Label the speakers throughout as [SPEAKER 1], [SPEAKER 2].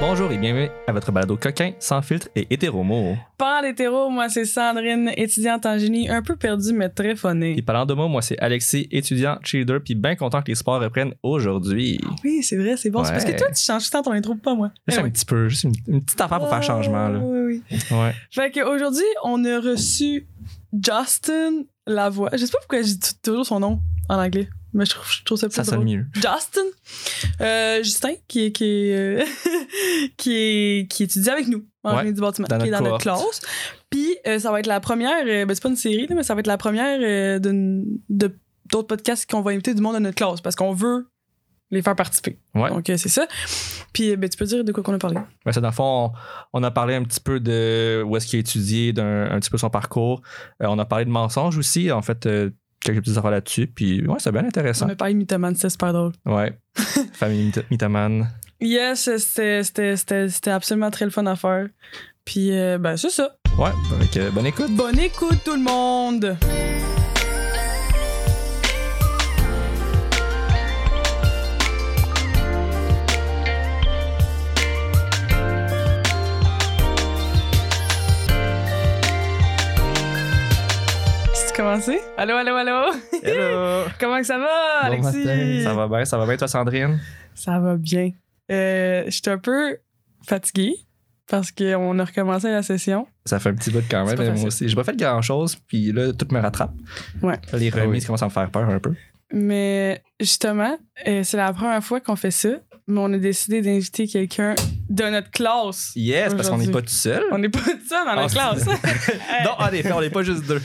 [SPEAKER 1] Bonjour et bienvenue à votre balado coquin, sans filtre et hétéromo.
[SPEAKER 2] Pan l'hétéro, moi c'est Sandrine, étudiante en génie, un peu perdue mais très
[SPEAKER 1] Et
[SPEAKER 2] phonée.
[SPEAKER 1] parlant de moi, moi c'est Alexis, étudiant, cheerleader, puis bien content que les sports reprennent aujourd'hui.
[SPEAKER 2] Oui, c'est vrai, c'est bon. C'est parce
[SPEAKER 1] Ouais.
[SPEAKER 2] que toi tu changes tout le temps ton intro, pas moi. Eh Ah,
[SPEAKER 1] Juste un petit peu, juste une, une petite affaire pour faire changement là.
[SPEAKER 2] Oui, oui.
[SPEAKER 1] Ouais.
[SPEAKER 2] Fait qu'aujourd'hui, on a reçu Justin Lavoie. Je sais pas pourquoi je dis toujours son nom en anglais, mais je trouve, je trouve ça plus
[SPEAKER 1] Ça sonne
[SPEAKER 2] drôle.
[SPEAKER 1] mieux.
[SPEAKER 2] Justin, euh, Justin, qui est, qui, est, euh, qui, est, qui étudie avec nous en
[SPEAKER 1] Ouais,
[SPEAKER 2] génie du bâtiment,
[SPEAKER 1] dans
[SPEAKER 2] qui est dans
[SPEAKER 1] notre
[SPEAKER 2] notre classe. Puis euh, ça va être la première, euh, ben, c'est pas une série, là, mais ça va être la première euh, d'une- de d'autres podcasts qu'on va inviter du monde à notre classe parce qu'on veut les faire participer.
[SPEAKER 1] Ouais.
[SPEAKER 2] Donc euh, c'est ça. Puis euh, ben, tu peux dire de quoi qu'on a parlé.
[SPEAKER 1] Ouais, ça, dans le fond, on, on a parlé un petit peu de où est-ce qu'il a étudié, d'un, un petit peu son parcours. Euh, on a parlé de mensonges aussi, en fait, euh, quelques petites affaires là-dessus. Puis ouais, c'est bien intéressant.
[SPEAKER 2] On a parlé de mythomane, c'était super drôle.
[SPEAKER 1] Ouais. Famille mytho- mythomane.
[SPEAKER 2] Yes, c'était- c'était c'était- c'était absolument très le fun à faire. Puis euh, ben c'est ça.
[SPEAKER 1] Ouais, avec euh, bonne écoute.
[SPEAKER 2] Bonne écoute tout le monde! C'est commencé? Allô, allô, allô!
[SPEAKER 1] Hello!
[SPEAKER 2] Comment que ça va,
[SPEAKER 3] Bon
[SPEAKER 2] Alexis?
[SPEAKER 3] matin.
[SPEAKER 1] ça va bien, ça va bien, toi, Sandrine?
[SPEAKER 2] Ça va bien. Euh, Je suis un peu fatiguée parce qu'on a recommencé la session.
[SPEAKER 1] Ça fait un petit bout quand même,
[SPEAKER 2] C'est pas
[SPEAKER 1] mais moi
[SPEAKER 2] facile.
[SPEAKER 1] aussi. J'ai pas fait grand chose, puis là, tout me rattrape.
[SPEAKER 2] Ouais.
[SPEAKER 1] Les remises
[SPEAKER 3] Ah oui.
[SPEAKER 1] commencent à me faire peur un peu.
[SPEAKER 2] Mais justement, euh, c'est la première fois qu'on fait ça, mais on a décidé d'inviter quelqu'un de notre classe.
[SPEAKER 1] Yes, parce qu'on
[SPEAKER 2] Aujourd'hui.
[SPEAKER 1] n'est pas tout seul.
[SPEAKER 2] On n'est pas tout seul dans notre
[SPEAKER 1] Ah,
[SPEAKER 2] classe. hein. Hey.
[SPEAKER 1] Non, en effet, on n'est pas juste deux.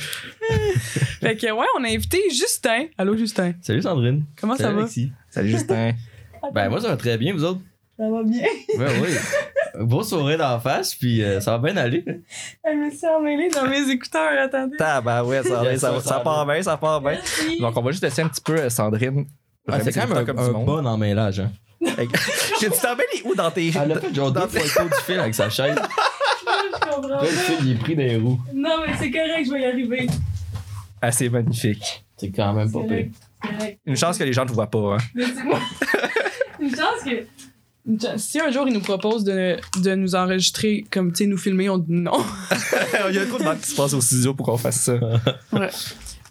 [SPEAKER 2] Fait que ouais, on a invité Justin. Allô Justin,
[SPEAKER 3] Salut Sandrine.
[SPEAKER 2] comment ça
[SPEAKER 3] Salut
[SPEAKER 2] va?
[SPEAKER 3] Alexis.
[SPEAKER 1] Salut Justin.
[SPEAKER 3] Ben moi ça va très bien, vous autres.
[SPEAKER 2] Ça va bien.
[SPEAKER 3] Ben oui. Un Beau sourire d'en face, puis euh, ça va bien aller.
[SPEAKER 2] Elle me suis emmêlée dans mes écouteurs, attendez.
[SPEAKER 1] ouais, ça,
[SPEAKER 3] Yes,
[SPEAKER 1] ça,
[SPEAKER 3] ça,
[SPEAKER 1] ça
[SPEAKER 3] ça
[SPEAKER 1] part bien, ça part bien.
[SPEAKER 2] Merci.
[SPEAKER 1] Donc, on va juste laisser un petit peu euh, Sandrine.
[SPEAKER 3] Ah, c'est quand même un, un bon emmêlage. Hein.
[SPEAKER 1] J'ai dit, t'en mets les où dans tes.
[SPEAKER 3] Elle a fait genre deux fois le tour du fil avec sa chaise. Là,
[SPEAKER 2] Je comprends.
[SPEAKER 3] le fil il est pris dans les roues.
[SPEAKER 2] Non, mais c'est correct, je vais y arriver.
[SPEAKER 1] Ah, c'est magnifique.
[SPEAKER 3] C'est quand même pas
[SPEAKER 2] C'est
[SPEAKER 3] pire.
[SPEAKER 2] correct.
[SPEAKER 1] Une chance que les gens ne te voient pas. hein.
[SPEAKER 2] Mais c'est moi. Une chance que. une chance- Si un jour il nous propose de, de nous enregistrer, comme tu sais, nous filmer, on dit non.
[SPEAKER 1] Il y a trop de monde qui se passe au studio pour qu'on fasse ça.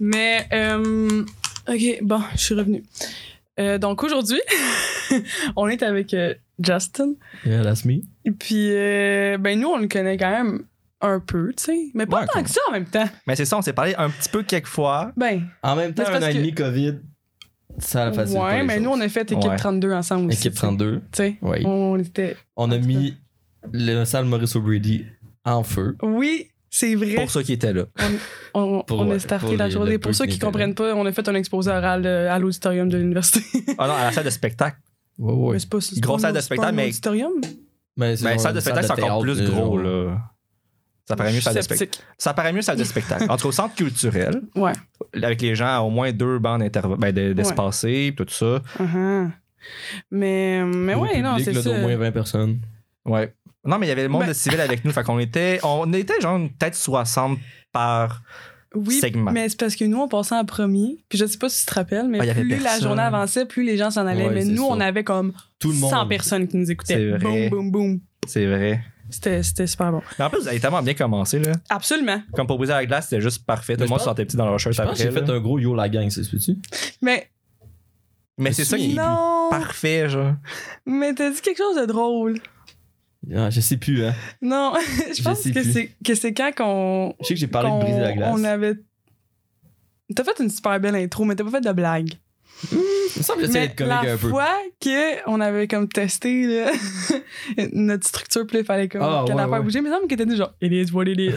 [SPEAKER 2] Mais, euh, ok, bon, je suis revenue. Euh, donc aujourd'hui, on est avec euh, Justin.
[SPEAKER 3] Yeah, that's me.
[SPEAKER 2] Et Puis, euh, ben nous, on le connaît quand même un peu, tu sais. Mais pas
[SPEAKER 1] Ouais,
[SPEAKER 2] tant que ça en même temps.
[SPEAKER 1] Mais c'est ça, on s'est parlé un petit peu quelques fois.
[SPEAKER 2] Ben,
[SPEAKER 3] En même
[SPEAKER 2] Mais
[SPEAKER 3] temps,
[SPEAKER 2] c'est
[SPEAKER 3] un an
[SPEAKER 2] parce
[SPEAKER 3] et
[SPEAKER 2] que-
[SPEAKER 3] demi COVID, ça a facilité.
[SPEAKER 2] ouais, mais nous, on a fait équipe
[SPEAKER 1] Ouais.
[SPEAKER 2] 32 ensemble aussi.
[SPEAKER 3] Équipe
[SPEAKER 2] tu sais.
[SPEAKER 3] 32.
[SPEAKER 2] Tu sais,
[SPEAKER 3] Oui.
[SPEAKER 2] on était.
[SPEAKER 3] On a mis le salle Maurice O'Brady en feu.
[SPEAKER 2] Oui, c'est vrai.
[SPEAKER 1] Pour ceux qui étaient là.
[SPEAKER 2] On,
[SPEAKER 3] Pour-
[SPEAKER 2] on a
[SPEAKER 3] ouais,
[SPEAKER 2] starté
[SPEAKER 3] pour
[SPEAKER 2] la
[SPEAKER 3] les-
[SPEAKER 2] journée.
[SPEAKER 3] le
[SPEAKER 2] Pour
[SPEAKER 3] peu
[SPEAKER 2] ceux
[SPEAKER 3] qui
[SPEAKER 2] qui
[SPEAKER 3] étaient là.
[SPEAKER 2] comprennent pas, on a fait un exposé oral euh, à l'auditorium de l'université.
[SPEAKER 1] Ah non, à la salle de spectacle.
[SPEAKER 3] Ouais, ouais. Ben,
[SPEAKER 2] Mais c'est pas- c'est
[SPEAKER 1] Grosse
[SPEAKER 2] pas
[SPEAKER 1] salle
[SPEAKER 2] un-
[SPEAKER 1] de
[SPEAKER 2] c'est pas
[SPEAKER 1] spectacle,
[SPEAKER 2] un
[SPEAKER 1] mais-
[SPEAKER 2] Auditorium?
[SPEAKER 3] Mais c'est
[SPEAKER 1] Mais
[SPEAKER 3] genre
[SPEAKER 1] Ben, salle de
[SPEAKER 3] une
[SPEAKER 1] spectacle, c'est encore
[SPEAKER 3] théâtre,
[SPEAKER 1] plus
[SPEAKER 3] euh,
[SPEAKER 1] gros,
[SPEAKER 3] genre.
[SPEAKER 1] là. Ça paraît mieux salle de spectacle.
[SPEAKER 2] Sceptique.
[SPEAKER 1] Ça paraît mieux salle de spectacle. Entre au centre culturel,
[SPEAKER 2] Ouais.
[SPEAKER 1] avec les gens à au moins deux bandes d'interv- ben, de- d'espacés, puis tout ça.
[SPEAKER 2] Uh-huh. Mais, mais
[SPEAKER 3] Le
[SPEAKER 2] ouais, non,
[SPEAKER 3] public,
[SPEAKER 2] c'est
[SPEAKER 3] là,
[SPEAKER 2] ça.
[SPEAKER 3] d'au moins 20 personnes.
[SPEAKER 1] Ouais. Non, mais il y avait le monde
[SPEAKER 2] Ben-
[SPEAKER 1] de civil avec nous. Fait qu'on était, on était genre une- peut-être 60 par.
[SPEAKER 2] Oui,
[SPEAKER 1] segment.
[SPEAKER 2] mais c'est parce que nous, on passait en premier. Puis je sais pas si tu te rappelles, mais
[SPEAKER 1] Ah, il y avait
[SPEAKER 2] plus la
[SPEAKER 1] personne.
[SPEAKER 2] journée avançait, plus les gens s'en allaient.
[SPEAKER 3] Ouais,
[SPEAKER 2] mais
[SPEAKER 3] c'est
[SPEAKER 2] nous,
[SPEAKER 3] ça.
[SPEAKER 2] on avait comme
[SPEAKER 3] Tout le monde.
[SPEAKER 2] 100 personnes qui nous
[SPEAKER 1] C'est
[SPEAKER 2] écoutaient.
[SPEAKER 1] vrai.
[SPEAKER 2] Boum, boum, boum.
[SPEAKER 1] C'est vrai.
[SPEAKER 2] C'était c'était super bon.
[SPEAKER 1] Mais en plus, vous avez tellement bien commencé, là.
[SPEAKER 2] Absolument.
[SPEAKER 1] Comme pour briser la glace, c'était juste parfait. Tout
[SPEAKER 3] Mais
[SPEAKER 1] le
[SPEAKER 3] je
[SPEAKER 1] monde se
[SPEAKER 3] pense-
[SPEAKER 1] sentait petit dans leur shirt
[SPEAKER 3] Je pense que
[SPEAKER 1] après.
[SPEAKER 3] j'ai fait
[SPEAKER 1] là.
[SPEAKER 3] un gros yo la gang, c'est ce tu
[SPEAKER 2] Mais
[SPEAKER 1] Mais c'est ça qui est
[SPEAKER 2] non,
[SPEAKER 1] parfait, genre.
[SPEAKER 2] mais t'as dit quelque chose de drôle.
[SPEAKER 3] Ah, je sais plus, hein.
[SPEAKER 2] Non, je
[SPEAKER 3] Je
[SPEAKER 2] pense
[SPEAKER 3] sais
[SPEAKER 2] que
[SPEAKER 3] plus.
[SPEAKER 2] c'est que c'est quand qu'on
[SPEAKER 3] Je sais que j'ai parlé de briser la
[SPEAKER 2] qu'on-
[SPEAKER 3] glace.
[SPEAKER 2] On avait. T'as fait une super belle intro, mais t'as pas fait de blague.
[SPEAKER 3] Il me semble que j'essaie
[SPEAKER 2] Mais
[SPEAKER 3] d'être comique
[SPEAKER 2] la
[SPEAKER 3] un peu.
[SPEAKER 2] fois qu'on avait comme testé là, notre structure, puis là, il fallait comme
[SPEAKER 3] Ah,
[SPEAKER 2] qu'elle
[SPEAKER 3] ouais,
[SPEAKER 2] n'a pas
[SPEAKER 3] ouais.
[SPEAKER 2] bougé, mais il me semble qu'elle était déjà genre, it is what it is.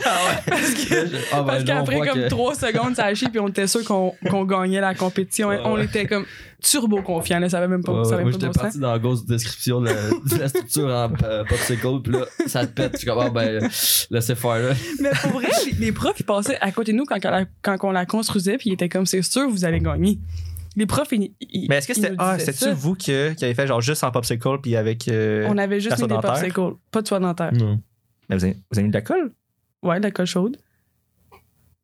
[SPEAKER 2] parce que,
[SPEAKER 3] Ah, ben,
[SPEAKER 2] parce
[SPEAKER 3] là, on
[SPEAKER 2] qu'après
[SPEAKER 3] voit
[SPEAKER 2] comme
[SPEAKER 3] que-
[SPEAKER 2] trois secondes, ça a chié, puis on était sûr qu'on qu'on gagnait la compétition.
[SPEAKER 3] Ouais,
[SPEAKER 2] on
[SPEAKER 3] ouais.
[SPEAKER 2] était comme turbo confiants, là, ça avait même pas,
[SPEAKER 3] Ouais,
[SPEAKER 2] ça
[SPEAKER 3] ouais,
[SPEAKER 2] avait
[SPEAKER 3] moi,
[SPEAKER 2] pas de
[SPEAKER 3] j'étais
[SPEAKER 2] bon sens.
[SPEAKER 3] parti dans la grosse description de la, de la structure en euh, popsicle, puis là, ça te pète. Je suis comme, ah, ben, laissez faire, là.
[SPEAKER 2] Mais pour vrai, les, les profs, ils passaient à côté de nous quand, on la- quand on la construisait, puis ils étaient comme, c'est sûr, vous allez gagner. Les profs, ils. ils-
[SPEAKER 1] Mais est-ce que
[SPEAKER 2] ils
[SPEAKER 1] c'était
[SPEAKER 2] nous
[SPEAKER 1] ah,
[SPEAKER 2] disaient
[SPEAKER 1] c'était-tu
[SPEAKER 2] ça.
[SPEAKER 1] vous que- qui avez fait genre juste en popsicle puis avec. euh,
[SPEAKER 2] On avait juste
[SPEAKER 1] la
[SPEAKER 2] mis des
[SPEAKER 1] soie dentaire?
[SPEAKER 2] popsicles, pas de soie dentaire.
[SPEAKER 3] Non.
[SPEAKER 1] mais vous, avez, vous avez mis de la colle?
[SPEAKER 2] Ouais, de la colle chaude.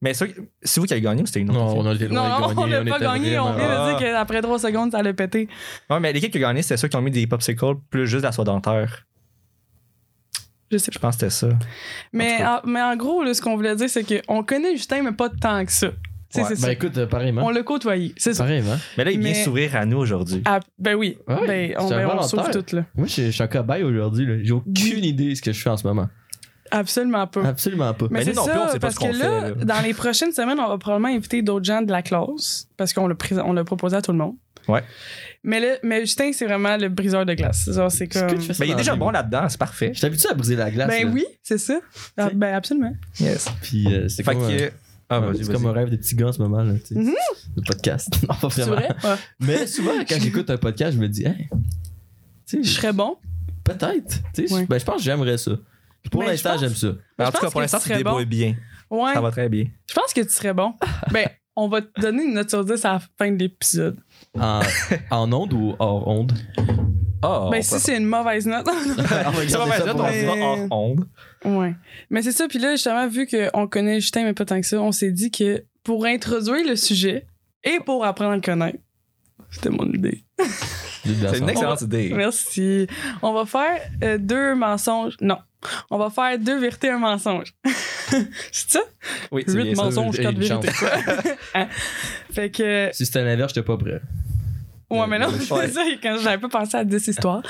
[SPEAKER 1] Mais c'est c'est vous qui avez gagné ou c'était une autre?
[SPEAKER 3] Non,
[SPEAKER 1] équipe?
[SPEAKER 3] on a été
[SPEAKER 2] Non,
[SPEAKER 3] loin
[SPEAKER 2] non,
[SPEAKER 3] de gagner.
[SPEAKER 2] on l'a pas
[SPEAKER 3] était
[SPEAKER 2] gagné. On
[SPEAKER 3] vraiment-
[SPEAKER 2] vient
[SPEAKER 1] Ah.
[SPEAKER 2] de dire qu'après trois secondes, ça allait péter.
[SPEAKER 1] Ouais, mais l'équipe qui a gagné, c'était ceux qui ont mis des popsicles plus juste de la soie dentaire.
[SPEAKER 2] Je sais pas.
[SPEAKER 1] Je pense que c'était ça. En
[SPEAKER 2] Mais
[SPEAKER 1] tout
[SPEAKER 2] en, mais en gros, là, ce qu'on voulait dire, c'est qu'on connaît Justin, mais pas tant que ça. Tu sais,
[SPEAKER 1] Ouais,
[SPEAKER 2] c'est
[SPEAKER 3] Ben,
[SPEAKER 2] ça.
[SPEAKER 3] écoute, euh,
[SPEAKER 2] On
[SPEAKER 3] pareillement.
[SPEAKER 2] l'a côtoyé. C'est ça.
[SPEAKER 3] Pareillement.
[SPEAKER 1] Mais là, il vient
[SPEAKER 2] Mais-
[SPEAKER 1] sourire à nous aujourd'hui.
[SPEAKER 2] Ah, ben oui.
[SPEAKER 3] Ouais,
[SPEAKER 2] ben, on,
[SPEAKER 3] c'est un
[SPEAKER 2] ben, on
[SPEAKER 3] volontaire.
[SPEAKER 2] sauve tout, là.
[SPEAKER 3] Moi, je suis- je suis en cobaye aujourd'hui, là. J'ai aucune idée de ce que je fais en ce moment.
[SPEAKER 2] Absolument pas.
[SPEAKER 3] Absolument pas.
[SPEAKER 1] Ben,
[SPEAKER 2] Mais
[SPEAKER 1] nous
[SPEAKER 2] c'est
[SPEAKER 1] non plus, on
[SPEAKER 2] ça,
[SPEAKER 1] sait pas
[SPEAKER 2] parce
[SPEAKER 1] ce
[SPEAKER 2] que
[SPEAKER 1] qu'on
[SPEAKER 2] là,
[SPEAKER 1] fait, là.
[SPEAKER 2] dans les prochaines semaines, on va probablement inviter d'autres gens de la classe, parce qu'on l'a prés- on l'a proposé à tout le monde.
[SPEAKER 1] Ouais.
[SPEAKER 2] Mais, là, mais Justin, c'est vraiment le briseur de glace. Genre, c'est
[SPEAKER 3] Est-ce que
[SPEAKER 2] comme...
[SPEAKER 3] tu fais ça
[SPEAKER 1] Mais il est
[SPEAKER 3] dans
[SPEAKER 1] déjà
[SPEAKER 3] la vie,
[SPEAKER 1] bon
[SPEAKER 3] moi?
[SPEAKER 1] là-dedans, c'est parfait.
[SPEAKER 3] Je suis habitué à briser la glace.
[SPEAKER 2] Ben
[SPEAKER 3] là.
[SPEAKER 2] oui, c'est ça. Ah,
[SPEAKER 3] C'est-
[SPEAKER 2] ben absolument.
[SPEAKER 1] Yes.
[SPEAKER 3] Puis euh, c'est
[SPEAKER 1] Fait
[SPEAKER 3] comme, un-
[SPEAKER 1] que. Ah, vas-y,
[SPEAKER 3] c'est
[SPEAKER 1] vas-y.
[SPEAKER 3] comme un rêve des petits gars en ce moment, là, tu sais.
[SPEAKER 2] Mhm.
[SPEAKER 3] Le podcast. Non, pas
[SPEAKER 2] C'est
[SPEAKER 3] vraiment.
[SPEAKER 2] vrai? Ouais.
[SPEAKER 3] Mais souvent, quand j'écoute un podcast, je me dis, hey, tu
[SPEAKER 2] Je
[SPEAKER 3] sais,
[SPEAKER 2] serais bon.
[SPEAKER 3] peut-être. Tu sais,
[SPEAKER 2] Ouais.
[SPEAKER 3] Ben, je pense que j'aimerais ça. Puis pour
[SPEAKER 2] Mais je
[SPEAKER 3] l'instant,
[SPEAKER 2] pense-
[SPEAKER 3] j'aime ça.
[SPEAKER 1] Mais en tout
[SPEAKER 2] Je
[SPEAKER 1] cas,
[SPEAKER 2] pense
[SPEAKER 1] pour
[SPEAKER 2] que
[SPEAKER 1] l'instant,
[SPEAKER 2] tu
[SPEAKER 1] tu te
[SPEAKER 2] serais bon.
[SPEAKER 1] débrouilles bien.
[SPEAKER 2] Ouais.
[SPEAKER 1] Ça va très bien.
[SPEAKER 2] Je pense que tu serais bon. ben, on va te donner une note sur 10 à la fin de l'épisode.
[SPEAKER 3] En, en onde ou hors onde? Ah,
[SPEAKER 1] Ah,
[SPEAKER 2] ben, si c'est une mauvaise note.
[SPEAKER 3] On va
[SPEAKER 1] ça va
[SPEAKER 3] garder ça
[SPEAKER 1] être
[SPEAKER 3] pour-
[SPEAKER 1] on dira
[SPEAKER 2] Mais-
[SPEAKER 1] hors onde.
[SPEAKER 2] ouais. Mais c'est ça. Puis là, justement, vu qu'on connaît Justin, mais pas tant que ça, on s'est dit que pour introduire le sujet et pour apprendre à le connaître, c'était mon idée.
[SPEAKER 1] C'est une excellente idée.
[SPEAKER 2] Merci. On va faire euh, deux mensonges. Non. On va faire deux vérités, un mensonge. c'est ça?
[SPEAKER 1] Oui, c'est bien
[SPEAKER 2] Huit
[SPEAKER 1] ça.
[SPEAKER 2] mensonges,
[SPEAKER 3] j'ai
[SPEAKER 2] quatre
[SPEAKER 3] une chance.
[SPEAKER 2] vérités. Hein? Fait que.
[SPEAKER 3] Si c'était l'inverse, j'étais pas prêt.
[SPEAKER 2] Ouais, mais non,
[SPEAKER 1] Ouais.
[SPEAKER 2] c'est ça, quand j'avais pas pensé à 10 histoires.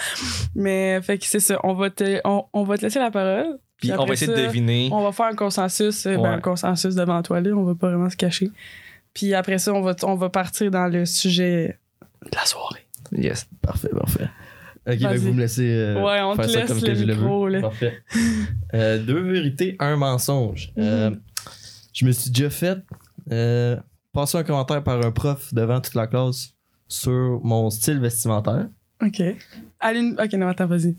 [SPEAKER 2] Mais fait que c'est ça, on va te, on, on va te laisser la parole.
[SPEAKER 1] Puis on
[SPEAKER 2] après
[SPEAKER 1] va essayer de
[SPEAKER 2] ça,
[SPEAKER 1] deviner.
[SPEAKER 2] On va faire un consensus, euh, ben,
[SPEAKER 1] Ouais.
[SPEAKER 2] un consensus devant toi, là, on va pas vraiment se cacher. Puis après ça, on va, t- on va partir dans le sujet de la soirée.
[SPEAKER 1] Yes.
[SPEAKER 3] Parfait, parfait. Ok,
[SPEAKER 2] Vas-y.
[SPEAKER 3] ben vous me laissez euh,
[SPEAKER 2] Ouais, on
[SPEAKER 3] faire
[SPEAKER 2] te
[SPEAKER 3] ça
[SPEAKER 2] laisse
[SPEAKER 3] comme
[SPEAKER 2] le
[SPEAKER 3] que je le
[SPEAKER 2] micro,
[SPEAKER 3] veux.
[SPEAKER 2] là.
[SPEAKER 3] Parfait. Euh, deux vérités, un mensonge.
[SPEAKER 2] Mhm.
[SPEAKER 3] Euh, je me suis déjà fait euh, passer un commentaire par un prof devant toute la classe sur mon style vestimentaire.
[SPEAKER 2] OK. Allez, ok, non, attends, vas-y.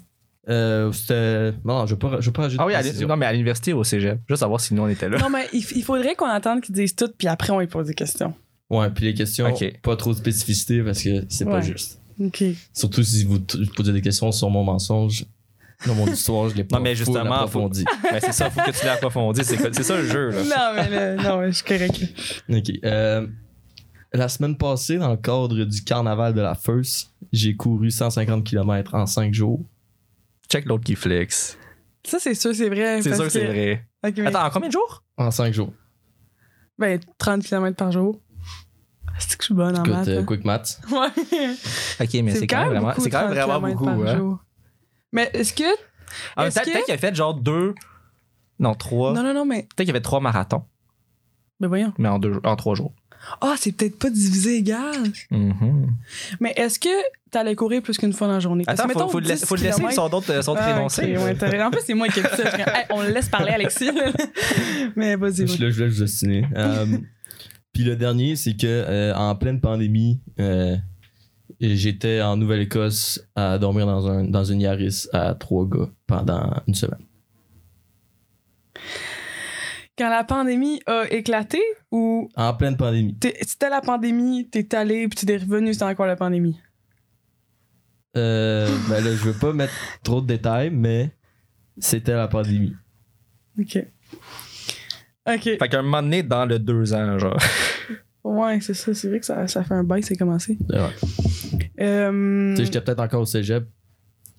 [SPEAKER 3] Euh, C'était. Non, non, je vais pas, je vais pas ajouter
[SPEAKER 1] Ah oui,
[SPEAKER 3] de
[SPEAKER 1] à l'uni-
[SPEAKER 3] précision.
[SPEAKER 1] non, mais à l'université ou au cégep. Juste savoir si nous, on était là.
[SPEAKER 2] Non, mais il, f- il faudrait qu'on attende qu'ils disent tout, puis après, on lui pose des questions.
[SPEAKER 3] Ouais, puis les questions,
[SPEAKER 1] Ok.
[SPEAKER 3] pas trop de spécificité parce que c'est pas
[SPEAKER 2] Ouais.
[SPEAKER 3] juste.
[SPEAKER 2] OK.
[SPEAKER 3] Surtout si vous t- posez des questions sur mon mensonge. Non, mon histoire, je l'ai pas
[SPEAKER 1] mais
[SPEAKER 3] full
[SPEAKER 1] justement, faut-
[SPEAKER 3] approfondie.
[SPEAKER 1] Mais c'est ça, faut que tu l'approfondisses. C'est que- C'est ça le jeu, là.
[SPEAKER 2] Non, mais là, non, mais je suis correct.
[SPEAKER 3] Ok. euh, la semaine passée, dans le cadre du carnaval de la Feusse, j'ai couru 150 km en 5 jours.
[SPEAKER 1] Check l'autre qui flex.
[SPEAKER 2] Ça, c'est sûr, c'est vrai.
[SPEAKER 1] C'est
[SPEAKER 2] parce
[SPEAKER 1] sûr que c'est
[SPEAKER 2] que-
[SPEAKER 1] vrai.
[SPEAKER 2] Ok, mais-
[SPEAKER 1] Attends, en combien de jours?
[SPEAKER 3] En 5 jours.
[SPEAKER 2] Ben, 30 km par jour. C'est que je suis bonne en
[SPEAKER 3] Écoute,
[SPEAKER 2] maths.
[SPEAKER 3] euh,
[SPEAKER 2] hein.
[SPEAKER 3] quick math.
[SPEAKER 2] Ouais.
[SPEAKER 1] Ok, mais c'est quand même vraiment.
[SPEAKER 2] beaucoup,
[SPEAKER 1] C'est quand même
[SPEAKER 2] 30
[SPEAKER 1] vraiment
[SPEAKER 2] kilomètres
[SPEAKER 1] beaucoup.
[SPEAKER 2] par
[SPEAKER 1] hein.
[SPEAKER 2] jour. Mais est-ce que.
[SPEAKER 1] Ah, mais
[SPEAKER 2] Est-ce
[SPEAKER 1] Peut-être
[SPEAKER 2] que-
[SPEAKER 1] peut-être qu'il a fait genre deux. Non, trois.
[SPEAKER 2] Non, non, non, mais.
[SPEAKER 1] Peut-être qu'il y avait trois marathons,
[SPEAKER 2] Ben voyons.
[SPEAKER 1] mais en, deux, en trois jours.
[SPEAKER 2] Ah, c'est peut-être pas divisé égal.
[SPEAKER 1] Mhm.
[SPEAKER 2] Mais est-ce que t'allais courir plus qu'une fois dans la journée? Parce
[SPEAKER 1] Attends,
[SPEAKER 2] que,
[SPEAKER 1] faut, faut, le laisser-
[SPEAKER 2] 10
[SPEAKER 1] faut le laisser
[SPEAKER 2] kilomètres-
[SPEAKER 1] son autre, euh, son autre
[SPEAKER 2] Ah,
[SPEAKER 1] énoncé,
[SPEAKER 2] ok,
[SPEAKER 1] là.
[SPEAKER 2] ouais, t'as raison. en plus, c'est moi qui ai dit ça. je dirais, Hey, on le laisse parler, Alexis. mais vas-y,
[SPEAKER 3] Je
[SPEAKER 2] vas-y.
[SPEAKER 3] suis là, je voulais vous destiner. Puis le dernier, c'est que euh, en pleine pandémie, euh, j'étais en Nouvelle-Écosse à dormir dans, un, dans une Yaris à trois gars pendant une semaine.
[SPEAKER 2] Quand la pandémie a éclaté ou
[SPEAKER 3] En pleine pandémie.
[SPEAKER 2] t'es- c'était la pandémie, t'es allé puis t'es revenu, c'était encore la pandémie?
[SPEAKER 3] Euh, ben là, je veux pas mettre trop de détails, mais c'était la pandémie.
[SPEAKER 2] OK. OK.
[SPEAKER 1] Fait qu'à un moment donné, dans le deux ans, genre.
[SPEAKER 2] Ah, Ouais, c'est ça. C'est vrai que ça, ça fait un bail que c'est commencé.
[SPEAKER 3] Ouais.
[SPEAKER 2] Euh...
[SPEAKER 3] Tu sais, j'étais peut-être encore au cégep.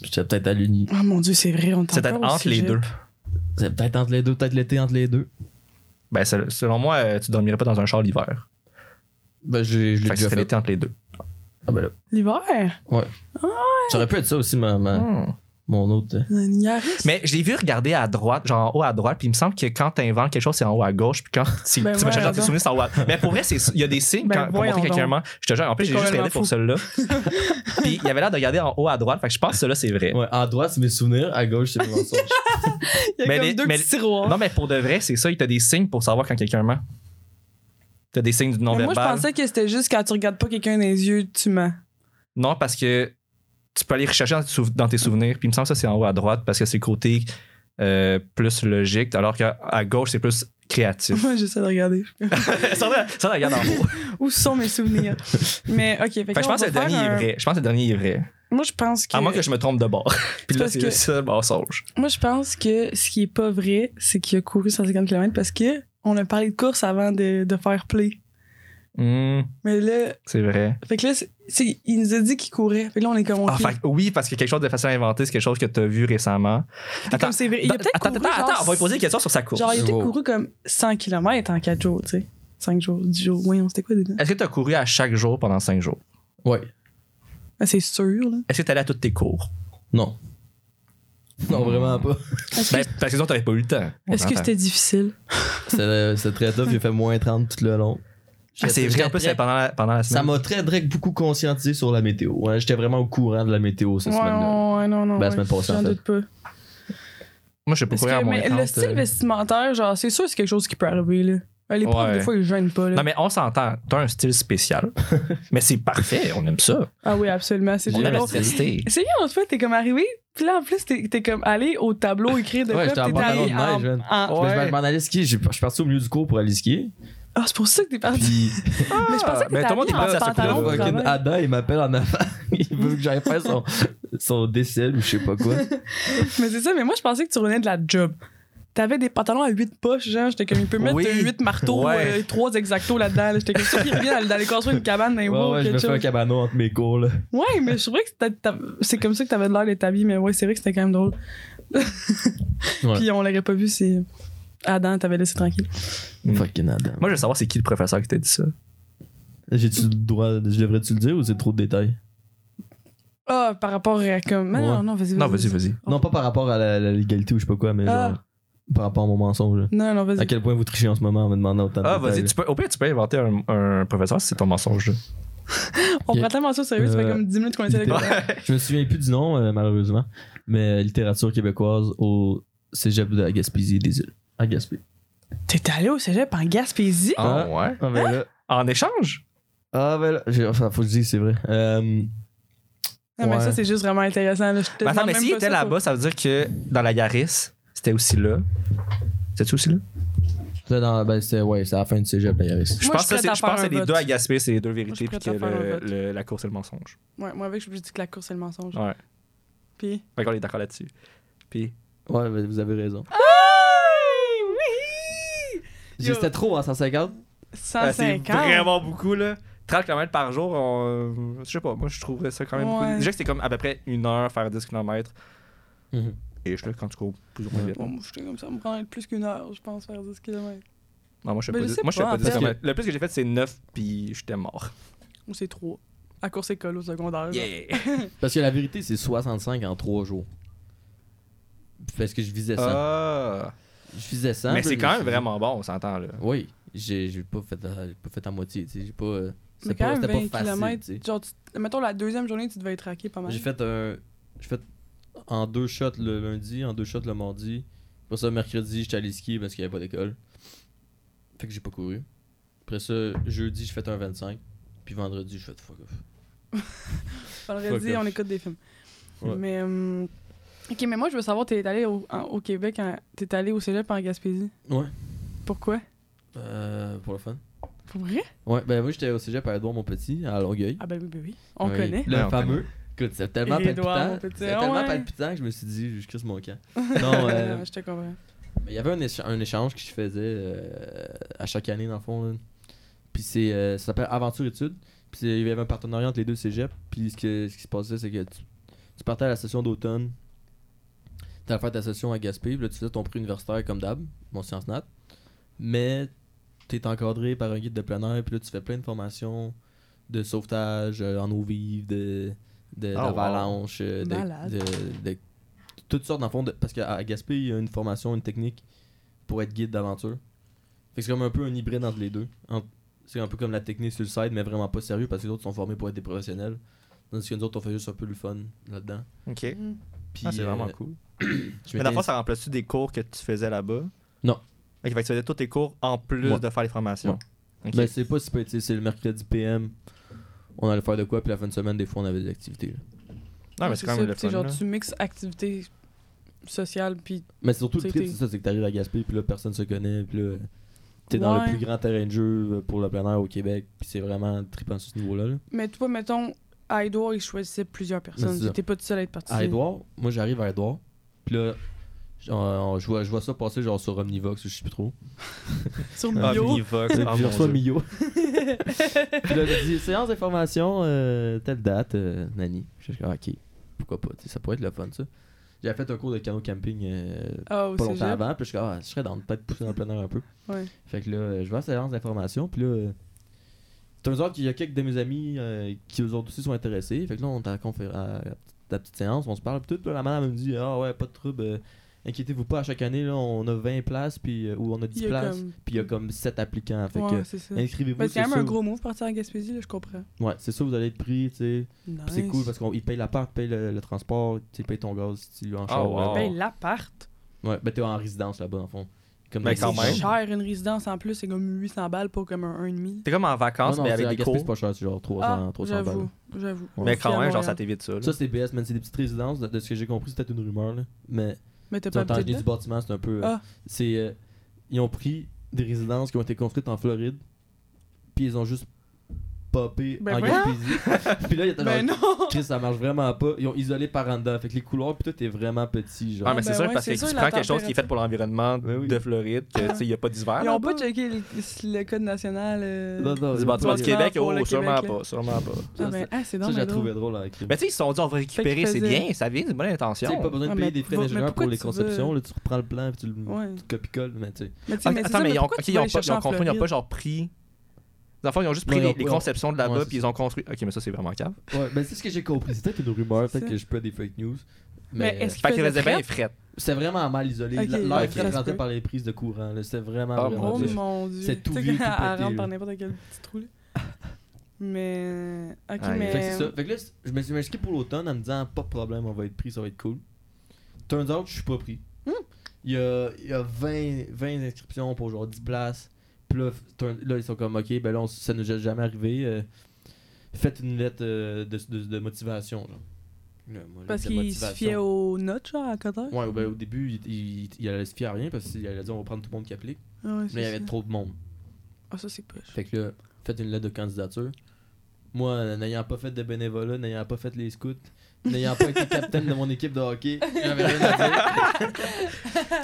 [SPEAKER 3] J'étais peut-être à l'uni.
[SPEAKER 2] Oh mon dieu, c'est vrai, on était
[SPEAKER 1] C'est peut-être
[SPEAKER 2] encore au
[SPEAKER 1] entre les
[SPEAKER 2] sujet.
[SPEAKER 1] deux.
[SPEAKER 3] C'est peut-être entre les deux, peut-être l'été entre les deux.
[SPEAKER 1] Ben, sel- selon moi, euh, tu dormirais pas dans un char l'hiver.
[SPEAKER 3] Ben, je, je l'ai
[SPEAKER 1] Fait que
[SPEAKER 3] déjà
[SPEAKER 1] c'était
[SPEAKER 3] fait.
[SPEAKER 1] l'été entre les deux.
[SPEAKER 3] Ah, ben là.
[SPEAKER 2] L'hiver?
[SPEAKER 3] Ça aurait pu être ça aussi, ma, ma,
[SPEAKER 1] Hmm.
[SPEAKER 3] mon autre. euh,
[SPEAKER 2] Un ignorant.
[SPEAKER 1] Mais je l'ai vu regarder à droite, genre en haut à droite, puis il me semble que quand t'inventes quelque chose, c'est en haut à gauche, puis quand si-
[SPEAKER 2] Ben
[SPEAKER 1] tu vas chercher dans
[SPEAKER 2] voyons
[SPEAKER 1] tes
[SPEAKER 2] donc.
[SPEAKER 1] souvenirs, c'est en haut à Mais pour vrai, c'est- il y a des signes
[SPEAKER 2] Ben
[SPEAKER 1] quand, pour montrer
[SPEAKER 2] voyons
[SPEAKER 1] quelqu'un
[SPEAKER 2] donc.
[SPEAKER 1] ment. Je te jure, en plus, j'ai juste
[SPEAKER 2] Complètement
[SPEAKER 1] regardé pour
[SPEAKER 2] fou.
[SPEAKER 1] celui-là. puis il avait l'air de regarder en haut à droite, fait que je pense que celui-là, c'est vrai.
[SPEAKER 3] Ouais, à droite, c'est mes souvenirs, à gauche, c'est mes mensonges.
[SPEAKER 2] Il y a
[SPEAKER 1] Mais
[SPEAKER 2] comme
[SPEAKER 1] les-
[SPEAKER 2] deux
[SPEAKER 1] mais
[SPEAKER 2] petits
[SPEAKER 1] les-
[SPEAKER 2] tiroirs.
[SPEAKER 1] Non, mais pour de vrai, c'est ça, il t'a des signes pour savoir quand quelqu'un ment. T'as des signes du
[SPEAKER 2] Mais moi, je
[SPEAKER 1] non-verbal.
[SPEAKER 2] pensais que c'était juste quand tu regardes pas quelqu'un dans les yeux, tu mens.
[SPEAKER 1] Non, parce que tu peux aller rechercher dans tes, souv- dans tes souvenirs, puis il me semble que ça, c'est en haut à droite, parce que c'est le côté euh, plus logique, alors qu'à à gauche, c'est plus créatif.
[SPEAKER 2] Moi, j'essaie de regarder.
[SPEAKER 1] ça, ça, regarde en haut.
[SPEAKER 2] Où sont mes souvenirs? Mais OK, fait
[SPEAKER 1] Fait
[SPEAKER 2] que
[SPEAKER 1] que je
[SPEAKER 2] on
[SPEAKER 1] pense que
[SPEAKER 2] va
[SPEAKER 1] le dernier
[SPEAKER 2] faire
[SPEAKER 1] est
[SPEAKER 2] un-
[SPEAKER 1] vrai. Je pense que le dernier est vrai.
[SPEAKER 2] Moi, je pense que...
[SPEAKER 1] À moins que je me trompe de bord. Puis là,
[SPEAKER 2] parce
[SPEAKER 1] c'est
[SPEAKER 2] que-
[SPEAKER 1] le seul mensonge.
[SPEAKER 2] Moi, je pense que ce qui est pas vrai, c'est qu'il a couru 150 km parce que on a parlé de course avant de, de faire play.
[SPEAKER 1] Hmm,
[SPEAKER 2] Mais là,
[SPEAKER 1] c'est vrai.
[SPEAKER 2] fait que là, c'est- c'est- il nous a dit qu'il courait. Fait que là, on est comme,
[SPEAKER 1] Ah,
[SPEAKER 2] OK.
[SPEAKER 1] fait que oui, parce que quelque chose de facile à inventer, c'est quelque chose que tu as vu récemment.
[SPEAKER 2] Fait comme c'est vrai. Il a peut-être
[SPEAKER 1] attends,
[SPEAKER 2] couru,
[SPEAKER 1] attends,
[SPEAKER 2] genre,
[SPEAKER 1] attends, on va lui poser des questions sur sa course.
[SPEAKER 2] Genre, il a peut-être
[SPEAKER 3] Wow.
[SPEAKER 2] couru comme 100 km en 4 jours, tu sais. 5 jours, 10 jours. Oui, on s'était quoi dedans?
[SPEAKER 1] Est-ce que tu as couru à chaque jour pendant cinq jours?
[SPEAKER 3] Ouais,
[SPEAKER 2] Ah, c'est sûr, là.
[SPEAKER 1] Est-ce que tu allé à toutes tes cours?
[SPEAKER 3] non. Non, vraiment pas.
[SPEAKER 2] Est-ce
[SPEAKER 1] Ben,
[SPEAKER 2] que-
[SPEAKER 1] parce que sinon, tu pas eu le temps. On
[SPEAKER 2] est-ce que
[SPEAKER 1] s'entend.
[SPEAKER 2] c'était difficile?
[SPEAKER 3] C'était c'était euh, très tough, j'ai fait moins 30 tout le long.
[SPEAKER 1] Ah, c'est vrai, en plus, c'est pendant la, pendant la
[SPEAKER 3] Ça
[SPEAKER 1] semaine.
[SPEAKER 3] m'a très, très beaucoup conscientisé sur la météo. Ouais, J'étais vraiment au courant de la météo cette
[SPEAKER 2] Ouais,
[SPEAKER 3] semaine-là.
[SPEAKER 2] ouais, non, non.
[SPEAKER 3] Ben, la
[SPEAKER 2] ouais,
[SPEAKER 3] semaine passée,
[SPEAKER 2] J'en
[SPEAKER 3] en fait.
[SPEAKER 2] doute pas.
[SPEAKER 1] Moi, je sais pas
[SPEAKER 2] Parce
[SPEAKER 1] courir à
[SPEAKER 2] que,
[SPEAKER 1] moins
[SPEAKER 2] mais
[SPEAKER 1] 30,
[SPEAKER 2] le style
[SPEAKER 1] euh.
[SPEAKER 2] vestimentaire, genre, c'est sûr, c'est quelque chose qui peut arriver, là. Euh, Les profs,
[SPEAKER 1] Ouais.
[SPEAKER 2] des fois, ils gênent pas, là.
[SPEAKER 1] Non, mais on s'entend. T'as un style spécial. mais c'est parfait, on aime ça.
[SPEAKER 2] Ah oui, absolument, c'est
[SPEAKER 3] J'ai
[SPEAKER 1] On
[SPEAKER 2] très
[SPEAKER 1] aime
[SPEAKER 2] drôle.
[SPEAKER 1] être testé.
[SPEAKER 2] C'est bien, en fait, t'es comme arrivé, puis là, en plus, t'es t'es comme allé au tableau écrire de
[SPEAKER 3] Ouais,
[SPEAKER 2] quoi,
[SPEAKER 3] j'étais en
[SPEAKER 2] puis t'es
[SPEAKER 3] pantalon
[SPEAKER 2] allé
[SPEAKER 3] de
[SPEAKER 2] en...
[SPEAKER 3] neige, man.
[SPEAKER 2] en-
[SPEAKER 3] Mais
[SPEAKER 1] Ouais.
[SPEAKER 3] je m'en allais skier, j'ai- je suis parti au milieu du cours pour aller skier.
[SPEAKER 2] Ah, c'est pour ça que t'es parti.
[SPEAKER 3] Puis Ah!
[SPEAKER 2] mais je pensais que
[SPEAKER 1] mais tout
[SPEAKER 2] t'étais
[SPEAKER 1] le monde est parti
[SPEAKER 2] habillé en
[SPEAKER 1] à ce
[SPEAKER 2] pantalon
[SPEAKER 1] coup-là.
[SPEAKER 2] au
[SPEAKER 3] le fucking
[SPEAKER 2] travail.
[SPEAKER 3] Adam, il m'appelle en avant. Il veut que j'aille faire son, son décel ou je sais pas quoi.
[SPEAKER 2] Mais c'est ça, mais moi, je pensais que tu revenais de la job. T'avais des pantalons à 8 poches, genre, j'étais comme, il peut mettre
[SPEAKER 1] Oui.
[SPEAKER 2] 8 marteaux,
[SPEAKER 1] Ouais.
[SPEAKER 2] 3 exactos là-dedans, là. j'étais comme ça, il revient d'aller construire une cabane dans les
[SPEAKER 3] Ouais,
[SPEAKER 2] bois ou
[SPEAKER 3] ouais, je me
[SPEAKER 2] quelque
[SPEAKER 3] fais un
[SPEAKER 2] chose.
[SPEAKER 3] cabanon entre mes cours, là.
[SPEAKER 2] Ouais, mais je trouvais que t'as- t'as- c'est comme ça que t'avais de l'air d'être habillé, mais ouais, c'est vrai que c'était quand même drôle.
[SPEAKER 3] Ouais.
[SPEAKER 2] Puis on l'aurait pas vu si Adam t'avait laissé tranquille.
[SPEAKER 1] Mm.
[SPEAKER 3] Fucking Adam.
[SPEAKER 1] Moi, je veux savoir c'est qui le professeur qui t'a dit ça.
[SPEAKER 3] J'ai-tu le droit, je devrais-tu le dire ou c'est trop de détails?
[SPEAKER 2] Ah, par rapport à comme. mais Non,
[SPEAKER 3] Ouais.
[SPEAKER 2] non, vas-y, vas-y.
[SPEAKER 1] Non, vas-y, vas-y.
[SPEAKER 3] Non, pas par rapport à la, la légalité ou je sais pas quoi, mais
[SPEAKER 2] Ah.
[SPEAKER 3] genre par rapport à mon mensonge. là.
[SPEAKER 2] Non, non, vas-y.
[SPEAKER 3] À quel point vous trichez en ce moment en me demandant autant de
[SPEAKER 1] Ah,
[SPEAKER 3] détails,
[SPEAKER 1] vas-y,
[SPEAKER 3] là.
[SPEAKER 1] tu peux, au pire, tu peux inventer un, un professeur si c'est ton mensonge. là.
[SPEAKER 2] On
[SPEAKER 3] Ok.
[SPEAKER 2] prend tellement ça au sérieux, ça fait
[SPEAKER 3] Euh,
[SPEAKER 2] comme 10 minutes qu'on essaie de.
[SPEAKER 3] littéraire. Je me souviens plus du nom, euh, malheureusement, mais euh, littérature québécoise au cégep de la Gaspésie des îles. À Gaspé.
[SPEAKER 2] T'es allé au cégep en Gaspésie?
[SPEAKER 1] Ah,
[SPEAKER 3] Ah.
[SPEAKER 1] ouais.
[SPEAKER 3] Ah, ben là.
[SPEAKER 1] En échange?
[SPEAKER 3] Ah, ben là. j'ai- Enfin, faut que je dise, c'est vrai. Euh,
[SPEAKER 2] Non, mais
[SPEAKER 3] ouais.
[SPEAKER 2] ça, c'est juste vraiment intéressant. Là. Je te
[SPEAKER 1] Mais Bah, attends,
[SPEAKER 2] demande
[SPEAKER 1] mais
[SPEAKER 2] même
[SPEAKER 1] s'il
[SPEAKER 2] pas
[SPEAKER 1] était
[SPEAKER 2] ça,
[SPEAKER 1] là-bas, ça veut dire que dans la Yaris, c'était aussi là. C'était-tu aussi là?
[SPEAKER 3] c'était dans- ben, c'était, ouais, c'est à la fin du cégep, la Yaris.
[SPEAKER 2] Moi, je suis
[SPEAKER 1] que
[SPEAKER 2] prête à
[SPEAKER 1] c'est- je pense
[SPEAKER 2] faire
[SPEAKER 1] que
[SPEAKER 2] un
[SPEAKER 1] les
[SPEAKER 2] vote.
[SPEAKER 1] deux à Gaspé, c'est les deux vérités,
[SPEAKER 2] Moi,
[SPEAKER 1] puis
[SPEAKER 2] je
[SPEAKER 1] que
[SPEAKER 2] suis prête à faire un
[SPEAKER 1] le-
[SPEAKER 2] vote.
[SPEAKER 1] le- la course, c'est le mensonge.
[SPEAKER 2] toi. Ouais, moi, avec, je me dis que la course, c'est le mensonge.
[SPEAKER 1] Ouais.
[SPEAKER 2] Puis.
[SPEAKER 1] Fait qu'on est d'accord là-dessus. Puis,
[SPEAKER 3] Ouais, ben, vous avez raison.
[SPEAKER 2] Ah! Oui! Yo.
[SPEAKER 3] C'était trop, hein, 150.
[SPEAKER 1] Ah, c'est
[SPEAKER 2] 150.
[SPEAKER 1] vraiment beaucoup, là. 30 km par jour, on- je sais pas, moi, je trouverais ça quand même
[SPEAKER 2] Ouais.
[SPEAKER 1] beaucoup. Déjà que c'est comme à peu près une heure faire 10 km.
[SPEAKER 3] Mhm.
[SPEAKER 1] Et je là quand tu cours plus ou moins
[SPEAKER 3] Ouais.
[SPEAKER 1] vite.
[SPEAKER 2] Bon, moi, je suis comme ça, me prendrait plus qu'une heure, je pense, faire 10 km.
[SPEAKER 1] Non, moi, je fais
[SPEAKER 2] Mais
[SPEAKER 1] pas,
[SPEAKER 2] je
[SPEAKER 1] dix-
[SPEAKER 2] sais
[SPEAKER 1] moi, je fais
[SPEAKER 2] pas, en
[SPEAKER 1] pas 10
[SPEAKER 2] fait.
[SPEAKER 1] km. Le plus que j'ai fait, c'est 9, puis j'étais mort.
[SPEAKER 2] Ou c'est 3. À course école au secondaire. là.
[SPEAKER 1] Yeah!
[SPEAKER 3] Parce que la vérité, c'est 65 en 3 jours. Parce que je visais ça.
[SPEAKER 1] Ah.
[SPEAKER 3] Je visais ça.
[SPEAKER 1] Mais
[SPEAKER 3] puis
[SPEAKER 1] c'est
[SPEAKER 3] je-
[SPEAKER 1] quand même vraiment bon, on s'entend, là.
[SPEAKER 3] Oui, j'ai j'ai pas fait à, j'ai pas fait à moitié, tu sais, j'ai pas euh,
[SPEAKER 2] Mais
[SPEAKER 3] c'était
[SPEAKER 2] quand
[SPEAKER 3] pas,
[SPEAKER 2] même,
[SPEAKER 3] c'était
[SPEAKER 2] 20
[SPEAKER 3] pas facile,
[SPEAKER 2] km.
[SPEAKER 3] tu sais.
[SPEAKER 2] Genre, tu- mettons, la deuxième journée, tu devais être raqué pas mal.
[SPEAKER 3] J'ai fait un j'ai fait en deux shots le lundi, en deux shots le mardi. Après ça mercredi, j'étais allé skier parce qu'il y avait pas d'école. Fait que j'ai pas couru. Après ça, jeudi, j'ai fait un 25, puis vendredi, j'ai fait fuck off.
[SPEAKER 2] Vendredi,
[SPEAKER 3] Fuck
[SPEAKER 2] on
[SPEAKER 3] off.
[SPEAKER 2] écoute des films.
[SPEAKER 3] Ouais.
[SPEAKER 2] Mais. euh, Ok, mais moi, je veux savoir, t'es allé au, en- au Québec, en- t'es allé au cégep en Gaspésie.
[SPEAKER 3] Ouais,
[SPEAKER 2] Pourquoi?
[SPEAKER 3] euh, pour le fun.
[SPEAKER 2] Pour vrai?
[SPEAKER 3] Ouais, ben moi j'étais au cégep à Edouard mon petit à Longueuil.
[SPEAKER 2] Ah ben oui, ben oui. On
[SPEAKER 3] Oui,
[SPEAKER 2] connaît.
[SPEAKER 3] Le
[SPEAKER 1] Ouais, on
[SPEAKER 3] fameux. Écoute, c'est tellement
[SPEAKER 2] Édouard
[SPEAKER 3] palpitant.
[SPEAKER 2] Montpetit,
[SPEAKER 3] C'est
[SPEAKER 2] ah
[SPEAKER 3] tellement
[SPEAKER 2] ouais.
[SPEAKER 3] palpitant que je me suis dit, je crisse mon camp. Non, euh,
[SPEAKER 2] je te comprends.
[SPEAKER 3] Mais Il y avait un, écha- un échange que je faisais euh, à chaque année, dans le fond. là. Puis c'est, euh, ça s'appelle Aventure Études. Puis c'est- il y avait un partenariat entre les deux cégeps. Puis ce, que- ce qui se passait, c'est que tu, tu partais à la session d'automne. Tu allais faire ta session à Gaspé. Puis là, tu faisais ton prix universitaire comme d'hab, mon science nat. Mais tu es encadré par un guide de plein air. Puis là, tu fais plein de formations de sauvetage euh, en eau vive, de, de,
[SPEAKER 1] Ah, wow.
[SPEAKER 3] d'avalanche, euh, de-
[SPEAKER 2] Malade.
[SPEAKER 3] de- de toutes sortes, dans le fond, de- parce qu'à à Gaspé, il y a une formation, une technique pour être guide d'aventure. Fait que c'est comme un peu un hybride entre les deux. En- C'est un peu comme la technique sur le side, mais vraiment pas sérieux, parce que les autres sont formés pour être des professionnels. Tandis que nous autres, on fait juste un peu le fun là-dedans.
[SPEAKER 1] Ok.
[SPEAKER 3] Puis,
[SPEAKER 1] Ah, c'est
[SPEAKER 3] euh,
[SPEAKER 1] vraiment cool.
[SPEAKER 3] je
[SPEAKER 1] Mais
[SPEAKER 3] m'étais
[SPEAKER 1] dans le fond, ça remplace-tu des cours que tu faisais là-bas
[SPEAKER 3] Non.
[SPEAKER 1] Ok, fait que tu faisais tous tes cours en plus
[SPEAKER 3] Ouais.
[SPEAKER 1] de faire les formations. Ok.
[SPEAKER 3] Ben, c'est pas si petit, c'est le mercredi PM. On allait faire de quoi, puis la fin de semaine, des fois, on avait des activités. là.
[SPEAKER 1] non, mais c'est quand même le fun.
[SPEAKER 2] genre,
[SPEAKER 1] là.
[SPEAKER 2] tu mixes activité sociale, puis
[SPEAKER 3] Mais c'est surtout le
[SPEAKER 2] C'est
[SPEAKER 3] trip,
[SPEAKER 2] été.
[SPEAKER 3] c'est ça, c'est que t'arrives à Gaspé, puis là, personne se connaît, puis là, t'es dans
[SPEAKER 2] Ouais.
[SPEAKER 3] le plus grand terrain de jeu euh, pour le plein air au Québec, puis c'est vraiment trippant sur ce niveau-là. là.
[SPEAKER 2] Mais toi, mettons, à Edouard, ils choisissaient plusieurs
[SPEAKER 3] Mais
[SPEAKER 2] personnes.
[SPEAKER 3] c'est ça.
[SPEAKER 2] T'étais pas tout seul à être
[SPEAKER 3] À
[SPEAKER 2] parti.
[SPEAKER 3] Edouard, moi, j'arrive à Edouard, puis là, j- on- on- je vois, je vois ça passer genre sur Omnivox, ou je sais plus trop.
[SPEAKER 2] Sur
[SPEAKER 1] Ah,
[SPEAKER 2] Mio.
[SPEAKER 1] Minivox,
[SPEAKER 3] Puis
[SPEAKER 1] ah,
[SPEAKER 3] je
[SPEAKER 1] mon
[SPEAKER 3] reçois
[SPEAKER 1] Dieu.
[SPEAKER 3] Mio. puis là, je dis, séance d'information, euh, telle date, euh, Nani. Je suis comme, ok, pourquoi pas, tu sais, ça pourrait être le fun, ça. J'avais fait un cours de canot camping euh,
[SPEAKER 2] Ah, au
[SPEAKER 3] pas longtemps
[SPEAKER 2] cégep.
[SPEAKER 3] avant, puis je suis comme, ah, je serais dans peut-être pousser dans le plein air un peu.
[SPEAKER 2] Ouais.
[SPEAKER 3] Fait que là, euh, je vois cette séance d'information, puis là, euh, c'est un autre qu'il y a quelques de mes amis euh, qui eux autres aussi sont intéressés. Fait que là, on est à la, confé- à la petite- la petite séance, on se parle, puis tout, puis là, la madame elle me dit, ah ouais, pas de trouble, euh, inquiétez-vous pas, à chaque année, là, on a 20 places, puis, euh, ou on a 10
[SPEAKER 2] Il y a
[SPEAKER 3] places,
[SPEAKER 2] comme-
[SPEAKER 3] puis il y a comme 7 appliquants. Fait
[SPEAKER 2] Ouais, c'est ça.
[SPEAKER 3] que, inscrivez-vous,
[SPEAKER 2] Mais c'est
[SPEAKER 3] c'est
[SPEAKER 2] quand même
[SPEAKER 3] sûr.
[SPEAKER 2] un gros move partir en Gaspésie, là, je comprends.
[SPEAKER 3] Ouais, c'est sûr, vous allez être pris, tu sais. Puis c'est
[SPEAKER 2] Nice.
[SPEAKER 3] cool parce qu'ils payent l'appart, ils payent le, le transport, tu sais, ils payent ton gaz si tu es en
[SPEAKER 1] Ah,
[SPEAKER 3] char.
[SPEAKER 1] wow.
[SPEAKER 3] là.
[SPEAKER 2] Ben, l'appart.
[SPEAKER 3] Ouais, ben t'es en résidence là-bas, dans le fond. Comme
[SPEAKER 1] Ben,
[SPEAKER 3] dans
[SPEAKER 1] quand
[SPEAKER 3] les-
[SPEAKER 1] même.
[SPEAKER 2] C'est cher, une résidence en plus, c'est comme 800 balles pour comme un 1,5.
[SPEAKER 1] T'es comme en vacances,
[SPEAKER 3] non, non,
[SPEAKER 1] mais
[SPEAKER 3] c'est-
[SPEAKER 1] avec
[SPEAKER 3] à
[SPEAKER 1] des
[SPEAKER 3] Gaspé, c'est
[SPEAKER 1] cours.
[SPEAKER 3] pas cher, c'est genre 300,
[SPEAKER 2] Ah,
[SPEAKER 3] 300 balles.
[SPEAKER 2] j'avoue, j'avoue.
[SPEAKER 3] Ouais.
[SPEAKER 1] Mais quand
[SPEAKER 2] Fille à
[SPEAKER 1] même, genre,
[SPEAKER 2] Montréal.
[SPEAKER 1] ça t'évite ça. là.
[SPEAKER 3] Ça, c'est BS, man. C'est des petites résidences. De, de ce que j'ai compris, c'est peut-être une rumeur, là. Mais
[SPEAKER 2] Mais t'as
[SPEAKER 3] tu
[SPEAKER 2] pas
[SPEAKER 3] entends
[SPEAKER 2] habité
[SPEAKER 3] du
[SPEAKER 2] dedans?
[SPEAKER 3] bâtiment, c'est un peu. euh,
[SPEAKER 2] Ah.
[SPEAKER 3] c'est. euh, ils ont pris des résidences qui ont été construites en Floride, puis ils ont juste popé
[SPEAKER 2] Ben
[SPEAKER 3] en
[SPEAKER 2] voyons.
[SPEAKER 3] Gaspésie. puis là, il y a genre.
[SPEAKER 2] Ben non!
[SPEAKER 3] Chris, ça marche vraiment pas. Ils ont isolé par en dedans. Fait que les couloirs, puis tout est vraiment petit, genre.
[SPEAKER 1] Ah, mais
[SPEAKER 2] Ben
[SPEAKER 1] c'est sûr,
[SPEAKER 2] ouais,
[SPEAKER 1] parce que
[SPEAKER 2] c'est
[SPEAKER 1] tu
[SPEAKER 2] sûr, la
[SPEAKER 1] prends quelque chose qui est fait
[SPEAKER 2] température.
[SPEAKER 1] pour l'environnement
[SPEAKER 3] Ben oui.
[SPEAKER 1] de Floride, que, tu sais, il n'y a pas d'hiver.
[SPEAKER 2] Ils ont
[SPEAKER 1] là-bas.
[SPEAKER 2] pas checké le, le code national. euh,
[SPEAKER 3] Non, non,
[SPEAKER 1] Du
[SPEAKER 3] ils ont
[SPEAKER 1] bâtiment
[SPEAKER 3] pas-
[SPEAKER 1] du
[SPEAKER 2] Pour
[SPEAKER 1] Québec,
[SPEAKER 2] le
[SPEAKER 1] oh,
[SPEAKER 2] Québec,
[SPEAKER 1] sûrement
[SPEAKER 2] là.
[SPEAKER 1] pas, sûrement pas.
[SPEAKER 2] Ah,
[SPEAKER 3] Ça,
[SPEAKER 2] ben,
[SPEAKER 3] c'est-
[SPEAKER 2] ah, c'est
[SPEAKER 3] Ça,
[SPEAKER 2] dans
[SPEAKER 3] j'ai
[SPEAKER 2] le
[SPEAKER 3] trouvé drôle avec
[SPEAKER 1] Mais Ben, tu sais, ils se sont dit, on va récupérer, c'est
[SPEAKER 2] faisaient-
[SPEAKER 1] bien, ça vient d'une bonne
[SPEAKER 3] Tu
[SPEAKER 1] intention.
[SPEAKER 3] sais, pas besoin de
[SPEAKER 2] Ouais,
[SPEAKER 3] payer
[SPEAKER 2] mais
[SPEAKER 3] des frais
[SPEAKER 2] va- mais
[SPEAKER 3] d'ingénieur
[SPEAKER 2] pourquoi
[SPEAKER 3] pour les
[SPEAKER 2] tu veux-
[SPEAKER 3] conceptions. Là, tu reprends le plan, puis tu le
[SPEAKER 2] Ouais.
[SPEAKER 3] tu copies-colles. Mais tu sais.
[SPEAKER 2] Mais tu sais,
[SPEAKER 1] Ah,
[SPEAKER 2] mais c'est
[SPEAKER 1] Attends,
[SPEAKER 2] ça,
[SPEAKER 1] mais ils ont,
[SPEAKER 2] pourquoi
[SPEAKER 1] ok,
[SPEAKER 2] tu
[SPEAKER 1] ils
[SPEAKER 2] vas
[SPEAKER 1] ont
[SPEAKER 2] aller
[SPEAKER 1] pas, ils
[SPEAKER 2] chercher
[SPEAKER 1] ont
[SPEAKER 2] en
[SPEAKER 1] compris, ils ont
[SPEAKER 2] Floride?
[SPEAKER 1] pas genre pris. Dans le fond, ils ont juste
[SPEAKER 3] Non,
[SPEAKER 1] pris
[SPEAKER 3] ils ont
[SPEAKER 1] les, les
[SPEAKER 3] pas-
[SPEAKER 1] conceptions de là-bas,
[SPEAKER 3] Ouais, c'est
[SPEAKER 1] puis ils ont construit. Ok, mais ça, c'est vraiment cave.
[SPEAKER 3] Ouais, ben c'est ce que j'ai compris. C'était une rumeur,
[SPEAKER 2] C'est
[SPEAKER 3] peut-être
[SPEAKER 2] ça.
[SPEAKER 3] que je peux être des fake news.
[SPEAKER 2] Mais
[SPEAKER 3] Mais, euh,
[SPEAKER 2] est-ce
[SPEAKER 1] Fait qu'ils
[SPEAKER 2] faisaient
[SPEAKER 1] faisaient bien
[SPEAKER 2] fret?
[SPEAKER 1] fret.
[SPEAKER 3] c'était vraiment mal isolé.
[SPEAKER 2] Ok,
[SPEAKER 3] L- L'air
[SPEAKER 2] ok,
[SPEAKER 3] qui
[SPEAKER 2] ça se
[SPEAKER 3] rentrait
[SPEAKER 2] peut.
[SPEAKER 3] par les prises de courant, là, c'était vraiment.
[SPEAKER 1] Ah,
[SPEAKER 3] vraiment
[SPEAKER 2] Oh
[SPEAKER 1] Dieu.
[SPEAKER 3] dur.
[SPEAKER 2] mon dieu.
[SPEAKER 3] C'est tout
[SPEAKER 2] Tu sais,
[SPEAKER 3] vieux,
[SPEAKER 2] quand
[SPEAKER 3] tout
[SPEAKER 2] Elle
[SPEAKER 3] pété,
[SPEAKER 2] rentre
[SPEAKER 3] là.
[SPEAKER 2] par n'importe quel petit trou, là. Mais. Ok,
[SPEAKER 1] Ah,
[SPEAKER 2] mais.
[SPEAKER 3] Fait que c'est ça. Fait que là, c- je me suis inscrit pour l'automne en me disant pas de problème, on va être pris, ça va être cool. Turns out, je suis pas pris.
[SPEAKER 2] Hmm.
[SPEAKER 3] Il y a, il y a 20, 20 inscriptions pour genre 10 places. Puis là, f- turn- là, ils sont comme ok, ben là, on s- ça nous est jamais arrivé. euh, faites une lettre euh, de, de- de motivation. genre. Là, moi,
[SPEAKER 2] Parce
[SPEAKER 3] lettre de
[SPEAKER 2] qu'il se
[SPEAKER 3] motivation.
[SPEAKER 2] fiait aux notes, genre, à Qatar.
[SPEAKER 3] Ouais, ben, au début, il, il, il allait se fier à rien parce qu'il allait dire on va prendre tout le monde qui applique.
[SPEAKER 2] Ah ouais,
[SPEAKER 3] Mais il y
[SPEAKER 2] c'est
[SPEAKER 3] avait
[SPEAKER 2] ça.
[SPEAKER 3] trop de monde.
[SPEAKER 2] Ah, ça, c'est poche.
[SPEAKER 3] Fait que là, faites une lettre de candidature. Moi, n'ayant pas fait de bénévolat, n'ayant pas fait les scouts, n'ayant pas été capitaine de mon équipe de hockey, j'avais rien à dire.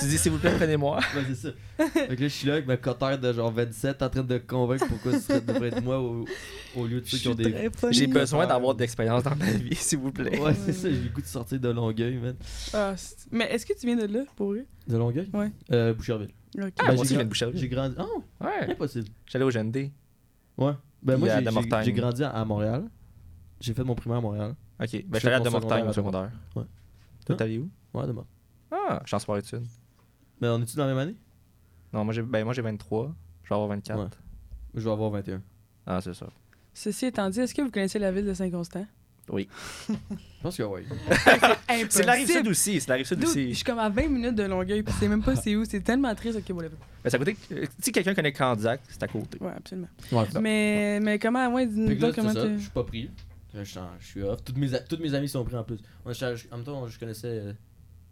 [SPEAKER 1] Tu dis, s'il vous plaît, prenez-moi.
[SPEAKER 3] Ouais, c'est ça. Fait que là, je suis là avec ma cotère de genre 27 en train de convaincre pourquoi ce serait- devrait être moi au, au lieu de ceux qui ont des.
[SPEAKER 1] J'ai
[SPEAKER 3] Oui.
[SPEAKER 1] besoin d'avoir de l'expérience dans ma vie, s'il vous plaît.
[SPEAKER 3] Ouais, c'est ça, j'ai le goût de sortir de Longueuil, man.
[SPEAKER 2] Ah, c'est- mais est-ce que tu viens de là, pour vrai?
[SPEAKER 3] De Longueuil
[SPEAKER 2] Ouais.
[SPEAKER 3] Euh, Boucherville.
[SPEAKER 2] Ok.
[SPEAKER 1] Ah,
[SPEAKER 3] Ben,
[SPEAKER 1] moi aussi, je
[SPEAKER 3] j'ai
[SPEAKER 1] viens
[SPEAKER 3] gra-
[SPEAKER 1] de Boucherville.
[SPEAKER 3] J'ai grandi. Oh,
[SPEAKER 1] Ouais.
[SPEAKER 3] impossible.
[SPEAKER 1] J'allais au GND.
[SPEAKER 3] Ouais. Ben,
[SPEAKER 1] Puis
[SPEAKER 3] moi,
[SPEAKER 1] à
[SPEAKER 3] j'ai-
[SPEAKER 1] Damartin.
[SPEAKER 3] j'ai- j'ai grandi à à Montréal. J'ai fait mon primaire à Montréal.
[SPEAKER 1] Ok, ben
[SPEAKER 3] Je
[SPEAKER 1] j'allais à
[SPEAKER 3] fais mon
[SPEAKER 1] Demortagne au
[SPEAKER 3] secondaire
[SPEAKER 1] secondaire.
[SPEAKER 3] Ouais.
[SPEAKER 1] Toi,
[SPEAKER 3] Hein?
[SPEAKER 1] t'es allé où
[SPEAKER 3] Ouais, demain.
[SPEAKER 1] Ah, je suis en sport études.
[SPEAKER 3] Mais on est-tu dans la même année
[SPEAKER 1] Non, moi j'ai ben, moi, j'ai 23, je vais avoir 24.
[SPEAKER 3] Ouais. Je vais avoir 21.
[SPEAKER 1] Ah, c'est ça.
[SPEAKER 2] Ceci étant dit, est-ce que vous connaissez la ville de Saint-Constant?
[SPEAKER 3] Je pense que oui.
[SPEAKER 1] C'est de la rive sud aussi, c'est de la rive sud
[SPEAKER 2] Dude, Je
[SPEAKER 1] aussi.
[SPEAKER 2] suis comme à 20 minutes de Longueuil, puis c'est même pas c'est où, c'est tellement triste. Ok, bon, là,
[SPEAKER 1] Ben, c'est à côté. euh, Si quelqu'un connaît Candiac, c'est à côté.
[SPEAKER 2] ouais, absolument.
[SPEAKER 3] Ouais,
[SPEAKER 2] Mais, mais comment, ouais,
[SPEAKER 3] Fait
[SPEAKER 2] dis-nous
[SPEAKER 3] que là,
[SPEAKER 2] donc
[SPEAKER 3] c'est
[SPEAKER 2] comment
[SPEAKER 3] ça, je
[SPEAKER 2] tu.
[SPEAKER 3] suis pas pris. Je suis en- je suis off. Toutes mes, a- toutes mes amies sont pris en plus. On, était à- je- en même temps, je connaissais. euh,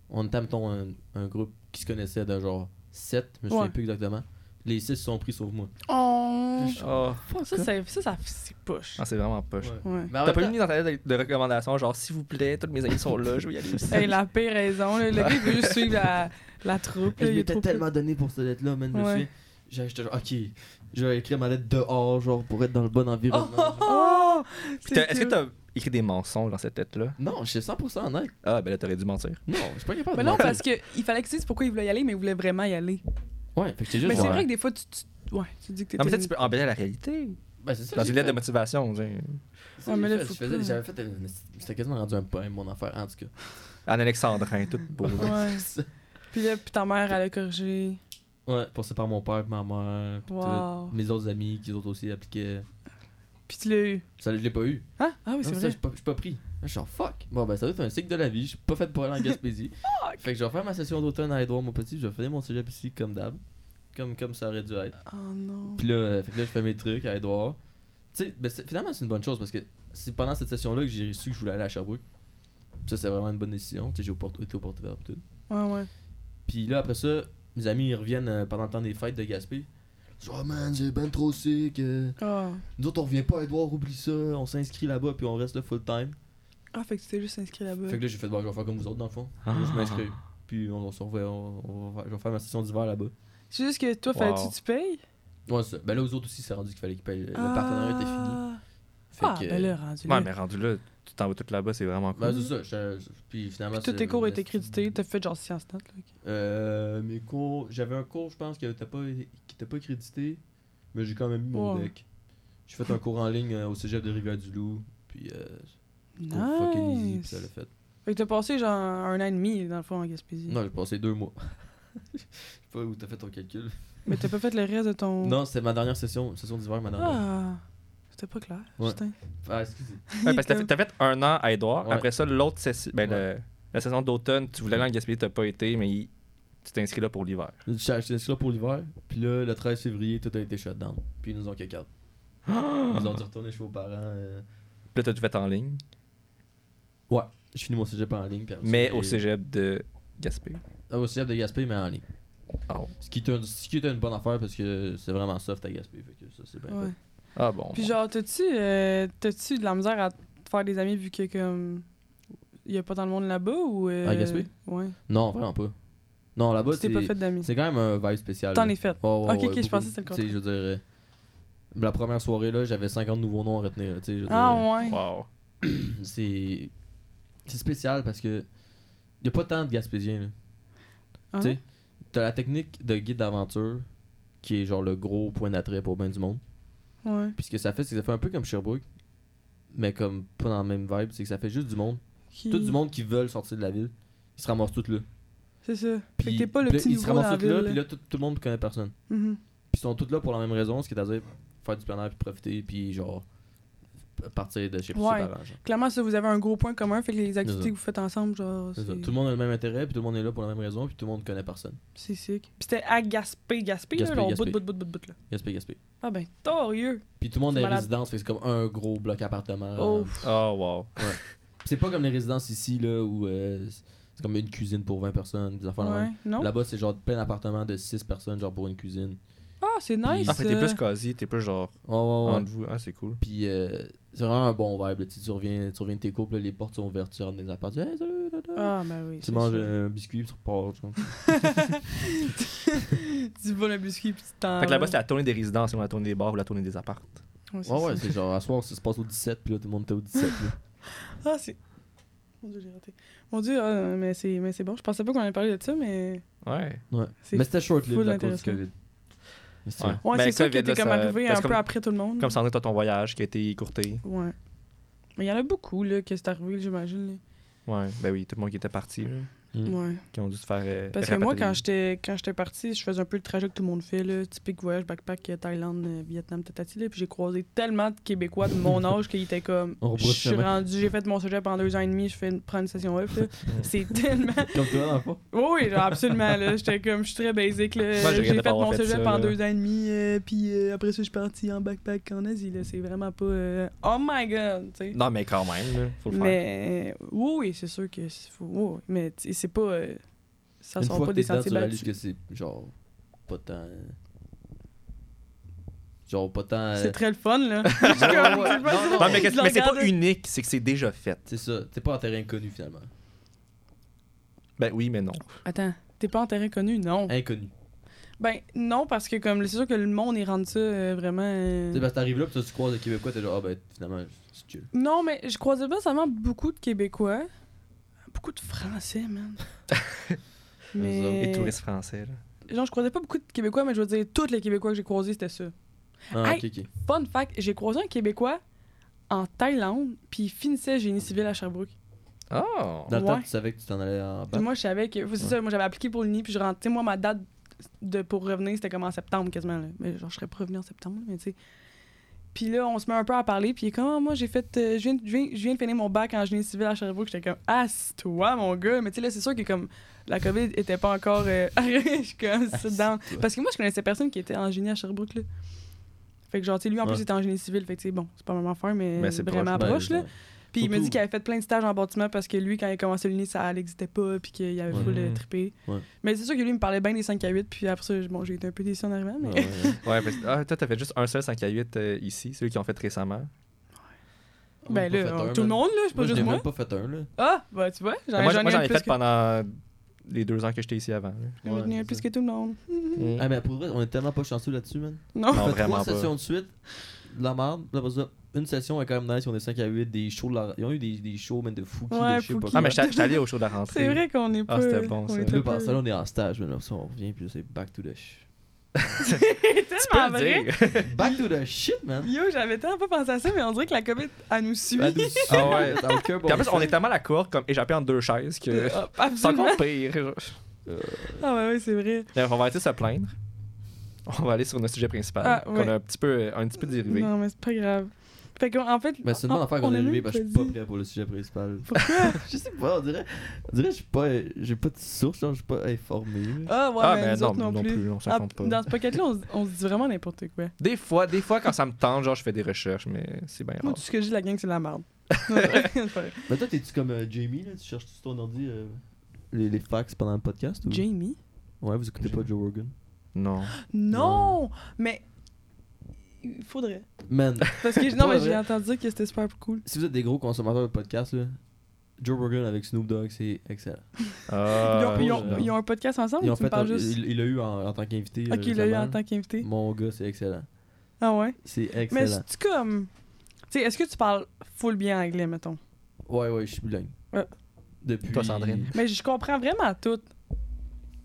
[SPEAKER 3] On était, mettons, un, un groupe qui se connaissait de genre 7, je me souviens
[SPEAKER 2] Ouais.
[SPEAKER 3] plus exactement. Les 6 sont pris sauf moi.
[SPEAKER 2] Oh,
[SPEAKER 1] Oh,
[SPEAKER 2] ça, ça, ça, ça- c'est poche.
[SPEAKER 1] ah, c'est vraiment poche.
[SPEAKER 2] Ouais.
[SPEAKER 3] Mais
[SPEAKER 1] T'as
[SPEAKER 3] en même
[SPEAKER 1] pas
[SPEAKER 3] temps-
[SPEAKER 1] mis dans ta lettre de de recommandation, genre s'il vous plaît, tous mes amis sont là, je veux y aller aussi.
[SPEAKER 2] Hey, la pire raison, là, le gars il veut juste suivre la, la troupe. là,
[SPEAKER 3] Je
[SPEAKER 2] il est
[SPEAKER 3] m'étais
[SPEAKER 2] trop
[SPEAKER 3] tellement donné pour cette lettre-là, man. Je me
[SPEAKER 2] Ouais.
[SPEAKER 3] souviens. J'ai- J'étais genre, ok, je vais écrire ma lettre dehors, genre pour être dans le bon environnement.
[SPEAKER 2] Oh!
[SPEAKER 1] Puis t'as- Est-ce que t'as écrit des mensonges dans cette tête-là
[SPEAKER 3] Non, je suis 100% honnête.
[SPEAKER 1] Ah, ben là, t'aurais dû mentir.
[SPEAKER 3] Non, je suis pas capable
[SPEAKER 2] Mais
[SPEAKER 3] de
[SPEAKER 2] non,
[SPEAKER 3] mentir.
[SPEAKER 2] parce qu'il fallait que tu dises pourquoi il voulait y aller, mais il voulait vraiment y aller.
[SPEAKER 3] Ouais, fait que c'est juste. euh,
[SPEAKER 2] Mais c'est
[SPEAKER 1] Ouais.
[SPEAKER 2] vrai que des fois, tu, tu- ouais, tu dis que t'es.
[SPEAKER 1] Non, mais peut-être tu peux embellir la réalité.
[SPEAKER 3] Ben, c'est ça,
[SPEAKER 1] Dans
[SPEAKER 3] j'ai
[SPEAKER 1] une lettre de
[SPEAKER 3] fait.
[SPEAKER 1] motivation, tu sais.
[SPEAKER 3] Ça,
[SPEAKER 2] Ouais,
[SPEAKER 3] j'ai
[SPEAKER 2] mais là,
[SPEAKER 3] fait,
[SPEAKER 2] faut
[SPEAKER 3] je faisais-
[SPEAKER 2] pas.
[SPEAKER 3] j'avais fait, un- c'était quasiment rendu un poème mon affaire en tout cas.
[SPEAKER 1] En alexandrin, tout beau.
[SPEAKER 2] Ouais. Puis là, puis ta mère, elle a corrigé.
[SPEAKER 3] Ouais, pour ça par mon père, ma mère, pis
[SPEAKER 2] Wow.
[SPEAKER 3] tout. mes autres amis qui autres aussi appliquaient.
[SPEAKER 2] Puis tu l'as eu.
[SPEAKER 3] Ça, je l'ai pas eu.
[SPEAKER 2] Hein? Ah oui, c'est
[SPEAKER 3] Non, ça,
[SPEAKER 2] vrai.
[SPEAKER 3] Je suis pas, j'suis pas pris. Je suis genre fuck. Bon, ben ça doit être un cycle de la vie. Je suis pas fait pour aller en Gaspésie. fait que je vais faire ma session d'automne à Edouard, mon petit. Je vais finir mon cégep ici comme d'hab. Comme, comme ça aurait dû être.
[SPEAKER 2] Oh non.
[SPEAKER 3] Puis là, euh, fait que là, je fais mes trucs à Edouard. Tu sais, ben, c'est- finalement, c'est une bonne chose parce que c'est pendant cette session-là que j'ai su que je voulais aller à Sherbrooke. Ça, c'est vraiment une bonne décision. Tu sais, j'ai au porte- été au porte ouvert tout.
[SPEAKER 2] Ouais, ouais.
[SPEAKER 3] Puis là, après ça, mes amis, ils reviennent euh, pendant le temps des fêtes de Gaspé. Ils disent, Oh man, j'ai ben trop sick. euh,
[SPEAKER 2] Ah.
[SPEAKER 3] Nous autres, on revient pas à Edouard, oublie ça. On s'inscrit là-bas, puis on reste là full time.
[SPEAKER 2] Ah, fait que tu t'es juste inscrit là-bas.
[SPEAKER 3] Fait que là, j'ai fait, bon, je vais faire comme vous autres, dans le fond. Je m'inscris. Puis on, on se revoit, on, on va faire- je vais faire ma session d'hiver là-bas.
[SPEAKER 2] C'est juste que toi, fallait-tu que tu payes?
[SPEAKER 3] Ouais, c'est ça. Ben là, aux autres aussi, c'est rendu qu'il fallait qu'ils payent. Le partenariat était fini.
[SPEAKER 2] Ah.
[SPEAKER 3] Fait
[SPEAKER 2] ah,
[SPEAKER 3] que.
[SPEAKER 2] ben là, rendu là.
[SPEAKER 1] Ouais, mais rendu là, tu t'en vas tout là-bas, c'est vraiment cool.
[SPEAKER 3] Ben, c'est ça. je- je- puis finalement.
[SPEAKER 2] Puis tous
[SPEAKER 3] c'est-
[SPEAKER 2] tes cours étaient crédités, t'as fait genre sciences notes. là, ok.
[SPEAKER 3] Euh, mes cours. J'avais un cours, je pense, qui n'était pas, qui était pas crédité. Mais j'ai quand même eu mon
[SPEAKER 2] Ouais.
[SPEAKER 3] deck. J'ai fait un cours en ligne euh, au cégep de Rivière-du-Loup. Puis. Euh, c'était fucking easy, puis
[SPEAKER 2] Nice.
[SPEAKER 3] ça l'a fait.
[SPEAKER 2] Fait que t'as passé genre un an et demi dans le fond en Gaspésie.
[SPEAKER 3] Non, j'ai passé deux mois. je sais pas où t'as fait ton calcul.
[SPEAKER 2] Mais t'as pas fait le reste de ton.
[SPEAKER 3] Non, c'était ma dernière session, session d'hiver, ma dernière.
[SPEAKER 2] Ah. C'était pas clair.
[SPEAKER 3] Ouais.
[SPEAKER 2] Justin.
[SPEAKER 3] Ah, excusez.
[SPEAKER 1] Ouais, parce que t'as fait, t'as fait un an à Edouard.
[SPEAKER 3] Ouais.
[SPEAKER 1] Après ça, l'autre session, ben,
[SPEAKER 3] Ouais.
[SPEAKER 1] le- la saison d'automne, tu voulais aller en Gaspésie, t'as pas été, mais il- tu t'es inscrit là pour l'hiver.
[SPEAKER 3] J'ai acheté ça pour l'hiver, puis là, le 13 février, tout a été shut down. Puis ils nous ont kick out. Ils nous ont dit retourner chez vos parents. euh.
[SPEAKER 1] Puis là, t'as tout fait en ligne,
[SPEAKER 3] Ouais, j'ai fini mon cégep en ligne. puis après ça,
[SPEAKER 1] mais
[SPEAKER 3] j'ai-
[SPEAKER 1] au cégep de Gaspé.
[SPEAKER 3] Ah, au cégep de Gaspé, mais en ligne.
[SPEAKER 1] Ah ouais.
[SPEAKER 3] Ce qui était une, ce qui était une bonne affaire parce que c'est vraiment soft à Gaspé. Fait que ça, c'est bien.
[SPEAKER 2] Ouais.
[SPEAKER 3] fait.
[SPEAKER 1] Ah bon.
[SPEAKER 2] Puis
[SPEAKER 1] bon.
[SPEAKER 2] genre, t'as-tu euh, t'as-tu de la misère à te faire des amis vu que comme. Y a pas tant de monde là-bas ou. euh,
[SPEAKER 3] À Gaspé?
[SPEAKER 2] Ouais.
[SPEAKER 3] Non, vraiment pas. Non, là-bas,
[SPEAKER 2] Tu t'es
[SPEAKER 3] c'est
[SPEAKER 2] pas fait d'amis.
[SPEAKER 3] c'est quand même un vibe spécial.
[SPEAKER 2] T'en
[SPEAKER 3] là.
[SPEAKER 2] es fait.
[SPEAKER 3] Ouais, ouais,
[SPEAKER 2] Ok,
[SPEAKER 3] ouais,
[SPEAKER 2] ok, je
[SPEAKER 3] beaucoup.
[SPEAKER 2] pensais que c'était le
[SPEAKER 3] Tu sais,
[SPEAKER 2] contraire.
[SPEAKER 3] Je veux dire, euh, la première soirée, là, j'avais 50 nouveaux noms à retenir. là, tu sais, je veux
[SPEAKER 2] Ah
[SPEAKER 3] dire,
[SPEAKER 2] ouais.
[SPEAKER 1] Wow.
[SPEAKER 3] c'est c'est spécial parce que y a pas tant de Gaspésiens. là.
[SPEAKER 2] Ah.
[SPEAKER 3] Tu sais, t'as la technique de guide d'aventure qui est genre le gros point d'attrait pour bien du monde.
[SPEAKER 2] Ouais.
[SPEAKER 3] Puis ce que ça fait, c'est que ça fait un peu comme Sherbrooke, mais comme pas dans le même vibe. C'est que ça fait juste du monde.
[SPEAKER 2] Qui-
[SPEAKER 3] Tout du monde qui veulent sortir de la ville. Ils se ramassent tous là.
[SPEAKER 2] C'est ça. Fait
[SPEAKER 3] Puis
[SPEAKER 2] que t'es pas le
[SPEAKER 3] puis là,
[SPEAKER 2] petit
[SPEAKER 3] Ils se
[SPEAKER 2] nouveau dans la
[SPEAKER 3] ramassent tous
[SPEAKER 2] ville.
[SPEAKER 3] là, puis
[SPEAKER 2] là.
[SPEAKER 3] là, tout, tout le monde connaît personne.
[SPEAKER 2] Mhm.
[SPEAKER 3] Puis ils sont tous là pour la même raison, ce qui est à dire faire du plein air, puis profiter, puis genre partir de chez ses
[SPEAKER 2] Ouais.
[SPEAKER 3] parents, genre.
[SPEAKER 2] Clairement, ça, vous avez un gros point commun, fait que les
[SPEAKER 3] C'est
[SPEAKER 2] activités
[SPEAKER 3] ça.
[SPEAKER 2] que vous faites ensemble, genre,
[SPEAKER 3] C'est ça.
[SPEAKER 2] c'est-
[SPEAKER 3] Tout le monde a le même intérêt, puis tout le monde est là pour la même raison, puis tout le monde connaît personne.
[SPEAKER 2] c'est sick. Puis c'était à Gaspé, Gaspé, là,
[SPEAKER 3] Gaspé,
[SPEAKER 2] genre,
[SPEAKER 3] Gaspé.
[SPEAKER 2] bout, bout, bout, bout, bout, là.
[SPEAKER 3] Gaspé, Gaspé.
[SPEAKER 2] Ah ben, torieux!
[SPEAKER 3] Puis tout le monde
[SPEAKER 2] C'est
[SPEAKER 3] a des
[SPEAKER 2] malade.
[SPEAKER 3] résidences, fait que c'est comme un gros bloc appartement.
[SPEAKER 2] Oh,
[SPEAKER 1] Oh wow.
[SPEAKER 3] C'est pas comme les résidences ici, là, où euh, c'est comme une cuisine pour 20 personnes, des affaires de
[SPEAKER 2] ouais,
[SPEAKER 3] même.
[SPEAKER 2] non?
[SPEAKER 3] Là-bas, c'est genre plein d'appartements de 6 personnes, genre pour une cuisine.
[SPEAKER 2] Ah, c'est nice!
[SPEAKER 1] Ah, fait que t'es
[SPEAKER 2] euh.
[SPEAKER 1] plus quasi, t'es plus genre
[SPEAKER 3] Ouais, ouais, ouais.
[SPEAKER 1] entre vous. Ah, c'est cool.
[SPEAKER 3] Puis euh, c'est vraiment un bon vibe. là. Tu, sais, tu reviens, tu reviens de tes couples, là, les portes sont ouvertes, tu rentres dans les appartements. Hey, salut, da, da.
[SPEAKER 2] Ah, ben oui.
[SPEAKER 3] tu
[SPEAKER 2] c'est
[SPEAKER 3] manges euh,
[SPEAKER 2] sûr.
[SPEAKER 3] un biscuit, puis tu repars. genre.
[SPEAKER 2] tu voles un biscuit, puis tu t'en.
[SPEAKER 1] Fait que là-bas, c'est la tournée des résidences, ou la tournée des bars, ou la tournée des apparts.
[SPEAKER 2] Ouais, c'est
[SPEAKER 3] Ouais, ouais,
[SPEAKER 2] ça.
[SPEAKER 3] c'est genre à soir, ça se passe au 17, puis là, tout le monde était au 17. là.
[SPEAKER 2] Ah, c'est. Mon dieu, j'ai raté. Mon dieu, ah, mais c'est mais c'est bon. Je pensais pas qu'on allait parler de ça, mais.
[SPEAKER 1] Ouais.
[SPEAKER 3] Ouais.
[SPEAKER 2] C'est
[SPEAKER 3] Mais c'était short-lived
[SPEAKER 2] full
[SPEAKER 3] à cause du
[SPEAKER 2] intéressant.
[SPEAKER 3] COVID. Mais c'est-
[SPEAKER 1] Ouais.
[SPEAKER 2] Ouais,
[SPEAKER 1] Ben,
[SPEAKER 2] c'est sûr que
[SPEAKER 1] COVID,
[SPEAKER 2] t'es
[SPEAKER 1] là,
[SPEAKER 2] comme
[SPEAKER 1] ça-
[SPEAKER 2] arrivé
[SPEAKER 1] parce
[SPEAKER 2] un
[SPEAKER 1] que
[SPEAKER 2] peu après tout le monde.
[SPEAKER 1] Comme Sandrine, toi, ton voyage qui a été écourté.
[SPEAKER 2] Ouais. Mais il y en a beaucoup, là, que c'est arrivé, j'imagine. là.
[SPEAKER 1] Ouais, ben oui, tout le monde qui était parti, là,
[SPEAKER 3] Mm.
[SPEAKER 2] Ouais.
[SPEAKER 1] qui ont dû se faire. euh,
[SPEAKER 2] Parce que moi,
[SPEAKER 1] rapatrier.
[SPEAKER 2] quand j'étais quand j'étais partie, je faisais un peu le trajet que tout le monde fait, là, typique voyage backpack, euh, Thaïlande, euh, Vietnam, tatati, là, puis j'ai croisé tellement de Québécois de mon âge qu'ils étaient comme,
[SPEAKER 3] On rebrousse
[SPEAKER 2] je suis
[SPEAKER 3] chemin.
[SPEAKER 2] rendu, j'ai fait mon sujet pendant deux ans et demi, je fais une, prends une session off, là. c'est tellement,
[SPEAKER 3] Comme toi, dans le fond.
[SPEAKER 2] oui, oui, genre, absolument, là, j'étais comme, je suis très basic, là,
[SPEAKER 1] Moi, je
[SPEAKER 2] j'ai
[SPEAKER 1] regrette
[SPEAKER 2] fait
[SPEAKER 1] d'avoir
[SPEAKER 2] mon
[SPEAKER 1] fait
[SPEAKER 2] sujet
[SPEAKER 1] ça,
[SPEAKER 2] pendant
[SPEAKER 1] là.
[SPEAKER 2] deux ans et demi, euh, puis euh, après ça, je suis parti en backpack en Asie, là, c'est vraiment pas, euh, oh my god, tu sais.
[SPEAKER 1] Non, mais quand même, là, faut le faire.
[SPEAKER 2] Mais euh, oui, oui, c'est sûr que c'est fou. Oui, oui, mais tu sais, c'est pas. euh, ça
[SPEAKER 3] Une
[SPEAKER 2] sort
[SPEAKER 3] fois
[SPEAKER 2] pas
[SPEAKER 3] que
[SPEAKER 2] des
[SPEAKER 3] t'es dedans,
[SPEAKER 2] sentiers
[SPEAKER 3] tu réalises
[SPEAKER 2] battus.
[SPEAKER 3] que c'est genre pas tant. euh, Genre pas tant. euh,
[SPEAKER 2] C'est très le fun, là.
[SPEAKER 3] Ouais, ouais,
[SPEAKER 2] comme,
[SPEAKER 3] ouais.
[SPEAKER 2] c'est pas ça.
[SPEAKER 3] Non,
[SPEAKER 1] Non,
[SPEAKER 3] non,
[SPEAKER 1] mais,
[SPEAKER 2] Je
[SPEAKER 1] que-
[SPEAKER 2] le
[SPEAKER 1] mais c'est pas
[SPEAKER 2] regarde.
[SPEAKER 1] unique, c'est que c'est déjà fait.
[SPEAKER 3] euh, C'est ça, t'es pas en terrain inconnu finalement.
[SPEAKER 1] Ben oui, mais non.
[SPEAKER 2] Attends, t'es pas en terrain connu, non.
[SPEAKER 1] Hein?
[SPEAKER 3] Inconnu.
[SPEAKER 2] Ben, non, parce que comme c'est sûr que le monde, il rentre ça euh, vraiment. euh,
[SPEAKER 3] Tu sais, parce que t'arrives là, puis toi, tu croises des Québécois, t'es genre, ah ben finalement, c'est chill.
[SPEAKER 2] Non, mais je croisais pas seulement beaucoup de Québécois. Beaucoup de Français, man.
[SPEAKER 1] Les
[SPEAKER 2] mais.
[SPEAKER 1] touristes français, là.
[SPEAKER 2] Genre, je croisais pas beaucoup de Québécois, mais je veux dire, tous les Québécois que j'ai croisés, c'était ça.
[SPEAKER 3] Ah,
[SPEAKER 2] Hey.
[SPEAKER 3] ok, ok.
[SPEAKER 2] Fun fact, j'ai croisé un Québécois en Thaïlande, puis il finissait génie civil à Sherbrooke.
[SPEAKER 1] Oh!
[SPEAKER 3] Dans le temps,
[SPEAKER 2] Ouais.
[SPEAKER 3] tu savais que tu t'en allais en
[SPEAKER 2] Puis Moi, je savais que. C'est ça, moi, j'avais appliqué pour l'Uni, puis je rentre. Tu sais, moi, ma date de pour revenir, c'était comme en septembre quasiment. là. Mais genre, je serais pas revenu en septembre, là, mais tu sais. Puis là, on se met un peu à parler, puis il est comme, Ah, moi, j'ai fait. euh, je, viens, de- je, viens, je viens de finir mon bac en génie civil à Sherbrooke. J'étais comme, ah, c'est toi, mon gars. Mais tu sais, là, c'est sûr que comme la COVID était pas encore. euh, je suis comme, sit down.
[SPEAKER 3] toi.
[SPEAKER 2] Parce que moi, je connaissais personne qui était en génie à Sherbrooke, là. Fait que genre, tu sais, lui, en
[SPEAKER 3] Ouais.
[SPEAKER 2] plus, il était en génie civil. Fait que, tu sais, bon, c'est pas vraiment faire, mais,
[SPEAKER 1] Mais c'est
[SPEAKER 2] vraiment
[SPEAKER 3] Ben,
[SPEAKER 2] proche, là. Puis il me
[SPEAKER 3] Surtout-
[SPEAKER 2] dit qu'il avait fait plein de stages en bâtiment parce que lui, quand il a commencé l'uni, ça n'existait pas, puis qu'il avait
[SPEAKER 3] Ouais.
[SPEAKER 2] full euh,
[SPEAKER 1] Mhm.
[SPEAKER 2] trippé.
[SPEAKER 3] Ouais.
[SPEAKER 2] Mais c'est sûr que lui, il me parlait bien des 5 à 8, puis après ça, je- bon, j'ai été un peu déçu en arrivant, mais.
[SPEAKER 3] Ouais, ouais.
[SPEAKER 1] Ouais, mais ah, toi, t'as fait juste un seul 5 à 8 euh, ici, celui qu'ils ont fait récemment.
[SPEAKER 2] ben
[SPEAKER 3] Moi, j'ai pas
[SPEAKER 2] là,
[SPEAKER 3] fait
[SPEAKER 2] on-
[SPEAKER 3] un,
[SPEAKER 2] tout le
[SPEAKER 3] man.
[SPEAKER 2] monde, là, c'est pas
[SPEAKER 3] Moi, je
[SPEAKER 2] juste
[SPEAKER 3] n'ai
[SPEAKER 2] moi.
[SPEAKER 3] même pas fait Ben, un, là.
[SPEAKER 2] Ah, bah tu vois, j'en
[SPEAKER 1] Ben, moi, j'en- moi, j'en
[SPEAKER 2] ai
[SPEAKER 1] ai
[SPEAKER 2] plus
[SPEAKER 1] fait
[SPEAKER 2] que-
[SPEAKER 1] pendant les deux ans que j'étais ici avant. là.
[SPEAKER 2] j'en ai
[SPEAKER 3] Ouais,
[SPEAKER 2] un
[SPEAKER 3] c'est
[SPEAKER 2] plus
[SPEAKER 3] ça.
[SPEAKER 2] que tout le monde.
[SPEAKER 1] Mm.
[SPEAKER 3] Ah, mais pour vrai, on est tellement pas chanceux là-dessus, man.
[SPEAKER 2] Non.
[SPEAKER 1] Non,
[SPEAKER 3] On fait
[SPEAKER 1] vraiment
[SPEAKER 3] trois
[SPEAKER 1] pas.
[SPEAKER 3] sessions de suite, de la merde, là, après ça, une session est quand même nice, on est 5 à 8, des shows, de la- ils ont eu des, des shows, man, de fou
[SPEAKER 2] Ouais,
[SPEAKER 3] de je sais pas
[SPEAKER 2] Fouki.
[SPEAKER 1] Ah,
[SPEAKER 3] quoi.
[SPEAKER 1] mais j'étais j'étais allé au show de la rentrée.
[SPEAKER 2] C'est vrai qu'on est pas.
[SPEAKER 1] Ah, c'était bon,
[SPEAKER 2] on
[SPEAKER 1] ça.
[SPEAKER 2] est
[SPEAKER 1] Le
[SPEAKER 3] Là,
[SPEAKER 2] un
[SPEAKER 3] par
[SPEAKER 2] peu-
[SPEAKER 3] ça, là, on est en stage, mais là, ça, on revient, puis là, c'est back to the shit.
[SPEAKER 1] Tu
[SPEAKER 2] tellement
[SPEAKER 1] peux
[SPEAKER 2] Ah, ben,
[SPEAKER 1] le
[SPEAKER 2] vrai.
[SPEAKER 1] dire.
[SPEAKER 3] Back to the shit, man!
[SPEAKER 2] Yo, j'avais tellement pas pensé à ça, mais on dirait que la COVID, elle nous suit.
[SPEAKER 3] Ah ouais,
[SPEAKER 1] Ah ouais.
[SPEAKER 3] t'as aucun bon
[SPEAKER 1] Puis en plus, on est
[SPEAKER 3] sens.
[SPEAKER 1] tellement à la cour, comme échappé en deux chaises que.
[SPEAKER 2] Hop,
[SPEAKER 1] C'est
[SPEAKER 2] Ah, Absolument.
[SPEAKER 1] encore pire.
[SPEAKER 2] Ah, ouais, ouais, c'est vrai.
[SPEAKER 1] D'ailleurs, on va arrêter de se plaindre. On va aller sur notre sujet principal.
[SPEAKER 2] Ah, ouais.
[SPEAKER 1] Qu'on a un petit peu, euh, un petit peu dérivé.
[SPEAKER 2] Non, mais c'est pas grave. Fait qu'en en fait.
[SPEAKER 3] Mais Ben, c'est une bonne
[SPEAKER 2] Ah, on-
[SPEAKER 3] affaire qu'on
[SPEAKER 2] on
[SPEAKER 3] a élevée
[SPEAKER 2] même
[SPEAKER 3] parce que je suis
[SPEAKER 2] pas
[SPEAKER 3] pas
[SPEAKER 2] dit-
[SPEAKER 3] prêt pour le sujet principal.
[SPEAKER 2] Pourquoi?
[SPEAKER 3] je sais pas, on dirait, on dirait que je suis pas, j'ai pas de source, genre, je suis pas informé. là.
[SPEAKER 2] Ah, ouais,
[SPEAKER 1] Ah,
[SPEAKER 2] mais,
[SPEAKER 3] ben,
[SPEAKER 1] mais
[SPEAKER 2] nous
[SPEAKER 1] non,
[SPEAKER 2] autres non,
[SPEAKER 1] non
[SPEAKER 2] plus.
[SPEAKER 1] plus, on s'en
[SPEAKER 2] Ah,
[SPEAKER 1] compte pas.
[SPEAKER 2] Dans ce pocket-là, on, se- on se dit vraiment n'importe quoi.
[SPEAKER 1] Des fois, des fois, quand ça me tente, genre, je fais des recherches, mais c'est
[SPEAKER 3] Ah.
[SPEAKER 1] bien
[SPEAKER 2] Moi,
[SPEAKER 1] rare.
[SPEAKER 2] tout ce que je dis de la gang, c'est de la merde. C'est pas vrai.
[SPEAKER 3] Mais toi, t'es-tu comme euh, Jamie, là? Tu cherches sur ton ordi euh, les, les fax pendant le podcast? Ou...
[SPEAKER 2] Jamie?
[SPEAKER 3] Ouais, vous écoutez pas Joe Rogan.
[SPEAKER 1] Non.
[SPEAKER 2] Non! Mais. Il faudrait.
[SPEAKER 3] Man,
[SPEAKER 2] Parce que. Non,
[SPEAKER 3] Pas
[SPEAKER 2] mais
[SPEAKER 3] vrai.
[SPEAKER 2] j'ai entendu dire que c'était super cool.
[SPEAKER 3] si vous êtes des gros consommateurs de podcasts, là, Joe Rogan avec Snoop Dogg, c'est excellent.
[SPEAKER 1] Ah,
[SPEAKER 2] Ils ont, ils,
[SPEAKER 3] ouais,
[SPEAKER 2] ont,
[SPEAKER 3] ouais.
[SPEAKER 2] ils ont un podcast ensemble
[SPEAKER 3] Ils
[SPEAKER 2] ou
[SPEAKER 3] ont
[SPEAKER 2] Ah tu me
[SPEAKER 3] fait
[SPEAKER 2] parles
[SPEAKER 3] un-
[SPEAKER 2] juste.
[SPEAKER 3] il il l'a eu en, en tant qu'invité. euh,
[SPEAKER 2] Ok, il l'a eu en
[SPEAKER 3] récemment.
[SPEAKER 2] tant qu'invité.
[SPEAKER 3] Mon gars, c'est excellent.
[SPEAKER 2] Ah ouais?
[SPEAKER 3] C'est
[SPEAKER 2] Mais
[SPEAKER 3] excellent.
[SPEAKER 2] c'est comme. Tu sais, est-ce que tu parles full bien anglais, mettons?
[SPEAKER 3] Ouais, ouais, je suis bilingue.
[SPEAKER 2] Ouais.
[SPEAKER 3] Depuis.
[SPEAKER 1] Toi, Sandrine.
[SPEAKER 2] Mais je comprends vraiment tout.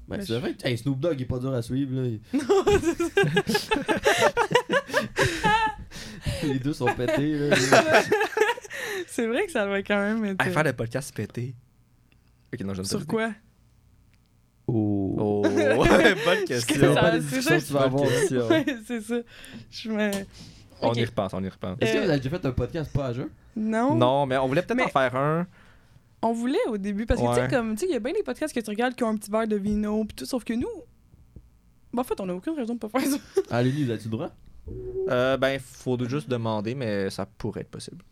[SPEAKER 3] Ben,
[SPEAKER 2] Mais
[SPEAKER 3] c'est
[SPEAKER 2] je-
[SPEAKER 3] vrai que hey, Snoop Dogg, il est pas dur à suivre. Là. Il- Les deux sont pétés. Là.
[SPEAKER 2] c'est vrai que ça doit quand même être.
[SPEAKER 1] Ah, faire le podcast pété. Ok, non, j'aime
[SPEAKER 2] Sur quoi?
[SPEAKER 3] oh.
[SPEAKER 1] Oh, bonne
[SPEAKER 3] Tu
[SPEAKER 1] question.
[SPEAKER 3] sais
[SPEAKER 2] Ça-
[SPEAKER 3] pas les
[SPEAKER 2] c'est
[SPEAKER 3] discussions
[SPEAKER 2] ça,
[SPEAKER 3] que tu vas avoir. là.
[SPEAKER 2] Ouais, c'est ça. Je me.
[SPEAKER 1] On
[SPEAKER 2] Ok.
[SPEAKER 1] y repense, on y repense.
[SPEAKER 3] Est-ce que
[SPEAKER 2] Euh,
[SPEAKER 3] vous avez déjà fait un podcast pas à jeu?
[SPEAKER 2] Non.
[SPEAKER 1] Non, mais on voulait peut-être
[SPEAKER 2] Mais-
[SPEAKER 1] en faire un.
[SPEAKER 2] On voulait au début parce que tu
[SPEAKER 1] Ouais.
[SPEAKER 2] sais comme tu sais il y a bien des podcasts que tu regardes qui ont un petit verre de vino puis tout sauf que nous ben, en fait on a aucune raison de pas faire ça.
[SPEAKER 3] À l'Uni, vous avez-tu le droit?
[SPEAKER 1] Euh, ben, faut juste demander, mais ça pourrait être possible.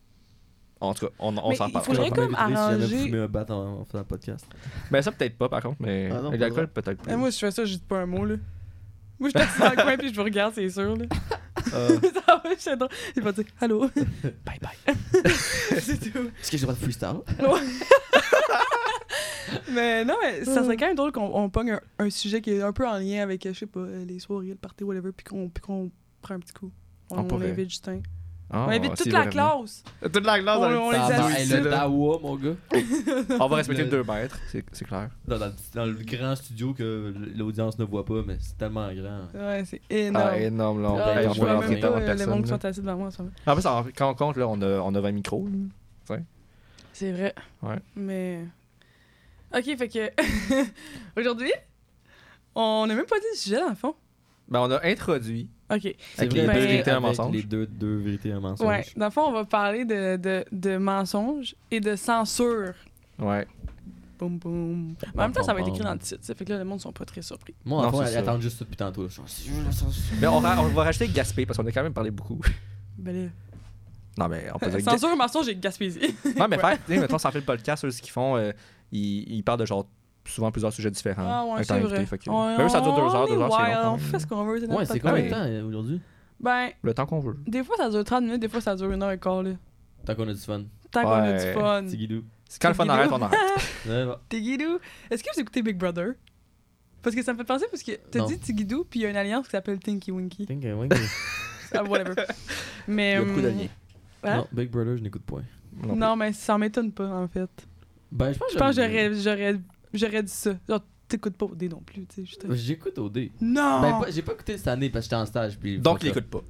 [SPEAKER 1] En tout cas, on, on
[SPEAKER 2] Mais
[SPEAKER 1] s'en
[SPEAKER 2] il
[SPEAKER 1] parle.
[SPEAKER 2] faudrait
[SPEAKER 1] on s'en
[SPEAKER 2] comme
[SPEAKER 3] Vous m'inviterez Si
[SPEAKER 2] arranger-
[SPEAKER 3] jamais vous fumez un bat en, en faisant un podcast.
[SPEAKER 1] parle. Ben, ça peut-être pas, par contre, mais
[SPEAKER 3] Ah non,
[SPEAKER 1] avec l'alcool, peut-être plus.
[SPEAKER 2] Et Eh, Ben, moi si je fais ça je dis pas un mot là. Moi je suis assis dans le coin puis je vous regarde c'est sûr là.
[SPEAKER 1] Euh,
[SPEAKER 2] ça va je suis drôle. Il va dire allô bye bye. c'est tout.
[SPEAKER 3] Est-ce que j'ai le droit de freestyle?
[SPEAKER 2] Mais non mais ça serait quand même drôle qu'on on pogne un, un sujet qui est un peu en lien avec euh, je sais pas les soirées le party whatever puis qu'on puis qu'on prend un petit coup. On,
[SPEAKER 1] On
[SPEAKER 2] on
[SPEAKER 1] pourrait.
[SPEAKER 2] invite Justin.
[SPEAKER 1] ah,
[SPEAKER 2] on invite toute
[SPEAKER 1] s'il
[SPEAKER 2] la
[SPEAKER 1] veut revenir.
[SPEAKER 2] classe.
[SPEAKER 1] Toute la classe,
[SPEAKER 2] On-
[SPEAKER 1] dans le-
[SPEAKER 2] on les
[SPEAKER 1] Ah,
[SPEAKER 2] a
[SPEAKER 1] non,
[SPEAKER 2] assis
[SPEAKER 1] hey,
[SPEAKER 2] là.
[SPEAKER 1] le-
[SPEAKER 3] Dawa, mon gars.
[SPEAKER 1] On va respecter le
[SPEAKER 3] Le-
[SPEAKER 1] 2 mètres, c'est c'est clair.
[SPEAKER 3] Dans, dans, dans le grand studio que l'audience ne voit pas, mais c'est tellement grand.
[SPEAKER 2] Ouais c'est énorme.
[SPEAKER 1] Ah, énorme, là. On,
[SPEAKER 2] Ah,
[SPEAKER 1] hey, on
[SPEAKER 2] je
[SPEAKER 1] peut
[SPEAKER 2] vois
[SPEAKER 1] rentrer
[SPEAKER 2] même
[SPEAKER 1] tellement de
[SPEAKER 2] pas euh, le monde
[SPEAKER 1] personnes. là.
[SPEAKER 2] qui sont assis devant moi en ce moment.
[SPEAKER 1] En plus, en- quand on compte, là, on a, on a 20 micros. là.
[SPEAKER 2] C'est vrai.
[SPEAKER 1] Ouais.
[SPEAKER 2] Mais. Ok, fait que. Aujourd'hui, on n'a même pas dit le sujet, dans le fond.
[SPEAKER 1] Ben, on a introduit
[SPEAKER 2] Ok.
[SPEAKER 3] C'est
[SPEAKER 1] avec
[SPEAKER 3] vrai,
[SPEAKER 1] les
[SPEAKER 2] ben,
[SPEAKER 1] deux
[SPEAKER 3] avec
[SPEAKER 1] vérités un mensonge.
[SPEAKER 3] Les deux, deux vérités un mensonge.
[SPEAKER 2] Ouais. Dans le fond, on va parler de, de, de mensonges et de censure.
[SPEAKER 1] Ouais.
[SPEAKER 2] Boum, boum. Mais en même temps, ça va être écrit
[SPEAKER 3] Boum,
[SPEAKER 2] dans
[SPEAKER 3] boum.
[SPEAKER 2] le titre, ça fait que là, le monde ne sont pas très surpris.
[SPEAKER 3] Moi, en
[SPEAKER 1] Non,
[SPEAKER 3] fond,
[SPEAKER 1] c'est
[SPEAKER 3] elle
[SPEAKER 1] ça.
[SPEAKER 3] attend juste ça depuis tantôt. là. Je suis en- Si je la censure.
[SPEAKER 1] Mais Ben, on, va- on va rajouter Gaspé parce qu'on a quand même parlé beaucoup.
[SPEAKER 2] Ben
[SPEAKER 1] Non, mais on peut
[SPEAKER 2] là.
[SPEAKER 1] dire
[SPEAKER 2] Censure, mensonge et gaspésie.
[SPEAKER 1] Non, mais faire, tu sais, mettons, ça fait le podcast, eux, ce qu'ils font, euh, ils, ils parlent de genre souvent plusieurs sujets différents.
[SPEAKER 2] Ah ouais,
[SPEAKER 1] avec
[SPEAKER 2] c'est
[SPEAKER 1] leur
[SPEAKER 2] vrai.
[SPEAKER 1] invité, fait que-
[SPEAKER 2] On-
[SPEAKER 1] mais eux, ça dure deux heures, deux
[SPEAKER 2] on est
[SPEAKER 1] heures, c'est
[SPEAKER 2] wild,
[SPEAKER 1] long. quand
[SPEAKER 2] On
[SPEAKER 1] même.
[SPEAKER 2] fait ce qu'on veut, c'est notre
[SPEAKER 3] Ouais, c'est
[SPEAKER 2] podcast.
[SPEAKER 3] combien de
[SPEAKER 1] Ah
[SPEAKER 3] temps euh, aujourd'hui?
[SPEAKER 2] Ben,
[SPEAKER 1] Le temps qu'on veut.
[SPEAKER 2] des fois, ça dure 30 minutes, des fois, ça dure une heure et quart, là.
[SPEAKER 3] Tant qu'on a du
[SPEAKER 1] Mm.
[SPEAKER 3] fun.
[SPEAKER 2] Tant qu'on a
[SPEAKER 1] Ouais.
[SPEAKER 2] du fun.
[SPEAKER 3] C'est Guidou.
[SPEAKER 1] C'est quand le fun
[SPEAKER 2] Guido.
[SPEAKER 1] arrête, on arrête.
[SPEAKER 3] Ouais, va.
[SPEAKER 2] Tigidou. Est-ce que vous écoutez Big Brother? Parce que ça me fait penser, parce que t'as
[SPEAKER 3] Non.
[SPEAKER 2] dit Tigidou, puis il y a une alliance qui s'appelle Tinky Winky.
[SPEAKER 3] Think, euh, ouais, que-
[SPEAKER 2] Ah, whatever.
[SPEAKER 3] Il
[SPEAKER 2] Mais,
[SPEAKER 3] y a beaucoup
[SPEAKER 2] euh,
[SPEAKER 3] d'alliés.
[SPEAKER 2] hein?
[SPEAKER 3] Non, Big Brother, je n'écoute pas.
[SPEAKER 1] plus.
[SPEAKER 2] Non, mais ça m'étonne pas, en fait.
[SPEAKER 3] Ben, je pense
[SPEAKER 2] Je pense que j'aurais, j'aurais, j'aurais dit ça. Genre, t'écoutes pas OD non plus, tu sais. juste-
[SPEAKER 3] J'écoute au D.
[SPEAKER 2] Non!
[SPEAKER 3] Ben, pas- j'ai pas écouté cette année parce que j'étais en stage. Puis
[SPEAKER 1] Donc, il écoute pas.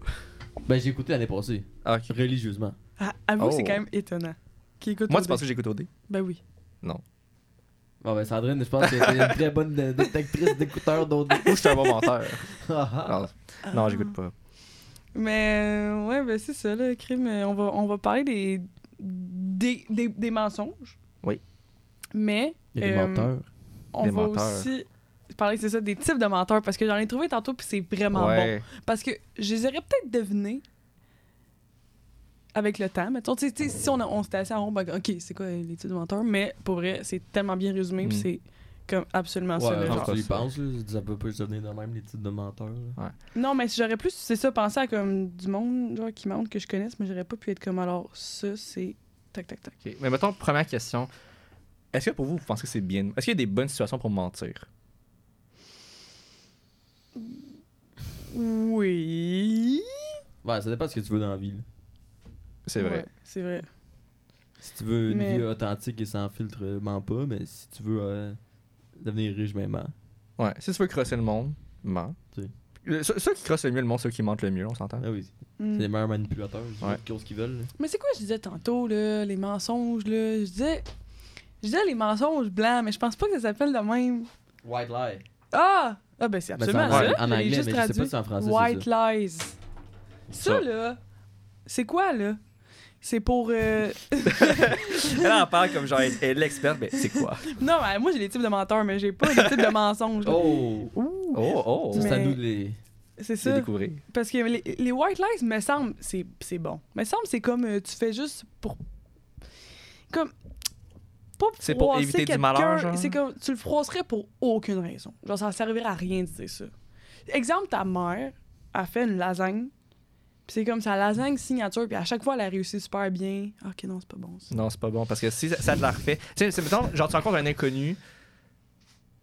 [SPEAKER 3] Ben, j'ai écouté l'année passée,
[SPEAKER 1] Ah, ok.
[SPEAKER 3] religieusement.
[SPEAKER 2] Ah, avoue que c'est
[SPEAKER 1] Oh.
[SPEAKER 2] quand même étonnant. qui écoute.
[SPEAKER 1] Moi,
[SPEAKER 2] au
[SPEAKER 1] tu penses
[SPEAKER 2] dé-
[SPEAKER 1] que j'écoute OD?
[SPEAKER 2] Ben oui.
[SPEAKER 4] Bon, ben Sandrine, je pense que t'es une très bonne euh, détectrice d'écouteurs d'autres.
[SPEAKER 1] Moi, je suis un bon menteur.
[SPEAKER 4] Ah,
[SPEAKER 1] Non, non, j'écoute pas.
[SPEAKER 2] Mais euh, ouais, ben c'est ça, le crime. euh, On va, on va parler des, des, des, des mensonges.
[SPEAKER 1] Oui.
[SPEAKER 2] Mais
[SPEAKER 3] Il y a des
[SPEAKER 2] Euh,
[SPEAKER 3] menteurs.
[SPEAKER 2] on
[SPEAKER 1] Des
[SPEAKER 2] va
[SPEAKER 1] menteurs.
[SPEAKER 2] aussi parler, c'est ça, des types de menteurs. Parce que j'en ai trouvé tantôt, puis c'est vraiment Ah, bon.
[SPEAKER 1] Ouais.
[SPEAKER 2] Parce que je les aurais peut-être devinés avec le temps. Mettons, tu sais, tu sais, si on, a- on s'était assis en rond, ben, OK, c'est quoi euh, les types de menteurs? Mais pour vrai, c'est tellement bien résumé, puis
[SPEAKER 1] Mm.
[SPEAKER 2] c'est comme absolument ça.
[SPEAKER 3] Ouais,
[SPEAKER 2] là,
[SPEAKER 1] non,
[SPEAKER 2] genre.
[SPEAKER 3] quand tu y
[SPEAKER 1] ça.
[SPEAKER 3] penses, là, ça peut pas se devenir de même les titres de menteurs. là.
[SPEAKER 2] Non, mais si j'aurais plus, c'est ça, pensé à comme du monde genre, qui monte que je connaisse, mais j'aurais pas pu être comme alors ça, c'est tac tac tac.
[SPEAKER 1] Ok. Mais mettons, première question. Est-ce que pour vous, vous pensez que c'est bien? Est-ce qu'il y a des bonnes situations pour mentir?
[SPEAKER 2] Oui.
[SPEAKER 3] Ouais, ça dépend de ce que tu veux dans la vie. là.
[SPEAKER 1] C'est vrai.
[SPEAKER 2] Ouais, c'est vrai.
[SPEAKER 3] Si tu veux une
[SPEAKER 2] Mais-
[SPEAKER 3] vie authentique et sans filtre, euh, mens pas, mais si tu veux euh, devenir riche, ben mens.
[SPEAKER 1] Ouais. Si tu veux crosser le monde, mens.
[SPEAKER 3] Tu sais.
[SPEAKER 1] Le- ceux, ceux qui crossent le mieux le monde, ceux qui mentent le mieux, on s'entend?
[SPEAKER 3] Ah oui,
[SPEAKER 2] Mm.
[SPEAKER 3] c'est les meilleurs manipulateurs, ils
[SPEAKER 1] Ouais.
[SPEAKER 3] savent ce qu'ils veulent. là.
[SPEAKER 2] Mais c'est quoi je disais tantôt là, les mensonges là, je disais je disais les mensonges blancs, mais je pense pas que ça s'appelle de même.
[SPEAKER 3] White lie.
[SPEAKER 2] Ah, ah ben c'est
[SPEAKER 3] Mais c'est
[SPEAKER 2] absolument
[SPEAKER 3] en,
[SPEAKER 2] ça.
[SPEAKER 3] ouais,
[SPEAKER 2] je
[SPEAKER 3] en
[SPEAKER 2] l'ai
[SPEAKER 3] anglais, mais
[SPEAKER 2] juste
[SPEAKER 3] je sais
[SPEAKER 2] traduit.
[SPEAKER 3] pas si c'est en français.
[SPEAKER 2] White
[SPEAKER 3] c'est
[SPEAKER 2] lies. Ça,
[SPEAKER 1] Ça.
[SPEAKER 2] là, c'est quoi là C'est pour euh,
[SPEAKER 1] Elle en parle comme genre, elle elle est l'experte, mais c'est quoi?
[SPEAKER 2] non, mais moi j'ai les types de menteurs, mais j'ai pas les types de mensonges.
[SPEAKER 3] ça.
[SPEAKER 2] là.
[SPEAKER 3] Oh!
[SPEAKER 2] Ouh.
[SPEAKER 1] Oh, oh!
[SPEAKER 3] Ça, C'est à
[SPEAKER 2] Mais-
[SPEAKER 3] nous de les.
[SPEAKER 2] C'est
[SPEAKER 1] C'est
[SPEAKER 2] ça.
[SPEAKER 1] découvrir.
[SPEAKER 2] Parce que les, les white lies, me semble, c'est c'est bon. Me semble, c'est comme euh, tu fais juste pour. Comme. Pas
[SPEAKER 1] C'est pour
[SPEAKER 2] froisser
[SPEAKER 1] éviter du
[SPEAKER 2] quelqu'un,
[SPEAKER 1] malheur, genre?
[SPEAKER 2] C'est comme. Tu le froisserais pour aucune raison. Genre, ça servirait à rien de dire ça. Exemple, ta mère a fait une lasagne. Puis c'est comme sa lasagne signature. Puis à chaque fois, elle a réussi super bien. Ah, Ok, non, c'est pas bon ça.
[SPEAKER 1] Non, c'est pas bon parce que si ça, ça te la refait. Tu sais, c'est- mettons, genre, tu rencontres un inconnu.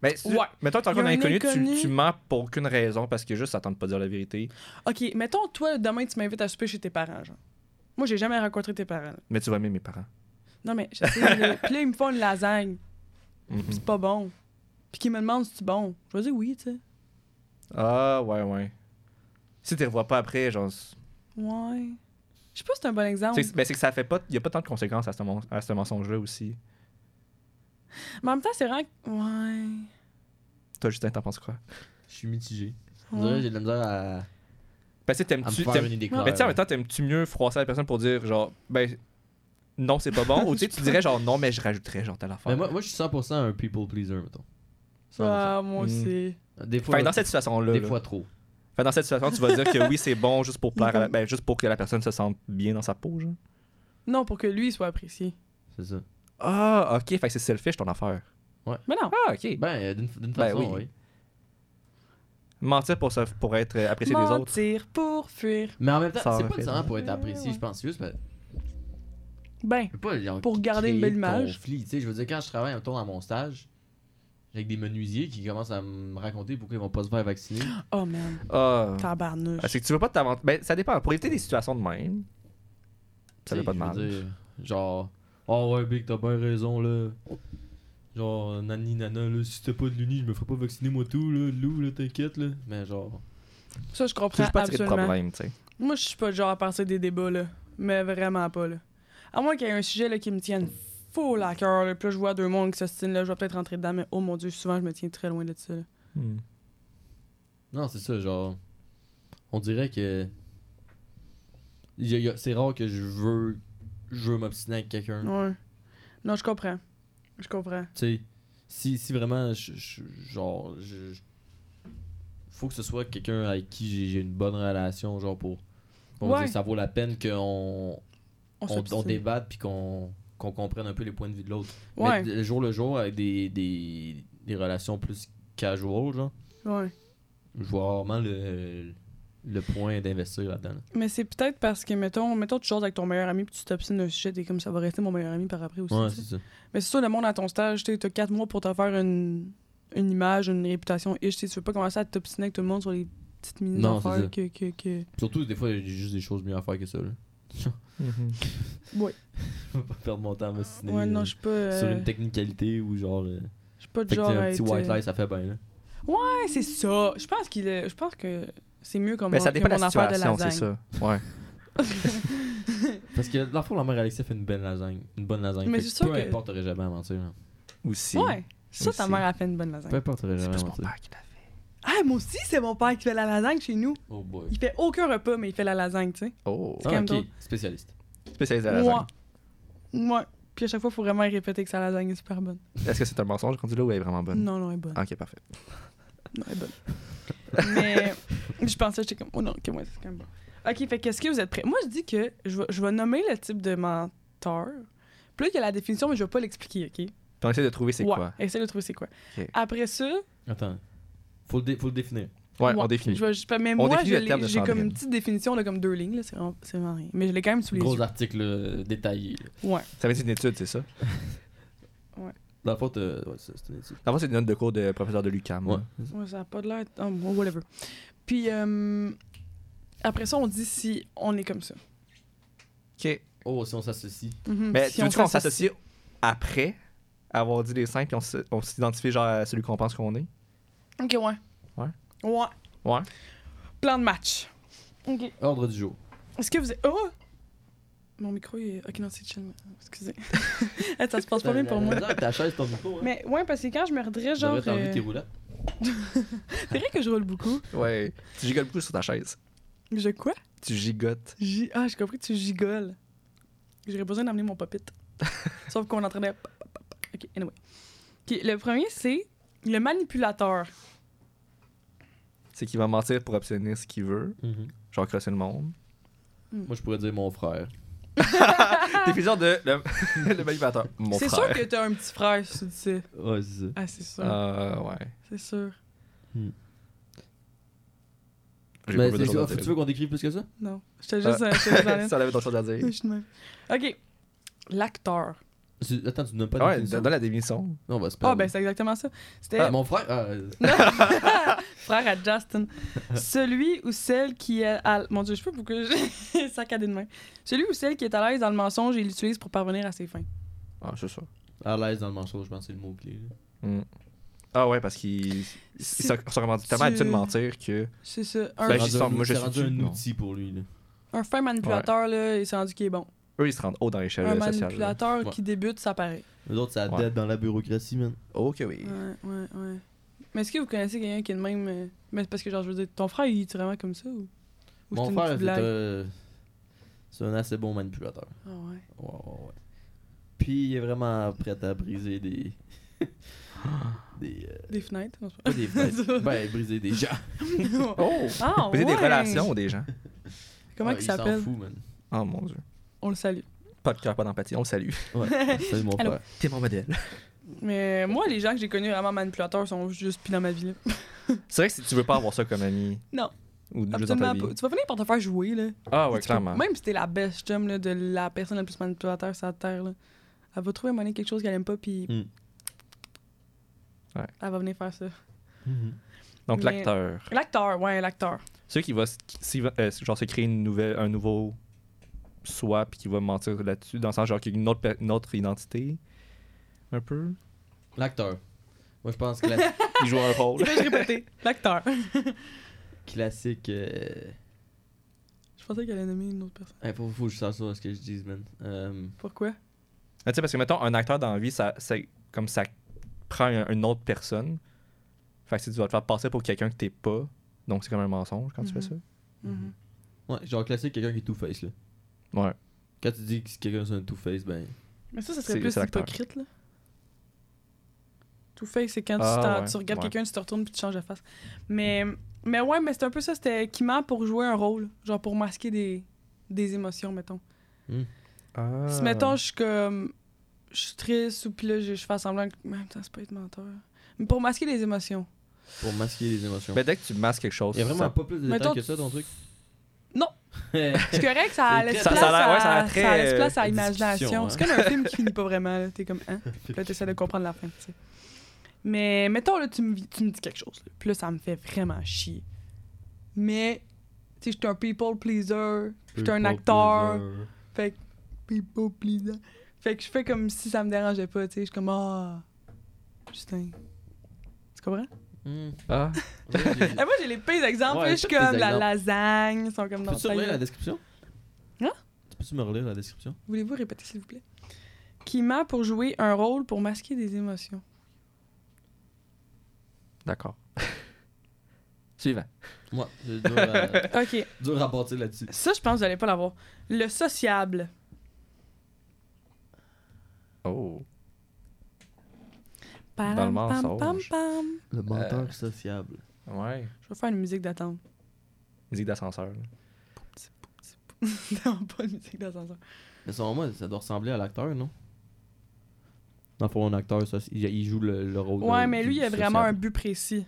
[SPEAKER 1] Mais si-
[SPEAKER 2] Ouais.
[SPEAKER 1] mettons, tu
[SPEAKER 2] Il y
[SPEAKER 1] rencontres
[SPEAKER 2] a
[SPEAKER 1] un
[SPEAKER 2] un
[SPEAKER 1] inconnu,
[SPEAKER 2] inconnu.
[SPEAKER 1] Tu, tu mens pour aucune raison parce que juste, ça tente de pas dire la vérité.
[SPEAKER 2] Ok, mettons, toi, demain, tu m'invites à souper chez tes parents, genre. Moi, j'ai jamais rencontré tes parents. là.
[SPEAKER 1] Mais tu vas aimer mes parents.
[SPEAKER 2] Non, mais je sais, là, Puis là, ils me font une lasagne.
[SPEAKER 1] Mhm.
[SPEAKER 2] Pis c'est pas bon. Puis qui me demande si c'est bon. Je vais dire oui, tu sais.
[SPEAKER 1] Ah, ouais, ouais. Si tu les revois pas après, genre. c'est-
[SPEAKER 2] Ouais. Je sais pas si c'est un bon exemple.
[SPEAKER 1] tu sais, Mais c'est que ça fait pas. Il y a pas tant de conséquences à ce, mon- à ce mensonge-là aussi.
[SPEAKER 2] Mais en même temps, c'est vraiment. que- Ouais.
[SPEAKER 1] Toi, Justin, t'en penses quoi?
[SPEAKER 3] Je suis mitigé. On dirait que
[SPEAKER 2] ouais.
[SPEAKER 3] j'ai de la misère à, à
[SPEAKER 1] Ben, tu sais,
[SPEAKER 3] me
[SPEAKER 1] t'aimes-tu.
[SPEAKER 3] faire
[SPEAKER 1] t'aimes-
[SPEAKER 3] une idée
[SPEAKER 2] Ouais.
[SPEAKER 3] claire.
[SPEAKER 1] Mais tu sais, en même temps, t'aimes-tu mieux froisser la personne pour dire, genre, ben, non, c'est pas bon? Ou tu sais, tu dirais, genre, non, mais je rajouterais, genre, telle affaire.
[SPEAKER 3] Mais Ben, moi, moi, je suis 100% un people pleaser, mettons. 100%.
[SPEAKER 2] Ah, moi
[SPEAKER 1] Mm.
[SPEAKER 2] aussi.
[SPEAKER 3] Des fois,
[SPEAKER 1] Fait que dans cette situation-là.
[SPEAKER 3] des
[SPEAKER 1] là,
[SPEAKER 3] fois trop.
[SPEAKER 1] Fait que dans cette situation, tu vas dire que oui, c'est bon juste pour plaire à la- ben, juste pour que la personne se sente bien dans sa peau, genre.
[SPEAKER 2] Non, pour que lui soit apprécié.
[SPEAKER 3] C'est ça.
[SPEAKER 1] Ah, ok, fait que c'est selfish ton affaire.
[SPEAKER 2] Mais non.
[SPEAKER 1] Ah, ok.
[SPEAKER 3] Ben, euh, d'une d'une
[SPEAKER 1] Ben
[SPEAKER 3] façon,
[SPEAKER 1] oui.
[SPEAKER 3] oui.
[SPEAKER 1] Mentir pour, se- pour être euh, apprécié des autres.
[SPEAKER 2] Mentir pour fuir.
[SPEAKER 3] Mais en même temps,
[SPEAKER 1] Ça aurait
[SPEAKER 3] c'est pas
[SPEAKER 1] fait
[SPEAKER 3] nécessairement
[SPEAKER 1] mal.
[SPEAKER 3] pour être apprécié,
[SPEAKER 2] Ouais.
[SPEAKER 3] je pense. Juste, ben,
[SPEAKER 2] Ben.
[SPEAKER 3] je peux pas, genre,
[SPEAKER 2] Pour
[SPEAKER 3] cr-
[SPEAKER 2] garder une
[SPEAKER 3] créer
[SPEAKER 2] belle
[SPEAKER 3] de
[SPEAKER 2] image.
[SPEAKER 3] conflit, tu sais, je veux dire, quand je travaille, mettons, à mon stage, j'ai avec des menuisiers qui commencent à me raconter pourquoi ils vont pas se faire vacciner.
[SPEAKER 2] Oh man.
[SPEAKER 1] Ah.
[SPEAKER 2] Tabarnouche.
[SPEAKER 1] Ah, C'est que tu veux pas t'avancer. Ben, ça dépend. Pour éviter des situations de même, ça
[SPEAKER 3] Tu
[SPEAKER 1] fait
[SPEAKER 3] sais,
[SPEAKER 1] pas de
[SPEAKER 3] je
[SPEAKER 1] mal.
[SPEAKER 3] veux dire, Genre, oh ouais, Big, t'as bien raison, là. Genre, nani, nana, là, si t'as pas de l'uni, je me ferai pas vacciner, moi, tout, là, Lou, là, t'inquiète, là. Mais genre,
[SPEAKER 2] Ça, je
[SPEAKER 1] Tu
[SPEAKER 2] comprends
[SPEAKER 1] veux pas tirer de
[SPEAKER 2] absolument.
[SPEAKER 1] problème, tu sais.
[SPEAKER 2] Moi, je suis pas le genre à passer des débats, là. Mais vraiment pas, là. À moins qu'il y ait un sujet là, qui me tienne full à cœur, là. Puis là, je vois deux mondes qui s'ostinent, là. Je vais peut-être rentrer dedans, mais oh mon dieu, souvent, je me tiens très loin de ça, là.
[SPEAKER 1] Hmm.
[SPEAKER 3] non, c'est ça, genre. On dirait que. y a- y a- C'est rare que je veux. Je veux m'obstiner avec quelqu'un.
[SPEAKER 2] Ouais. Non, je comprends. Je comprends.
[SPEAKER 3] Tu sais, si, si vraiment, je, je- genre, je, je- faut que ce soit quelqu'un avec qui j'ai- j'ai une bonne relation, genre pour, pour me
[SPEAKER 2] Ouais.
[SPEAKER 3] dire ça vaut la peine qu'on on,
[SPEAKER 2] s'obstine.
[SPEAKER 3] on débatte puis qu'on qu'on comprenne un peu les points de vue de l'autre.
[SPEAKER 2] Ouais,
[SPEAKER 3] Mais le jour le jour, avec des, des, des relations plus casual, genre,
[SPEAKER 2] ouais.
[SPEAKER 3] je vois rarement le, le point d'investir là-dedans. là.
[SPEAKER 2] Mais c'est peut-être parce que, mettons, mettons, tu choses avec ton meilleur ami, puis tu t'obstines d'un sujet, t'es comme ça va rester mon meilleur ami par après aussi.
[SPEAKER 3] Ouais,
[SPEAKER 2] tu sais.
[SPEAKER 3] c'est ça.
[SPEAKER 2] Mais c'est ça, le monde à ton stage, tu as quatre mois pour te faire une, une image, une réputation ish. Tu sais, tu veux pas commencer à t'obstiner avec tout le monde sur les petites mini
[SPEAKER 3] Non, c'est ça.
[SPEAKER 2] affaires que, que, que.
[SPEAKER 3] Surtout, des fois, j'ai juste des choses mieux à faire que ça. Là.
[SPEAKER 1] Mhm.
[SPEAKER 2] Ouais.
[SPEAKER 3] Je vais pas perdre mon temps à m'obstiner
[SPEAKER 2] Ouais, non,
[SPEAKER 3] euh,
[SPEAKER 2] je suis pas. euh,
[SPEAKER 3] sur une technicalité ou genre. euh,
[SPEAKER 2] Je suis pas de
[SPEAKER 3] Fait que
[SPEAKER 2] genre.
[SPEAKER 3] t'sais,
[SPEAKER 2] à
[SPEAKER 3] un petit
[SPEAKER 2] être,
[SPEAKER 3] white
[SPEAKER 2] euh,
[SPEAKER 3] lie, ça fait bien. Là.
[SPEAKER 2] Ouais, c'est ça. Je pense qu'il est- Je pense que c'est mieux comme
[SPEAKER 1] Ben, ça
[SPEAKER 2] que
[SPEAKER 1] dépend de
[SPEAKER 2] mon
[SPEAKER 1] la
[SPEAKER 2] affaire de
[SPEAKER 1] situation, c'est
[SPEAKER 2] lasagne.
[SPEAKER 1] ça. Ouais.
[SPEAKER 3] Parce que, dans le fond, la mère Alexia fait une belle lasagne. Une bonne lasagne.
[SPEAKER 2] Mais
[SPEAKER 3] Fait
[SPEAKER 2] c'est
[SPEAKER 3] que
[SPEAKER 2] sûr
[SPEAKER 3] peu
[SPEAKER 2] que-
[SPEAKER 3] importe, t'aurais jamais à mentir. hein. là.
[SPEAKER 1] Aussi.
[SPEAKER 2] Ouais. C'est sûr que ta
[SPEAKER 1] Aussi.
[SPEAKER 2] mère a fait une bonne
[SPEAKER 3] Peu
[SPEAKER 2] lasagne.
[SPEAKER 3] importe, t'aurais
[SPEAKER 1] C'est
[SPEAKER 3] jamais à
[SPEAKER 1] plus mon
[SPEAKER 3] mentir.
[SPEAKER 1] père qui l'a fait.
[SPEAKER 2] Ah, moi aussi, c'est mon père qui fait la lasagne chez nous.
[SPEAKER 3] Oh boy.
[SPEAKER 2] Il fait aucun repas, mais il fait la lasagne, tu sais.
[SPEAKER 1] Oh.
[SPEAKER 2] quand
[SPEAKER 3] Ah,
[SPEAKER 2] même
[SPEAKER 3] ok.
[SPEAKER 2] drôle.
[SPEAKER 3] Spécialiste.
[SPEAKER 1] Spécialisé à la lasagne.
[SPEAKER 2] Moi. Moi. Puis à chaque fois, il faut vraiment répéter que sa lasagne est super bonne.
[SPEAKER 1] Est-ce que c'est un mensonge rendu là ou elle est vraiment bonne? Ah.
[SPEAKER 2] Non, non, elle est bonne.
[SPEAKER 1] Ok, parfait.
[SPEAKER 2] Non, elle est bonne. mais je pensais, j'étais comme, oh non, que moi, c'est quand même bon. Ok, fait qu'est-ce que vous êtes prêts? Moi, je dis que je vais, je vais nommer le type de menteur. Puis là, il y a la définition, mais je vais pas l'expliquer, ok?
[SPEAKER 1] Puis on essaie de trouver c'est
[SPEAKER 2] Ouais,
[SPEAKER 1] quoi.
[SPEAKER 2] Essaye de trouver c'est quoi.
[SPEAKER 1] Ok.
[SPEAKER 2] Après ça,
[SPEAKER 3] Attends. Faut le, dé- faut le définir.
[SPEAKER 1] Ouais, on
[SPEAKER 2] ouais,
[SPEAKER 1] définit.
[SPEAKER 2] Je vais juste- mais
[SPEAKER 1] On
[SPEAKER 2] moi,
[SPEAKER 1] définit
[SPEAKER 2] je
[SPEAKER 1] le terme
[SPEAKER 2] l'ai-
[SPEAKER 1] de
[SPEAKER 2] j'ai comme
[SPEAKER 1] Sandrine.
[SPEAKER 2] une petite définition, là, comme deux lignes, là, c'est vraiment, c'est vraiment rien. Mais je l'ai quand même sous les
[SPEAKER 3] Gros
[SPEAKER 2] yeux.
[SPEAKER 3] article euh, détaillé. là.
[SPEAKER 2] Ouais.
[SPEAKER 1] Ça va être une étude, c'est ça?
[SPEAKER 3] Dans le fond, t'as- ouais, c'est c'est une étude.
[SPEAKER 1] D'abord, c'est une note de cours de professeur de l'UCAM.
[SPEAKER 3] Ouais.
[SPEAKER 2] Ouais, ça a pas de l'air. ah, bon, whatever. Puis euh, après ça, on dit si on est comme ça.
[SPEAKER 1] Ok.
[SPEAKER 3] Oh, si on s'associe.
[SPEAKER 2] Mhm.
[SPEAKER 1] Mais
[SPEAKER 2] Si
[SPEAKER 1] tu veux qu'on
[SPEAKER 2] s'associe-
[SPEAKER 1] s'associe après avoir dit les cinq puis on se- on s'identifie genre à celui qu'on pense qu'on est?
[SPEAKER 2] Ok, ouais.
[SPEAKER 1] Ouais.
[SPEAKER 2] Ouais.
[SPEAKER 1] Ouais.
[SPEAKER 2] Plan de match. Ok.
[SPEAKER 3] Ordre du jour.
[SPEAKER 2] Est-ce que vous êtes. Oh! Mon micro il est. Ok, non, c'est chill. Excusez. Eh, ça se passe pas bien pour moi.
[SPEAKER 3] T'as ta chaise, ton micro. hein.
[SPEAKER 2] Mais ouais, parce que quand je me redresse, genre.
[SPEAKER 3] J'aurais t'enlever
[SPEAKER 2] euh,
[SPEAKER 3] tes roulettes.
[SPEAKER 2] C'est vrai que je roule beaucoup.
[SPEAKER 1] Ouais. Tu gigoles beaucoup sur ta chaise.
[SPEAKER 2] Je quoi?
[SPEAKER 1] Tu gigotes.
[SPEAKER 2] J- Ah, j'ai compris que tu gigoles. J'aurais besoin d'amener mon popit. Sauf qu'on entraînait. Ok, anyway. Ok, le premier, c'est le manipulateur.
[SPEAKER 1] C'est qu'il va mentir pour obtenir ce qu'il veut.
[SPEAKER 3] Mhm.
[SPEAKER 1] Genre crosser le monde.
[SPEAKER 3] Moi, je pourrais dire mon frère.
[SPEAKER 1] Définition de le, le manipulateur. Mon
[SPEAKER 2] C'est
[SPEAKER 1] frère.
[SPEAKER 2] sûr que t'as un petit frère, si tu dis ça.
[SPEAKER 3] Ouais, c'est ça.
[SPEAKER 2] Ah, c'est sûr.
[SPEAKER 1] Euh, ouais.
[SPEAKER 2] C'est sûr.
[SPEAKER 1] J'ai
[SPEAKER 3] Mais
[SPEAKER 1] pas
[SPEAKER 3] c'est
[SPEAKER 1] d'autres choses à
[SPEAKER 3] ça.
[SPEAKER 1] dire.
[SPEAKER 3] Tu veux qu'on décrive plus que ça
[SPEAKER 2] Non. J'étais juste. euh, j'étais juste en ligne.
[SPEAKER 1] Ça, on avait d'autres choses à dire.
[SPEAKER 2] Je suis de même. Ok. L'acteur.
[SPEAKER 3] C'est- Attends, tu n'as pas de
[SPEAKER 1] Ah Ouais,
[SPEAKER 3] définition.
[SPEAKER 1] dans dans la définition.
[SPEAKER 3] Non, bah, c'est pas.
[SPEAKER 2] Ah, ben, c'est exactement ça. C'était.
[SPEAKER 3] Ah, mon frère. ah, euh,
[SPEAKER 2] Frère à Justin. Celui ou celle qui est à... Mon Dieu, je sais pas pourquoi j'ai saccadé de main. Celui ou celle qui est à l'aise dans le mensonge et l'utilise pour parvenir à ses fins.
[SPEAKER 1] Ah, c'est ça.
[SPEAKER 3] à l'aise dans le mensonge, je pense que c'est le mot-clé.
[SPEAKER 1] Ben,
[SPEAKER 3] là.
[SPEAKER 1] Ah ouais, parce qu'ils ils sont ils sont rendus tellement
[SPEAKER 2] tu-
[SPEAKER 1] habitués de mentir que.
[SPEAKER 2] C'est ça. Un,
[SPEAKER 1] Ben,
[SPEAKER 3] C'est
[SPEAKER 1] j'y sens-
[SPEAKER 3] rendu un-
[SPEAKER 1] moi, je
[SPEAKER 3] c'est
[SPEAKER 1] suis
[SPEAKER 3] rendu
[SPEAKER 1] dessus.
[SPEAKER 3] un
[SPEAKER 1] Non.
[SPEAKER 3] outil pour lui. là.
[SPEAKER 2] un fin manipulateur, là, il s'est rendu qu'il est bon.
[SPEAKER 1] Eux, ils se rendent haut dans l'échelle
[SPEAKER 2] un
[SPEAKER 1] euh, sociale. là.
[SPEAKER 2] manipulateur
[SPEAKER 3] Ouais.
[SPEAKER 2] qui débute, ça paraît.
[SPEAKER 3] Les autres, ça
[SPEAKER 1] Ouais.
[SPEAKER 3] date dans la bureaucratie, man.
[SPEAKER 1] Ok, oui.
[SPEAKER 2] Ouais, ouais, ouais. Mais est-ce que vous connaissez quelqu'un qui est de même. euh, Mais c'est parce que, genre, je veux dire, ton frère, il est vraiment comme ça ou. ou c'est
[SPEAKER 3] Mon
[SPEAKER 2] une
[SPEAKER 3] frère,
[SPEAKER 2] petite
[SPEAKER 3] c'est
[SPEAKER 2] blague?
[SPEAKER 3] euh, c'est un assez bon manipulateur.
[SPEAKER 2] Ah ouais.
[SPEAKER 3] Ouais, ouais, ouais. Puis il est vraiment prêt à briser des. des. euh,
[SPEAKER 2] Des fenêtres. non, c'est
[SPEAKER 3] pas des fenêtres. ben, briser des gens.
[SPEAKER 2] pas-
[SPEAKER 1] Oh!
[SPEAKER 2] Ah,
[SPEAKER 1] Poser des
[SPEAKER 2] ouais.
[SPEAKER 1] relations des gens.
[SPEAKER 2] Comment
[SPEAKER 3] Ah,
[SPEAKER 2] il
[SPEAKER 3] s'en
[SPEAKER 2] s'appelle
[SPEAKER 3] fout, man.
[SPEAKER 1] Oh mon dieu.
[SPEAKER 2] On le salue.
[SPEAKER 1] Pas de cœur, pas d'empathie. On le salue.
[SPEAKER 3] Ouais, c'est mon
[SPEAKER 2] Allô?
[SPEAKER 3] frère.
[SPEAKER 1] T'es mon modèle.
[SPEAKER 2] Mais moi, les gens que j'ai connus vraiment manipulateurs sont juste pis dans ma vie. là.
[SPEAKER 1] C'est vrai que si tu veux pas avoir ça comme ami.
[SPEAKER 2] Non.
[SPEAKER 1] Ou juste dans ta
[SPEAKER 2] Absolument
[SPEAKER 1] vie.
[SPEAKER 2] pas. Tu vas finir par te faire jouer. Là.
[SPEAKER 1] Ah ouais,
[SPEAKER 2] Tu peux-
[SPEAKER 1] clairement.
[SPEAKER 2] Même si t'es la best chum là, de la personne la plus manipulateur sur la terre, là, elle va trouver à un moment donné quelque chose qu'elle aime pas, puis
[SPEAKER 3] Mm.
[SPEAKER 1] Ouais.
[SPEAKER 2] elle va venir faire ça.
[SPEAKER 1] Donc
[SPEAKER 2] Mais-
[SPEAKER 1] l'acteur.
[SPEAKER 2] L'acteur, ouais, l'acteur.
[SPEAKER 1] Celui qui va, s- qui- s'il va, euh, genre se créer une nouvelle, un nouveau soi puis qui va mentir là-dessus, dans le sens genre qu'il y a une autre, per- une autre identité. Un peu.
[SPEAKER 3] L'acteur. Moi, je pense que la
[SPEAKER 1] Il joue un
[SPEAKER 2] Il
[SPEAKER 1] rôle.
[SPEAKER 2] fait juste répéter. L'acteur.
[SPEAKER 3] classique. Euh...
[SPEAKER 2] Je pensais qu'elle allait nommer une autre personne.
[SPEAKER 3] hey, faut, faut que je sache ça, ce que je dis, man. Euh,
[SPEAKER 2] Pourquoi
[SPEAKER 1] Ah, tu sais, parce que mettons, un acteur dans la vie, ça, c'est comme ça prend un- une autre personne. Fait que si tu vas te faire passer pour quelqu'un que t'es pas, donc c'est comme un mensonge quand tu fais ça.
[SPEAKER 2] Mhm.
[SPEAKER 3] Ouais, genre classique, quelqu'un qui est two-face, là.
[SPEAKER 1] Ouais.
[SPEAKER 3] Quand tu dis que c'est quelqu'un c'est un two-face, ben.
[SPEAKER 2] Mais ça, ça
[SPEAKER 1] C'est-
[SPEAKER 2] serait plus
[SPEAKER 1] c'est l'acteur.
[SPEAKER 2] hypocrite, là. Tout fake, c'est quand tu
[SPEAKER 1] Ah,
[SPEAKER 2] t'en-
[SPEAKER 1] ouais,
[SPEAKER 2] tu, regardes
[SPEAKER 1] ouais.
[SPEAKER 2] quelqu'un, tu te retournes puis tu changes de face. Mais, mais ouais, mais c'est un peu ça, c'était qui ment pour jouer un rôle, genre pour masquer des, des émotions, mettons.
[SPEAKER 1] Ah.
[SPEAKER 2] Si, mettons, je suis comme. Je suis triste ou puis là, je, je fais semblant que. Mais en même temps, c'est pas être menteur. Mais pour masquer les émotions.
[SPEAKER 3] Pour masquer les émotions.
[SPEAKER 1] Mais Ben, dès que tu masques quelque chose,
[SPEAKER 3] Il y a vraiment
[SPEAKER 1] ça-
[SPEAKER 3] pas plus de
[SPEAKER 2] Mettons,
[SPEAKER 3] détails que Ben, ça, ton truc.
[SPEAKER 2] Non. C'est correct, ça
[SPEAKER 3] C'est
[SPEAKER 2] laisse
[SPEAKER 3] très-
[SPEAKER 2] place
[SPEAKER 1] ça a l'air-
[SPEAKER 2] à,
[SPEAKER 1] ouais, ça a l'air
[SPEAKER 2] ça
[SPEAKER 1] très, hein.
[SPEAKER 2] laisse place à
[SPEAKER 3] euh,
[SPEAKER 2] l'imagination.
[SPEAKER 3] discussion,
[SPEAKER 2] C'est comme un film qui finit pas vraiment, là. T'es comme, hein? Puis là, t'essaies de comprendre la fin, tu sais. Mais mettons, là, tu me, tu me dis quelque chose, là. Puis là, ça me fait vraiment chier. Mais, tu sais, je suis un people pleaser. Je suis un acteur. Fait que, people pleaser. Fait que je fais comme si ça me dérangeait pas, tu sais. Je suis comme, ah, Justin. Tu comprends?
[SPEAKER 3] Hmm.
[SPEAKER 1] Ah,
[SPEAKER 3] Ouais, j'ai-
[SPEAKER 2] Et moi, j'ai les pires exemples.
[SPEAKER 3] Ouais,
[SPEAKER 2] là, je suis
[SPEAKER 3] tous tes
[SPEAKER 2] comme la
[SPEAKER 3] exemples.
[SPEAKER 2] lasagne, ils sont comme dans
[SPEAKER 3] Peux-tu
[SPEAKER 2] ta
[SPEAKER 3] ouvrir
[SPEAKER 2] gueule.
[SPEAKER 3] la description?
[SPEAKER 2] Hein?
[SPEAKER 3] Tu Peux-tu me relire la description?
[SPEAKER 2] Voulez-vous répéter, s'il vous plaît? Qui ment pour jouer un rôle pour masquer des émotions.
[SPEAKER 1] D'accord. Suivant.
[SPEAKER 3] Moi, c'est dur, à-
[SPEAKER 2] OK.
[SPEAKER 3] dur à partir là-dessus.
[SPEAKER 2] Ça, je pense que vous n'allez pas l'avoir. Le sociable.
[SPEAKER 1] Oh.
[SPEAKER 2] Pam,
[SPEAKER 1] Dans le
[SPEAKER 2] pam,
[SPEAKER 1] mensonge.
[SPEAKER 2] pam, pam.
[SPEAKER 3] Le menteur
[SPEAKER 1] menteur
[SPEAKER 3] sociable.
[SPEAKER 1] Ouais.
[SPEAKER 2] Je vais faire une musique d'attente.
[SPEAKER 1] Musique d'ascenseur. là.
[SPEAKER 2] non, pas une musique d'ascenseur.
[SPEAKER 3] Mais selon moi, ça doit ressembler à l'acteur, non? Non, pour un acteur, ça, il, il joue le, le rôle.
[SPEAKER 2] Ouais,
[SPEAKER 3] de-
[SPEAKER 2] mais
[SPEAKER 3] du
[SPEAKER 2] lui, il a vraiment un
[SPEAKER 3] sociable.
[SPEAKER 2] but précis.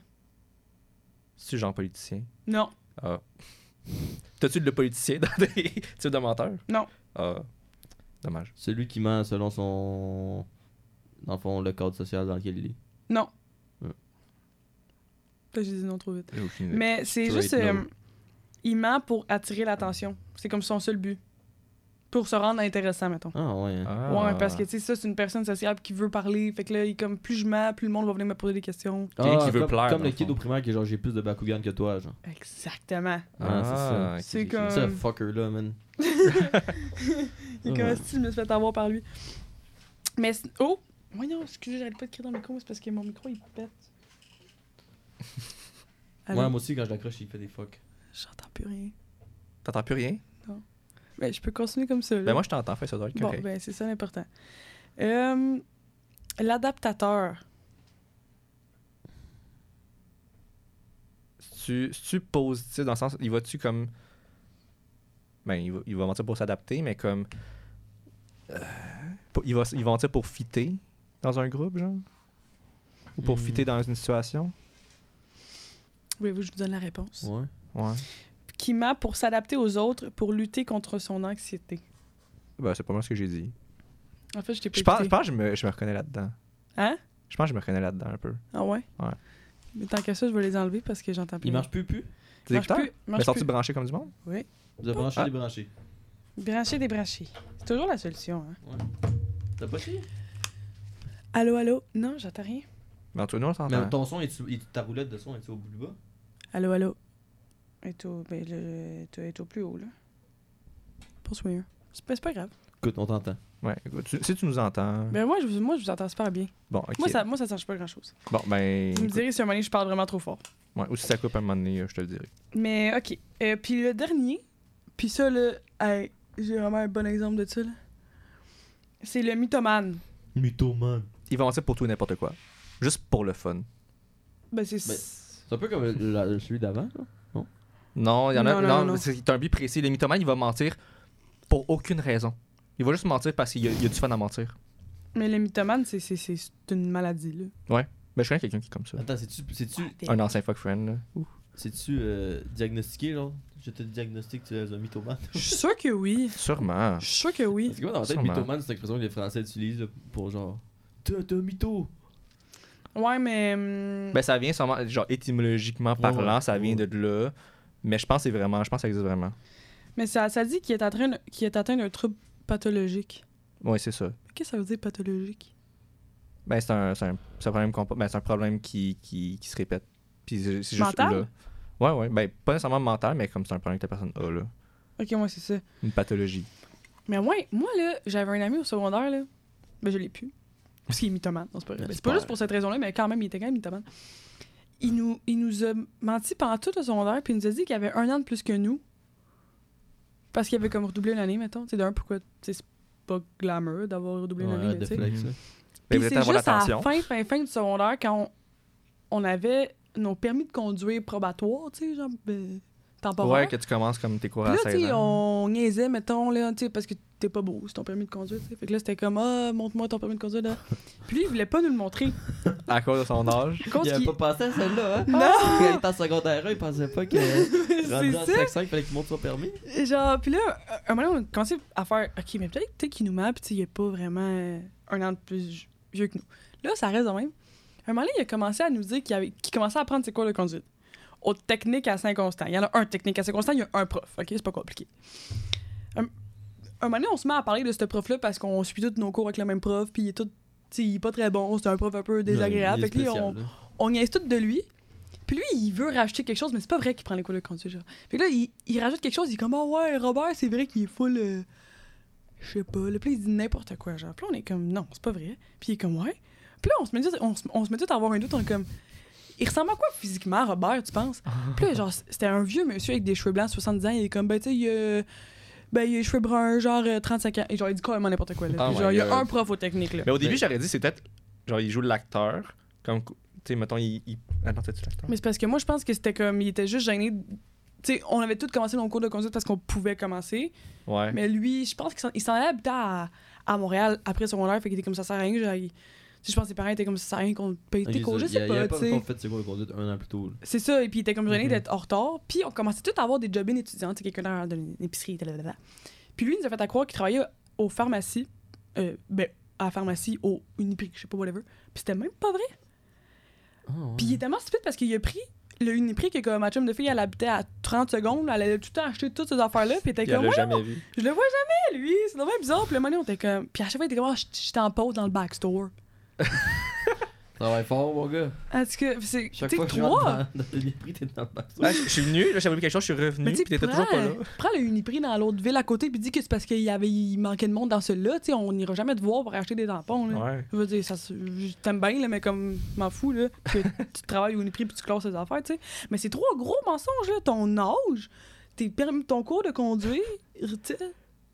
[SPEAKER 1] C'est-tu genre politicien?
[SPEAKER 2] Non.
[SPEAKER 1] Ah. T'as-tu le politicien dans des types de menteurs?
[SPEAKER 2] Non.
[SPEAKER 1] Ah. Dommage.
[SPEAKER 3] Celui qui ment selon son. Dans le fond, le cadre social dans lequel il est.
[SPEAKER 2] Là, j'ai dit non trop vite.
[SPEAKER 1] J'ai aucune idée.
[SPEAKER 2] Mais c'est
[SPEAKER 3] Straight
[SPEAKER 2] juste. euh,
[SPEAKER 3] no.
[SPEAKER 2] il ment pour attirer l'attention. C'est comme son seul but. Pour se rendre intéressant, mettons.
[SPEAKER 3] Ah, ouais. hein.
[SPEAKER 1] Ah.
[SPEAKER 2] Ouais, parce que, tu sais, ça, c'est une personne sociable qui veut parler. Fait que là, il, comme, plus je mens, plus le monde va venir me poser des questions.
[SPEAKER 1] Quelqu'un
[SPEAKER 3] Ah,
[SPEAKER 1] qui veut
[SPEAKER 3] comme,
[SPEAKER 1] plaire,
[SPEAKER 3] Comme
[SPEAKER 1] dans
[SPEAKER 3] le
[SPEAKER 1] le
[SPEAKER 3] kid
[SPEAKER 1] fond.
[SPEAKER 3] au primaire qui est genre j'ai plus de Bakugan que toi, genre.
[SPEAKER 2] Exactement.
[SPEAKER 3] Ah, c'est ça.
[SPEAKER 1] ok,
[SPEAKER 2] C'est
[SPEAKER 1] j'ai-
[SPEAKER 2] comme-
[SPEAKER 3] Ce fucker là, man.
[SPEAKER 2] Il est
[SPEAKER 3] Ouais.
[SPEAKER 2] comme si je me suis fait avoir par lui. Mais. c'est- Oh! Voyons, excusez, j'arrête pas de crier dans le micro, mais c'est parce que mon micro, il pète. Allô?
[SPEAKER 3] Ouais, moi aussi, quand je l'accroche, il fait des fuck.
[SPEAKER 2] J'entends plus rien.
[SPEAKER 1] T'entends plus rien?
[SPEAKER 2] Mais je peux continuer comme ça. là.
[SPEAKER 1] Ben moi, je t'entends, fais ça doit être
[SPEAKER 2] Bon,
[SPEAKER 1] correct.
[SPEAKER 2] ben, c'est ça l'important. Euh, L'adaptateur.
[SPEAKER 1] C'est-tu c'est-tu positif dans le sens, il va-tu comme. Ben, il va, il va mentir pour s'adapter, mais comme. euh, pour- il, va, il va mentir pour fitter dans un groupe, genre Ou pour
[SPEAKER 3] Hmm.
[SPEAKER 1] fitter dans une situation
[SPEAKER 2] Voulez-vous que je vous donne la réponse?
[SPEAKER 3] Ouais.
[SPEAKER 1] Ouais.
[SPEAKER 2] Qui ment pour s'adapter aux autres pour lutter contre son anxiété.
[SPEAKER 1] Ben, c'est pas mal ce que j'ai dit.
[SPEAKER 2] En fait, je t'ai pas
[SPEAKER 1] Je pense, je
[SPEAKER 2] écouté.
[SPEAKER 1] pense que je me, je me reconnais là-dedans.
[SPEAKER 2] Hein?
[SPEAKER 1] Je pense que je me reconnais là-dedans un peu.
[SPEAKER 2] Ah ouais?
[SPEAKER 1] Ouais.
[SPEAKER 2] Mais tant que ça, je vais les enlever parce que j'entends plus.
[SPEAKER 3] Il marche plus, plus.
[SPEAKER 1] Tes
[SPEAKER 2] Marche
[SPEAKER 1] écouteurs?
[SPEAKER 2] plus,
[SPEAKER 1] Mais
[SPEAKER 2] marche
[SPEAKER 1] sorti
[SPEAKER 2] plus.
[SPEAKER 1] branché comme du monde
[SPEAKER 2] Oui.
[SPEAKER 3] Vous avez branché,
[SPEAKER 1] Ah.
[SPEAKER 3] débranché.
[SPEAKER 2] Brancher, débrancher. C'est toujours la solution, hein?
[SPEAKER 3] T'as pas essayé?
[SPEAKER 2] Allô, allô? Non, j'entends rien.
[SPEAKER 1] Mais en tout cas, nous, on s'entend.
[SPEAKER 3] Mais ton son, est ta roulette de son, est-tu au bout du bas?
[SPEAKER 2] Allô, allô? Est au, ben, le, est au- est au plus haut, là. Pas sûr. C'est pas, c'est pas grave.
[SPEAKER 3] Écoute, on t'entend.
[SPEAKER 1] Ouais, écoute, tu- si tu nous entends.
[SPEAKER 2] Ben, moi, je, vous- moi, je vous entends super bien.
[SPEAKER 1] Bon, ok.
[SPEAKER 2] Moi, ça, moi, ça change pas grand-chose.
[SPEAKER 1] Bon, ben.
[SPEAKER 2] Vous me
[SPEAKER 1] écoute,
[SPEAKER 2] direz si à un moment donné, je parle vraiment trop fort.
[SPEAKER 1] ouais, ou si ça coupe un moment donné, euh, je te le dirai.
[SPEAKER 2] Mais, OK. Euh, puis le dernier, puis ça, là, hey, j'ai vraiment un bon exemple de ça, là. C'est le mythomane.
[SPEAKER 3] Mythoman.
[SPEAKER 1] Il va mentir pour tout et n'importe quoi. Juste pour le fun.
[SPEAKER 2] Ben, c'est...
[SPEAKER 3] Ben, C'est un peu comme le- la- celui d'avant, là.
[SPEAKER 1] Non, il y en a.
[SPEAKER 2] Non,
[SPEAKER 1] Non,
[SPEAKER 2] non, non, non.
[SPEAKER 1] c'est c'est un but précis. Le mythomane, il va mentir pour aucune raison. Il va juste mentir parce qu'il y, a- il y a du fun à mentir.
[SPEAKER 2] Mais le mythomane, c'est- c'est c'est- c'est une maladie, là.
[SPEAKER 1] Ben, je connais quelqu'un qui est comme ça.
[SPEAKER 3] Attends, c'est-tu c'est-tu
[SPEAKER 1] Un ancien fuck friend, là. Ouh.
[SPEAKER 3] c'est-tu euh, diagnostiqué, genre? Je te diagnostique, tu es un mythomane.
[SPEAKER 2] Je suis sûr que oui.
[SPEAKER 1] Sûrement.
[SPEAKER 2] Je suis sûr que oui.
[SPEAKER 3] Parce que moi, dans ma tête,
[SPEAKER 1] Sûrement.
[SPEAKER 3] mythomane, c'est l'expression que les Français utilisent là, pour genre. T'es un- t'es un mytho!
[SPEAKER 2] Ouais, mais. hum,
[SPEAKER 1] Ben, ça vient sûrement, genre, étymologiquement parlant,
[SPEAKER 3] ouais,
[SPEAKER 1] ça vient
[SPEAKER 3] ouais.
[SPEAKER 1] de là. Mais je pense que c'est vraiment. Je pense que ça existe vraiment.
[SPEAKER 2] mais ça, ça dit qu'il est, atteint- qu'il est atteint d'un trouble pathologique.
[SPEAKER 1] Ouais, c'est ça.
[SPEAKER 2] Mais Qu'est-ce que ça veut dire pathologique?
[SPEAKER 1] Ben, c'est un, c'est un, c'est un problème, qu'on- ben, c'est un problème qui, qui, qui se répète. Puis c'est c'est juste
[SPEAKER 2] Mental?
[SPEAKER 1] là. Ouais, ouais. Ben, pas nécessairement mental, mais comme c'est un problème que la personne a, là.
[SPEAKER 2] Ok, moi, c'est ça.
[SPEAKER 1] Une pathologie.
[SPEAKER 2] Mais ouais, moi, là, j'avais un ami au secondaire, là. Ben, je l'ai plus. Parce qu'il est mythomane. Non, c'est pas vrai. Ben,
[SPEAKER 3] Ben, c'est
[SPEAKER 2] c'est pas
[SPEAKER 3] pas
[SPEAKER 2] juste
[SPEAKER 3] vrai.
[SPEAKER 2] pour cette raison-là, mais quand même, il était quand même mythomane. Il nous, il nous a menti pendant tout le secondaire, puis il nous a dit qu'il avait un an de plus que nous. Parce qu'il avait comme redoublé une année, mettons. Tu sais, d'un, pourquoi. tu sais, c'est pas glamour d'avoir redoublé une
[SPEAKER 3] Ouais,
[SPEAKER 2] année,
[SPEAKER 3] de
[SPEAKER 2] mais tu sais.
[SPEAKER 3] flex,
[SPEAKER 1] Mhm.
[SPEAKER 3] là.
[SPEAKER 1] Ben,
[SPEAKER 2] Puis
[SPEAKER 1] vous êtes
[SPEAKER 2] c'est
[SPEAKER 1] à avoir
[SPEAKER 2] juste à la
[SPEAKER 1] l'attention.
[SPEAKER 2] fin, fin, fin du secondaire, quand on, on avait nos permis de conduire probatoires, tu sais, genre, ben, temporaires.
[SPEAKER 1] Ouais, que tu commences comme tes cours
[SPEAKER 2] Puis
[SPEAKER 1] à
[SPEAKER 2] là, tu
[SPEAKER 1] 16
[SPEAKER 2] sais,
[SPEAKER 1] ans.
[SPEAKER 2] on niaisait, mettons, là, tu sais, parce que t'es pas beau, c'est ton permis de conduire, tu sais. Fait que là, c'était comme, ah, montre-moi ton permis de conduire, là. Puis lui, il voulait pas nous le montrer.
[SPEAKER 1] À cause de son âge.
[SPEAKER 2] Je pense
[SPEAKER 3] Il avait
[SPEAKER 2] qu'il-
[SPEAKER 3] pas pensé à celle-là, hein?
[SPEAKER 2] Non!
[SPEAKER 3] Quand il était en secondaire 1, il pensait pas que. rendu
[SPEAKER 2] c'est ça.
[SPEAKER 3] en section 5, il fallait qu'il monte son permis.
[SPEAKER 2] Genre, puis là, à un moment donné, on a commencé à faire, OK, mais peut-être peut-être qu'il nous ment, puis tu sais, il est pas vraiment euh, un an de plus vieux que nous. Là, ça reste de même. À un moment donné, il a commencé à nous dire qu'il avait- qu'il commençait à apprendre c'est quoi le conduite. Aux techniques à Saint-Constant. Il y en a un technique à Saint-Constant, il y a un prof. OK, c'est pas compliqué. Un, un moment donné, on se met à parler de ce prof-là parce qu'on suit tous nos cours avec le même prof, puis il est tout. tu sais, il est pas très bon, c'est un prof un peu désagréable.
[SPEAKER 3] Ouais,
[SPEAKER 2] fait que lui,
[SPEAKER 3] spécial,
[SPEAKER 2] on,
[SPEAKER 3] là.
[SPEAKER 2] on niaise tout de lui. Puis lui, il veut rajouter quelque chose, mais oh c'est pas vrai qu'il prend les cours de conduite. Genre. Fait que là, il, il rajoute quelque chose, il est comme Ah ouais, Robert, c'est vrai qu'il est full. euh, je sais pas. Là, puis il dit n'importe quoi. Genre, puis là, on est comme, non, c'est pas vrai. Puis il est comme, ouais. Puis là, on se met, tout- on se- on se met tout à avoir un doute. On est comme, il ressemble à quoi physiquement, Robert, tu penses? Puis là, genre, c'était un vieux monsieur avec des cheveux blancs, 70 ans. Il est comme, ben, tu sais, il a. Ben, il a les cheveux bruns, genre euh, 35 ans. Et genre, il dit carrément n'importe quoi. Là.
[SPEAKER 1] Oh
[SPEAKER 2] Puis
[SPEAKER 1] my
[SPEAKER 2] genre, il y
[SPEAKER 1] God.
[SPEAKER 2] a un prof aux techniques, là.
[SPEAKER 1] Mais au début,
[SPEAKER 3] Mais-
[SPEAKER 1] j'aurais dit, c'est peut-être. Genre, il joue l'acteur. Comme, tu sais, mettons, il. il- Ah non, t'as-tu l'acteur
[SPEAKER 2] Mais c'est parce que moi, je pense que c'était comme. Il était juste gêné. Tu sais, on avait tous commencé nos cours de conduite parce qu'on pouvait commencer.
[SPEAKER 1] Ouais.
[SPEAKER 2] Mais lui, je pense qu'il s'en- il s'en allait habiter à, à Montréal après son secondaire. Fait qu'il était comme ça, sert à rien. que j'aille- Tu sais, je pense que ses parents étaient comme ça, sert à rien qu'on paye
[SPEAKER 3] Ah,
[SPEAKER 2] tes cours. Je sais
[SPEAKER 4] Il
[SPEAKER 2] pas,
[SPEAKER 4] avait
[SPEAKER 2] tu
[SPEAKER 4] pas
[SPEAKER 2] sais.
[SPEAKER 4] encore fait ses cours de conduite un an plus tôt. là.
[SPEAKER 2] C'est ça. Et puis, il était comme gêné
[SPEAKER 1] Mhm.
[SPEAKER 2] d'être en retard. Puis, on commençait tout à avoir des jobines étudiantes. Tu sais, quelqu'un dans une épicerie, blablabla. Puis, lui, il nous a fait à croire qu'il travaillait aux pharmacies. euh, ben, à la pharmacie, au Uniprix, je sais pas, whatever. Puis, c'était même pas vrai. Puis il est tellement stupide parce qu'il a pris le Uniprix que comme ma chum de fille, elle habitait à 30 secondes, elle allait tout le temps acheter toutes ces affaires-là, puis elle était
[SPEAKER 1] Il
[SPEAKER 2] comme,
[SPEAKER 1] l'a
[SPEAKER 2] ouais,
[SPEAKER 1] jamais vu.
[SPEAKER 2] je le vois jamais, lui, c'est vraiment bizarre. Puis le moment donné, on était comme, puis à chaque fois, il était comme, Ah, je- j'étais en pause dans le backstore.
[SPEAKER 4] Travaille fort, mon gars.
[SPEAKER 2] Est-ce que c'est,
[SPEAKER 4] Chaque
[SPEAKER 2] t'es
[SPEAKER 4] fois que je rentre
[SPEAKER 2] trois?
[SPEAKER 4] dans, dans le débris, t'es dans le bac.
[SPEAKER 1] Ah, je je suis venu, là, j'avais oublié quelque chose, je suis revenu,
[SPEAKER 2] Mais
[SPEAKER 1] puis
[SPEAKER 2] tu sais,
[SPEAKER 1] t'étais
[SPEAKER 2] prends,
[SPEAKER 1] toujours pas là.
[SPEAKER 2] prends le Uniprix dans l'autre ville à côté, puis dis que c'est parce qu'il y avait, il manquait de monde dans celui-là, tu sais, on n'ira jamais te voir pour acheter des tampons, là.
[SPEAKER 1] Ouais.
[SPEAKER 2] Je veux dire, ça, se- je t'aime bien, là, mais comme, je m'en fous, là, que tu travailles au Uniprix puis tu classes tes affaires, tu sais. Mais c'est trois gros mensonges, là, ton âge, tes permis, ton cours de conduire, tu sais,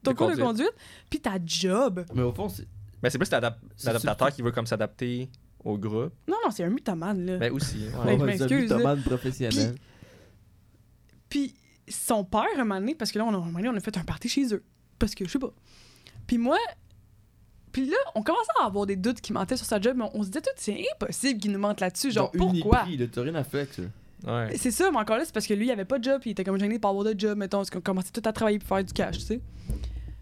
[SPEAKER 2] ton
[SPEAKER 1] De
[SPEAKER 2] cours de
[SPEAKER 1] conduite.
[SPEAKER 2] conduite, puis ta job.
[SPEAKER 4] Mais au fond, c'est.
[SPEAKER 1] Mais c'est plus l'adap-
[SPEAKER 4] C'est-
[SPEAKER 1] l'adaptateur
[SPEAKER 4] c'est-
[SPEAKER 1] qui veut comme s'adapter au groupe.
[SPEAKER 2] Non, non, c'est un mythomane, là.
[SPEAKER 1] Mais aussi. ouais.
[SPEAKER 2] Ouais. je
[SPEAKER 4] un
[SPEAKER 2] m'excuse,
[SPEAKER 4] mythomane professionnel.
[SPEAKER 2] Puis son père, un moment donné, parce que là, on a, un moment donné, on a fait un party chez eux. Parce que, je sais pas. Puis moi... Puis là, on commençait à avoir des doutes qui mentaient sur sa job, mais on se disait tout, c'est impossible qu'il nous mente là-dessus. Genre, pourquoi?
[SPEAKER 4] Uniprix, là, t'as rien à faire, tu
[SPEAKER 1] Ouais.
[SPEAKER 2] C'est ça, mais encore là, c'est parce que lui, il avait pas de job, puis il était comme gêné de pas avoir de job, mettons, parce qu'on commençait tout à travailler pour faire du cash, tu sais.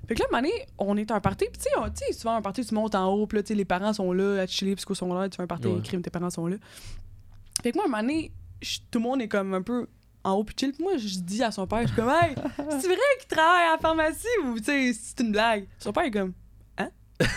[SPEAKER 2] Fait que là, à un moment donné, on est à un party, puis tu sais, on- tu sais, souvent un party, tu montes en haut, puis là, tu sais, les parents sont là, à te chiller, parce qu'ils sont là, tu fais un party,
[SPEAKER 3] Ouais.
[SPEAKER 2] crime, tes parents sont là. Fait que moi, à un moment donné, je- tout le monde est comme un peu en haut, puis chill, puis moi, je dis à son père, je suis comme, hey, c'est vrai qu'il travaille à la pharmacie, ou tu sais, c'est une blague. Son père est comme, hein?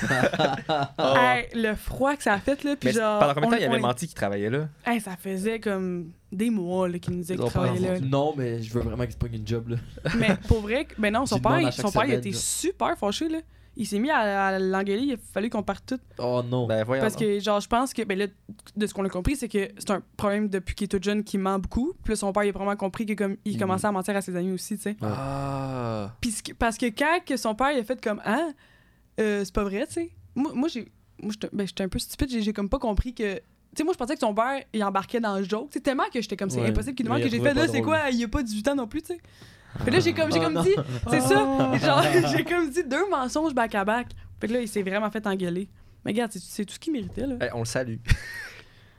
[SPEAKER 1] Ah.
[SPEAKER 2] hey, le froid que ça a fait, là, puis
[SPEAKER 1] Mais
[SPEAKER 2] genre.
[SPEAKER 1] pendant combien de
[SPEAKER 2] on-
[SPEAKER 1] temps il avait
[SPEAKER 2] on-
[SPEAKER 1] menti qu'il travaillait là?
[SPEAKER 2] Hey, ça faisait comme des mois, là, qu'il nous disait qu'il travaillait là.
[SPEAKER 4] Non, mais je veux vraiment qu'il se pogne une job, là.
[SPEAKER 2] Mais pour vrai, que- ben non, son
[SPEAKER 4] Tu demandes
[SPEAKER 2] père,
[SPEAKER 4] à chaque
[SPEAKER 2] son père il
[SPEAKER 4] semaine,
[SPEAKER 2] était
[SPEAKER 4] là.
[SPEAKER 2] super fâché, là. Il s'est mis à, à l'engueuler, il a fallu qu'on parte tout.
[SPEAKER 4] Oh non.
[SPEAKER 1] Ben voyons.
[SPEAKER 2] Parce
[SPEAKER 1] donc.
[SPEAKER 2] que, genre, je pense que, ben là, de ce qu'on a compris, c'est que c'est un problème depuis qu'il est tout jeune qui ment beaucoup. Puis là, son père, il a vraiment compris que comme il
[SPEAKER 4] Mhm.
[SPEAKER 2] commençait à mentir à ses amis aussi, tu sais.
[SPEAKER 1] Ah.
[SPEAKER 2] Puis ce que- parce que quand que son père, il a fait comme, ah, euh, c'est pas vrai, tu sais. Moi, moi, j'ai. Moi, j'étais ben, j'étais un peu stupide, j'ai j'ai comme pas compris que. Tu sais, moi, je pensais que son père, il embarquait dans le joke. C'est tellement que j'étais comme, c'est
[SPEAKER 4] Ouais.
[SPEAKER 2] impossible qu'il nous
[SPEAKER 4] Mais
[SPEAKER 2] manque.
[SPEAKER 4] il
[SPEAKER 2] que J'ai
[SPEAKER 4] trouvait
[SPEAKER 2] fait,
[SPEAKER 4] pas
[SPEAKER 2] là, c'est
[SPEAKER 4] drôle.
[SPEAKER 2] quoi, il a pas 18 ans non plus, tu sais. Fait là, j'ai comme, j'ai
[SPEAKER 4] Ah,
[SPEAKER 2] comme
[SPEAKER 4] non. Ah.
[SPEAKER 2] dit, c'est ça. Genre, j'ai comme dit deux mensonges back-à-back. Fait que là, il s'est vraiment fait engueuler. Mais regarde, c'est- c'est tout ce qu'il méritait, là.
[SPEAKER 1] Eh, on le salue.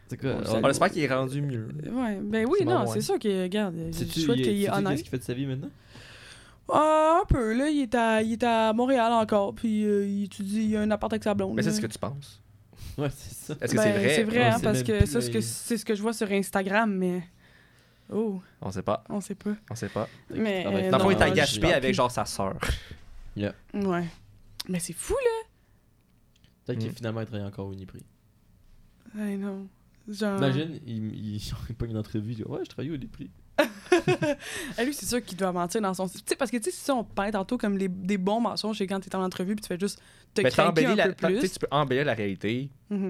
[SPEAKER 4] C'est
[SPEAKER 3] Euh,
[SPEAKER 4] quoi?
[SPEAKER 1] On espère qu'il est rendu mieux.
[SPEAKER 2] Ouais, ben oui,
[SPEAKER 1] C'est
[SPEAKER 2] non,
[SPEAKER 1] bon, ouais.
[SPEAKER 2] c'est sûr que, regarde, je
[SPEAKER 4] C'est-tu
[SPEAKER 2] souhaite qu'il est
[SPEAKER 4] qu'est-ce
[SPEAKER 2] honnête.
[SPEAKER 4] qu'il fait de sa vie maintenant?
[SPEAKER 2] Ah, un peu, là, il est à, il est à Montréal encore, puis euh, il étudie, il a un appart avec sa blonde.
[SPEAKER 1] Mais c'est
[SPEAKER 2] là.
[SPEAKER 1] ce que tu penses.
[SPEAKER 4] Ouais, c'est ça.
[SPEAKER 1] Est-ce que
[SPEAKER 2] Ben,
[SPEAKER 1] c'est vrai?
[SPEAKER 2] C'est vrai,
[SPEAKER 4] On
[SPEAKER 2] hein,
[SPEAKER 4] sait
[SPEAKER 2] parce
[SPEAKER 4] même
[SPEAKER 2] que
[SPEAKER 4] plus,
[SPEAKER 2] ça, ce que-
[SPEAKER 4] là, il-
[SPEAKER 2] c'est ce que je vois sur Instagram, mais... Oh,
[SPEAKER 1] On sait pas.
[SPEAKER 2] on sait pas.
[SPEAKER 1] On sait pas.
[SPEAKER 2] Mais,
[SPEAKER 4] Dans le
[SPEAKER 2] euh,
[SPEAKER 1] Dans le fond,
[SPEAKER 2] non,
[SPEAKER 1] il t'a
[SPEAKER 2] je-
[SPEAKER 1] gaspé avec genre sa sœur.
[SPEAKER 2] Ouais. Mais c'est fou,
[SPEAKER 4] Peut-être qu'il
[SPEAKER 1] Mm.
[SPEAKER 4] a finalement travaillé encore au Uniprix.
[SPEAKER 2] là. Hey, non. Genre...
[SPEAKER 4] Imagine, il, il, il pogne une entrevue, il dit Ouais, je travaille au Uniprix.
[SPEAKER 2] Ah, lui, c'est sûr qu'il doit mentir dans son... Tu sais, parce que, tu sais, si ça, on parlait tantôt comme les, des bons mensonges, c'est quand t'es en entrevue, puis tu fais juste te
[SPEAKER 1] Mais
[SPEAKER 2] craquer
[SPEAKER 1] t'embellis la...
[SPEAKER 2] un peu
[SPEAKER 1] t'en- tu sais,
[SPEAKER 2] plus.
[SPEAKER 1] tu peux embellir la réalité.
[SPEAKER 2] Mhm.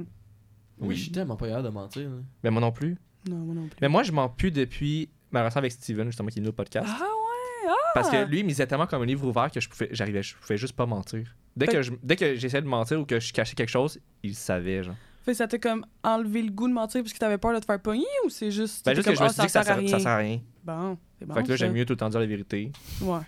[SPEAKER 4] Oui.
[SPEAKER 1] Oui.
[SPEAKER 4] Je suis tellement pas capable de mentir. là.
[SPEAKER 1] Mais moi non plus.
[SPEAKER 2] Non, moi non plus.
[SPEAKER 1] Mais moi, je m'en pue depuis ma relation avec Steven, justement, qui est venu au podcast.
[SPEAKER 2] Ah ouais!
[SPEAKER 1] Parce que lui, il me disait tellement comme un livre ouvert que je pouvais, j'arrivais, je pouvais juste pas mentir. Dès
[SPEAKER 2] Fait-
[SPEAKER 1] que, je- dès que j'essayais de mentir ou que je cachais quelque chose, il le savait, genre.
[SPEAKER 2] Fait que ça t'a comme enlevé le goût de mentir parce que t'avais peur de te faire pogner ou c'est juste.
[SPEAKER 1] Ben,
[SPEAKER 2] t'étais
[SPEAKER 1] juste que
[SPEAKER 2] comme,
[SPEAKER 1] je me
[SPEAKER 2] Ah,
[SPEAKER 1] suis dit que ça
[SPEAKER 2] sert à
[SPEAKER 1] sert, ça sert à rien.
[SPEAKER 2] Bon, c'est bon.
[SPEAKER 1] fait que là,
[SPEAKER 2] ça.
[SPEAKER 1] j'aime mieux tout le temps dire la vérité.
[SPEAKER 2] Ouais.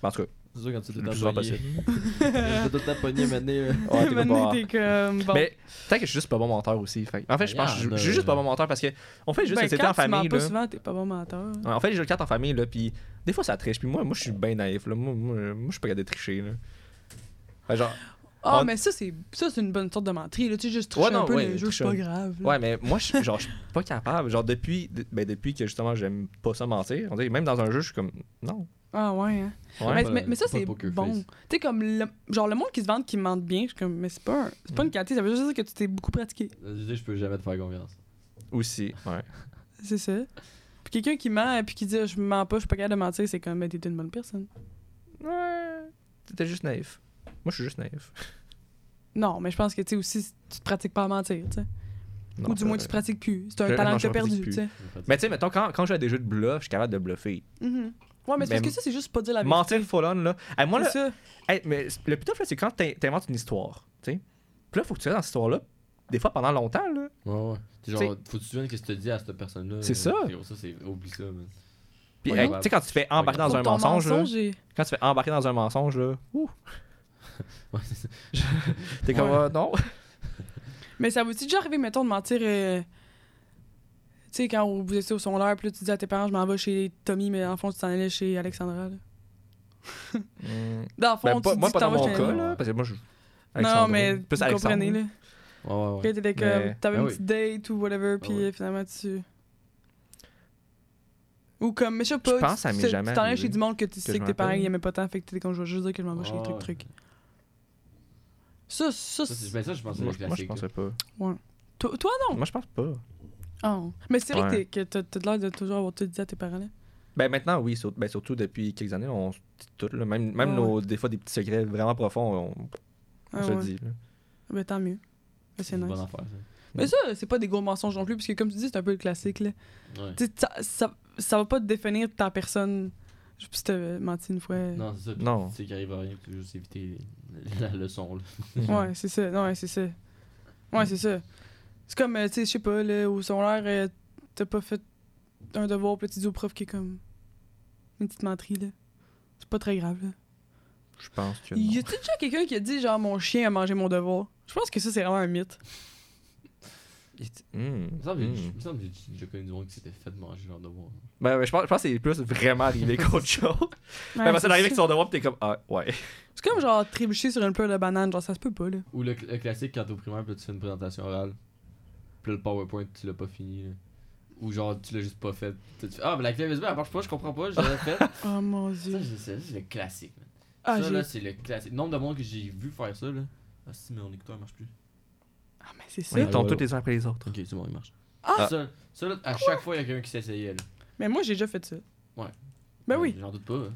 [SPEAKER 1] Ben, en tout cas,
[SPEAKER 4] C'est sûr, quand tu t'es
[SPEAKER 1] le plus souvent
[SPEAKER 4] pogné.
[SPEAKER 1] possible.
[SPEAKER 4] Je t'ai tout pogné maintenant.
[SPEAKER 1] Ouais, t'es
[SPEAKER 2] Maintenant,
[SPEAKER 1] pas-
[SPEAKER 2] t'es comme. Bon.
[SPEAKER 1] Mais peut-être que je suis juste pas bon menteur aussi. Fait- En fait, je pense que je- je suis juste pas bon menteur parce que on fait juste
[SPEAKER 2] Ben,
[SPEAKER 1] le CT
[SPEAKER 2] quand
[SPEAKER 1] en famille.
[SPEAKER 2] Tu mens pas
[SPEAKER 1] là.
[SPEAKER 2] souvent, t'es pas bon menteur.
[SPEAKER 1] Ouais, En fait, les jeux de cartes en famille, là, puis des fois ça triche. Puis moi, moi je suis bien naïf. Là. Moi, moi, moi, je suis pas capable de tricher. Là. Fait genre,
[SPEAKER 2] Ah,
[SPEAKER 1] On-
[SPEAKER 2] mais ça, c'est ça, c'est une bonne sorte de mentir. Là, tu sais, juste
[SPEAKER 1] Ouais,
[SPEAKER 2] tricher
[SPEAKER 1] non,
[SPEAKER 2] un peu
[SPEAKER 1] ouais,
[SPEAKER 2] le jeu, c'est pas
[SPEAKER 1] tricher.
[SPEAKER 2] grave. là.
[SPEAKER 1] Ouais, mais moi, je, genre, je suis pas capable. Genre, depuis, de- ben, depuis que justement, j'aime pas ça mentir, on dirait, même dans un jeu, je suis comme, non.
[SPEAKER 2] Ah, ouais, hein.
[SPEAKER 1] Ouais.
[SPEAKER 2] mais,
[SPEAKER 4] pas-
[SPEAKER 2] mais- mais ça,
[SPEAKER 4] pas
[SPEAKER 2] c'est
[SPEAKER 4] poker
[SPEAKER 2] bon.
[SPEAKER 4] face.
[SPEAKER 2] Tu sais, comme le, genre le monde qui se vante, qui mente bien, je suis comme, mais c'est pas, un- c'est pas
[SPEAKER 1] Mm.
[SPEAKER 2] une qualité, ça veut juste dire que tu t'es beaucoup pratiqué.
[SPEAKER 4] Je dis, je peux jamais te faire confiance.
[SPEAKER 1] Aussi. Ouais.
[SPEAKER 2] C'est ça. Puis quelqu'un qui ment et puis qui dit, je ben, mens pas, je suis pas capable de mentir, c'est comme, mais t'es une bonne personne.
[SPEAKER 1] Ouais. T'étais juste naïf. Moi, je suis juste naïf.
[SPEAKER 2] Non, mais je pense que, tu sais, aussi, tu te pratiques pas à mentir, tu sais.
[SPEAKER 1] Non,
[SPEAKER 2] Ou du
[SPEAKER 1] c'est
[SPEAKER 2] moins,
[SPEAKER 1] vrai.
[SPEAKER 2] tu pratiques plus. C'est un
[SPEAKER 1] Je-
[SPEAKER 2] talent
[SPEAKER 1] non,
[SPEAKER 2] que
[SPEAKER 1] je
[SPEAKER 2] t'as perdu,
[SPEAKER 1] pratique
[SPEAKER 2] tu
[SPEAKER 1] plus.
[SPEAKER 2] sais.
[SPEAKER 1] Mais tu sais, mettons, quand, quand je joue à des jeux de bluff, je suis capable de bluffer.
[SPEAKER 2] Mhm. Ouais, mais c'est
[SPEAKER 1] Mais-
[SPEAKER 2] parce que ça, c'est juste pas dire la vérité.
[SPEAKER 1] Mentir full on, là. Hey, Ben, moi,
[SPEAKER 2] C'est
[SPEAKER 1] là,
[SPEAKER 2] ça.
[SPEAKER 1] hey, mais le plus tough, là, c'est quand t'in- t'inventes une histoire. Tu sais. Puis là, faut que tu restes dans cette histoire-là, des fois pendant longtemps, là.
[SPEAKER 3] Ouais, ouais. T'es genre, faut que tu te souviennes qu'est-ce que tu dis à cette personne-là.
[SPEAKER 1] C'est ça.
[SPEAKER 3] C'est gros, ça, c'est. Oublie ça, man.
[SPEAKER 1] Puis,
[SPEAKER 3] Ouais,
[SPEAKER 1] hey,
[SPEAKER 3] ouais.
[SPEAKER 1] tu sais, quand tu te fais embarquer dans
[SPEAKER 2] Pour
[SPEAKER 1] un
[SPEAKER 2] ton
[SPEAKER 1] mensonge, là,
[SPEAKER 2] mensonge, j'ai-
[SPEAKER 1] quand tu te fais embarquer dans un mensonge, là, ouh.
[SPEAKER 3] Ouais, c'est ça.
[SPEAKER 1] T'es comme,
[SPEAKER 2] Ouais.
[SPEAKER 1] ah, non.
[SPEAKER 2] Mais ça vous-tu déjà arrivé, mettons, de mentir. euh, Tu sais, quand vous étiez au sondeur, puis là, tu dis à tes parents, je m'en vais chez Tommy, mais en fond, tu t'en allais chez Alexandra. Là. Dans le fond,
[SPEAKER 1] Ben,
[SPEAKER 2] tu
[SPEAKER 1] pas-
[SPEAKER 2] dis
[SPEAKER 1] moi,
[SPEAKER 2] que
[SPEAKER 1] pas
[SPEAKER 2] t'en
[SPEAKER 1] dans
[SPEAKER 2] vas
[SPEAKER 1] mon
[SPEAKER 2] chez-
[SPEAKER 1] cas, là, parce que moi, je.
[SPEAKER 2] Non,
[SPEAKER 1] Alexandre,
[SPEAKER 2] mais
[SPEAKER 1] plus
[SPEAKER 2] vous
[SPEAKER 1] Alexandre.
[SPEAKER 2] comprenez, là.
[SPEAKER 3] Ouais, ouais,
[SPEAKER 2] Puis
[SPEAKER 3] ouais.
[SPEAKER 2] là, t'étais comme.
[SPEAKER 1] Mais-
[SPEAKER 2] T'avais
[SPEAKER 3] Ben
[SPEAKER 2] une
[SPEAKER 3] oui.
[SPEAKER 2] petite date ou whatever, puis
[SPEAKER 3] oui.
[SPEAKER 2] euh, finalement, tu. Ou comme, mais je sais pas.
[SPEAKER 1] Je pense, ça
[SPEAKER 2] tu-
[SPEAKER 1] m'est
[SPEAKER 2] tu-
[SPEAKER 1] jamais
[SPEAKER 2] Tu t'en allais
[SPEAKER 1] arrivé
[SPEAKER 2] chez du monde que tu
[SPEAKER 1] je
[SPEAKER 2] sais que
[SPEAKER 1] me
[SPEAKER 2] tes parents,
[SPEAKER 1] rappelle.
[SPEAKER 2] ils aimaient pas tant, fait que t'étais comme, je vais juste dire que je m'en vais chez
[SPEAKER 3] Ah,
[SPEAKER 2] les trucs,
[SPEAKER 3] ouais.
[SPEAKER 2] trucs. Ça, ça,
[SPEAKER 3] Ça, c'est-
[SPEAKER 2] c'est.
[SPEAKER 3] ben, ça, je pense que
[SPEAKER 1] Moi,
[SPEAKER 3] c'est
[SPEAKER 1] je- moi, je
[SPEAKER 3] classique. là.
[SPEAKER 1] pensais pas.
[SPEAKER 2] Toi, toi, non!
[SPEAKER 1] Moi, je pense pas.
[SPEAKER 2] Ah. Mais c'est vrai que
[SPEAKER 1] Ouais.
[SPEAKER 2] t'es- que t'as t'as l'air de toujours avoir tout dit à tes parents, là.
[SPEAKER 1] Ben maintenant, oui, sur- ben, surtout depuis quelques années, on se dit tout. là. Même, même
[SPEAKER 2] Ouais,
[SPEAKER 1] nos, des fois, des petits secrets vraiment profonds, on, on
[SPEAKER 2] Ah
[SPEAKER 1] se le
[SPEAKER 2] ouais.
[SPEAKER 1] dit. là.
[SPEAKER 2] Ben, tant mieux. Ben,
[SPEAKER 3] C'est
[SPEAKER 2] c'est
[SPEAKER 3] une
[SPEAKER 2] nice.
[SPEAKER 3] bonne affaire, ça.
[SPEAKER 2] Mais ça, c'est pas des gros mensonges non plus, parce que comme tu dis, c'est un peu le classique. Là.
[SPEAKER 3] Ouais.
[SPEAKER 2] Tu sais, Ça, ça, ça va pas te définir ta personne. Je sais pas si t'as menti une fois.
[SPEAKER 3] Non, c'est ça. puis
[SPEAKER 1] Non.
[SPEAKER 3] Tu sais qu'il arrive à rien, tu veux juste éviter la leçon, là.
[SPEAKER 2] Ouais, c'est ça. Non, ouais, c'est ça.
[SPEAKER 1] Mm.
[SPEAKER 2] Ouais, c'est ça. C'est comme, euh, tu sais, je sais pas, là, au secondaire, euh, t'as pas fait un devoir, puis tu dis au prof qui est comme une petite menterie, là. C'est pas très grave, là.
[SPEAKER 1] Je pense que. non.
[SPEAKER 2] Y a-tu déjà quelqu'un qui a dit, genre, mon chien a mangé mon devoir? Je pense que ça, c'est vraiment un mythe.
[SPEAKER 1] Hmm,
[SPEAKER 3] Il me semble que j'ai-
[SPEAKER 1] hmm.
[SPEAKER 3] il me semble que j'ai déjà connu du monde qui s'était fait manger leur devoir.
[SPEAKER 1] Ben, ben, je pense, je pense que c'est plus vraiment arrivé qu'autre chose.
[SPEAKER 2] Ouais,
[SPEAKER 1] ben, parce
[SPEAKER 2] c'est
[SPEAKER 1] que t'arrives
[SPEAKER 2] ça.
[SPEAKER 1] avec son devoir, pis t'es comme, ah, ouais.
[SPEAKER 2] C'est comme, genre, trébucher sur une pleure de banane, genre, ça se peut pas, là.
[SPEAKER 3] Ou le, le classique quand t'es au primaire, puis là, tu fais une présentation orale. Puis là, le PowerPoint, tu l'as pas fini. là. Ou genre, tu l'as juste pas fait. Tu te fais, ah, mais la clé USB, elle marche pas, je comprends pas, je l'ai faite. Ça,
[SPEAKER 2] Oh mon dieu.
[SPEAKER 3] c'est- c'est c'est le classique. man.
[SPEAKER 2] Ah,
[SPEAKER 3] ça,
[SPEAKER 2] j'ai-
[SPEAKER 3] là, c'est le classique. Nombre de monde que j'ai vu faire ça, là. Ah, si, mais mon écouteur, il marche plus.
[SPEAKER 2] Ah, mais c'est ça.
[SPEAKER 1] Ils tombent
[SPEAKER 3] ouais.
[SPEAKER 1] tous les uns après les autres.
[SPEAKER 3] Ok, c'est bon, il marche.
[SPEAKER 2] Ah!
[SPEAKER 3] Ça, ça, là, à chaque fois, il y a quelqu'un qui s'essayait, là.
[SPEAKER 2] Mais moi, j'ai déjà fait ça.
[SPEAKER 3] Ouais.
[SPEAKER 2] Ben oui.
[SPEAKER 3] J'en doute pas. hein.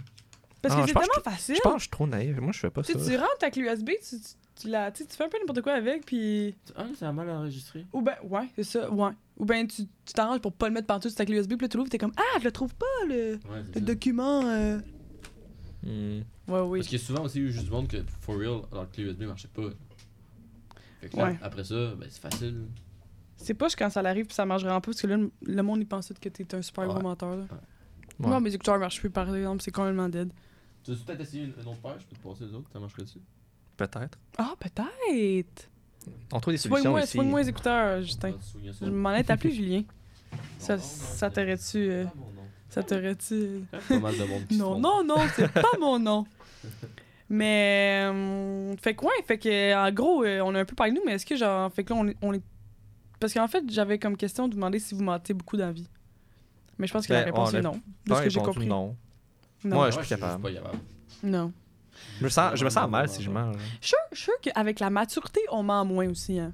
[SPEAKER 2] Parce
[SPEAKER 1] Ah,
[SPEAKER 2] que
[SPEAKER 1] je
[SPEAKER 2] c'est
[SPEAKER 1] pense
[SPEAKER 2] tellement facile.
[SPEAKER 1] Je pense que je suis trop naïf. Moi, je fais pas
[SPEAKER 2] Tu,
[SPEAKER 1] ça.
[SPEAKER 2] sais, tu rentres avec l'USB, tu, tu, tu la, tu sais, tu fais un peu n'importe quoi avec, puis.
[SPEAKER 3] Ah, ça a mal enregistré.
[SPEAKER 2] Ou ben, ouais, c'est ça, ouais. Ou ben, tu tu t'arranges pour pas le mettre partout, c'est avec l'USB, puis là, tu l'ouvres, t'es comme, ah, je le trouve pas, le,
[SPEAKER 3] Ouais,
[SPEAKER 2] le
[SPEAKER 3] c'est ça.
[SPEAKER 2] document. euh.
[SPEAKER 1] Hmm.
[SPEAKER 2] Ouais, oui.
[SPEAKER 3] Parce qu'il y a souvent aussi eu juste du monde que, for real, leur clé USB marchait pas. Fait que là,
[SPEAKER 2] Ouais.
[SPEAKER 3] après ça, ben, c'est facile.
[SPEAKER 2] C'est pas quand ça l'arrive, puis ça marche vraiment pas, parce que là, le monde, il pense tout que t'es un super
[SPEAKER 3] Ouais.
[SPEAKER 2] gros menteur, là.
[SPEAKER 1] Ouais.
[SPEAKER 2] Non, mes écouteurs marchent plus, par exemple, c'est complètement dead.
[SPEAKER 3] Tu veux peut-être essayer une, une autre paire, je peux te passer les autres, ça marcherait dessus.
[SPEAKER 1] Peut-être.
[SPEAKER 2] Ah, peut-être!
[SPEAKER 1] On trouve des solutions
[SPEAKER 2] Soigne-moi
[SPEAKER 1] ici.
[SPEAKER 2] soigne-moi les écouteurs, Justin. Je m'en ai t'appeler Julien. Ça,
[SPEAKER 3] ben,
[SPEAKER 2] ça t'aurait-tu. euh, ça t'aurait-tu. euh,
[SPEAKER 3] Hein? Pas mal de monde qui se
[SPEAKER 2] Non,
[SPEAKER 3] trompe.
[SPEAKER 2] non, non, c'est pas mon nom. Mais. euh, fait que, ouais, fait que, euh, en gros, euh, on a un peu parlé de nous, mais est-ce que, genre, fait que là, on est. on est- Parce qu'en fait, j'avais comme question de demander si vous mentez beaucoup dans la vie. Mais je pense que la
[SPEAKER 1] Ben,
[SPEAKER 2] réponse
[SPEAKER 1] on a
[SPEAKER 2] est non. De
[SPEAKER 1] T'as
[SPEAKER 2] ce que j'ai
[SPEAKER 1] répondu
[SPEAKER 2] compris.
[SPEAKER 1] Non.
[SPEAKER 2] Non.
[SPEAKER 1] Moi, je suis
[SPEAKER 3] Ouais,
[SPEAKER 1] plus capable.
[SPEAKER 3] juste pas capable.
[SPEAKER 2] Non.
[SPEAKER 1] Je me sens, je me sens mal si je mens. là.
[SPEAKER 2] Je suis je suis sûre qu'avec la maturité, on ment moins aussi, hein.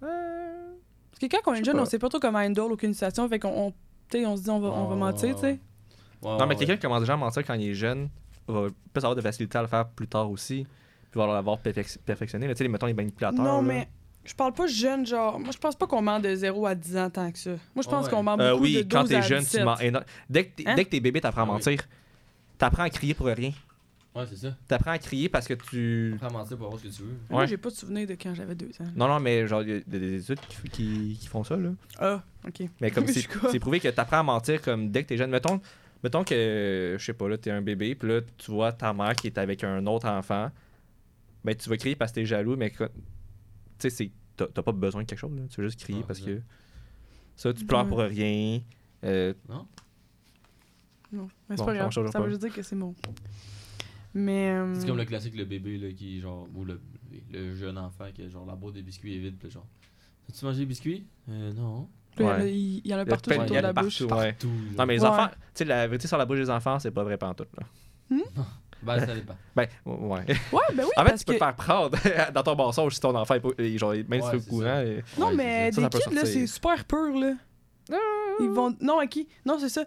[SPEAKER 2] Parce que quand on
[SPEAKER 1] Euh, Je sais
[SPEAKER 2] est jeune,
[SPEAKER 1] pas.
[SPEAKER 2] on sait pas trop comment handle aucune situation, fait qu'on. on- tu sais, on se dit, on va, on va
[SPEAKER 3] Ouais,
[SPEAKER 1] Ah.
[SPEAKER 2] mentir,
[SPEAKER 3] ouais,
[SPEAKER 2] tu sais.
[SPEAKER 3] Ouais, ouais,
[SPEAKER 1] Non, mais
[SPEAKER 3] ouais.
[SPEAKER 1] quelqu'un qui commence déjà à mentir quand il est jeune va plus avoir de facilité à le faire plus tard aussi. Puis va l'avoir perfec- perfectionné. là. Tu sais, les- mettons les manipulateurs.
[SPEAKER 2] Non,
[SPEAKER 1] là.
[SPEAKER 2] mais je parle pas jeune, genre. Moi, je pense pas qu'on ment de 0 à 10 ans tant que ça. Moi, je pense
[SPEAKER 3] Ouais.
[SPEAKER 2] qu'on ment
[SPEAKER 1] Euh,
[SPEAKER 2] beaucoup de
[SPEAKER 1] oui,
[SPEAKER 2] 12
[SPEAKER 1] quand t'es
[SPEAKER 2] à
[SPEAKER 1] jeune, tu
[SPEAKER 2] 17.
[SPEAKER 1] mens énorme. Dès que t'es,
[SPEAKER 2] Hein?
[SPEAKER 1] dès que t'es bébé, t'apprends à
[SPEAKER 3] Ah oui.
[SPEAKER 1] mentir. T'apprends à crier pour rien.
[SPEAKER 3] Ouais, c'est ça.
[SPEAKER 1] T'apprends à crier parce que tu.
[SPEAKER 3] Après, mentir pour avoir ce que tu veux.
[SPEAKER 2] Moi,
[SPEAKER 1] Ouais.
[SPEAKER 2] j'ai pas de souvenir de quand j'avais 2 ans.
[SPEAKER 1] Non, non, mais genre, il y a des- des études qui, qui- qui font ça, là.
[SPEAKER 2] Ah, OK.
[SPEAKER 1] Mais comme
[SPEAKER 2] Mais
[SPEAKER 1] c'est,
[SPEAKER 2] je suis quoi?
[SPEAKER 1] c'est prouvé que t'apprends à mentir comme dès que t'es jeune. Mettons, mettons que, je sais pas, là, t'es un bébé, puis là, tu vois ta mère qui est avec un autre enfant. Ben, tu vas crier parce que t'es jaloux, mais que- tu sais, c'est, t'as, t'as pas besoin de quelque chose, là. Tu veux juste crier
[SPEAKER 3] Ouais,
[SPEAKER 1] parce
[SPEAKER 3] c'est
[SPEAKER 1] que. Ça, tu pleures
[SPEAKER 2] Ouais.
[SPEAKER 1] pour rien. Euh,
[SPEAKER 2] Non,
[SPEAKER 1] Bon,
[SPEAKER 2] mais c'est pas
[SPEAKER 1] ça, on
[SPEAKER 2] grave.
[SPEAKER 1] changera
[SPEAKER 2] Ça
[SPEAKER 1] pas.
[SPEAKER 2] veut juste dire que c'est mon. Mais. euh,
[SPEAKER 3] C'est comme le classique, le bébé, là, qui, genre, ou le, le jeune enfant, qui, genre, la boîte de biscuits est vide, puis genre. As-tu mangé des biscuits Euh, non.
[SPEAKER 2] là,
[SPEAKER 1] ouais.
[SPEAKER 2] Il y en a
[SPEAKER 1] le
[SPEAKER 2] partout
[SPEAKER 1] pet-
[SPEAKER 2] autour
[SPEAKER 1] il y
[SPEAKER 2] de
[SPEAKER 1] a
[SPEAKER 2] la
[SPEAKER 1] le partout,
[SPEAKER 2] bouche.
[SPEAKER 1] ouais.
[SPEAKER 3] Tout. là.
[SPEAKER 1] Non, mais les
[SPEAKER 2] Ouais.
[SPEAKER 1] enfants, tu sais, la vérité sur la bouche des enfants, c'est pas vrai pantoute, là.
[SPEAKER 3] Ben, ça dépend.
[SPEAKER 1] Ben, ouais.
[SPEAKER 2] Ouais, ben oui,
[SPEAKER 1] en fait,
[SPEAKER 2] parce
[SPEAKER 1] tu peux
[SPEAKER 2] que.
[SPEAKER 1] te faire prendre dans ton mensonge si ton enfant est pas. et genre, même si
[SPEAKER 3] Ouais,
[SPEAKER 1] tu es au
[SPEAKER 3] c'est
[SPEAKER 1] courant.
[SPEAKER 3] ça.
[SPEAKER 1] et-
[SPEAKER 2] Non,
[SPEAKER 3] Ouais,
[SPEAKER 2] mais
[SPEAKER 1] c'est ça. Ça, ça
[SPEAKER 2] des
[SPEAKER 1] peut
[SPEAKER 2] kids, là,
[SPEAKER 1] sortir.
[SPEAKER 2] c'est super pur, là. Ils vont. Non, à qui Non, c'est ça.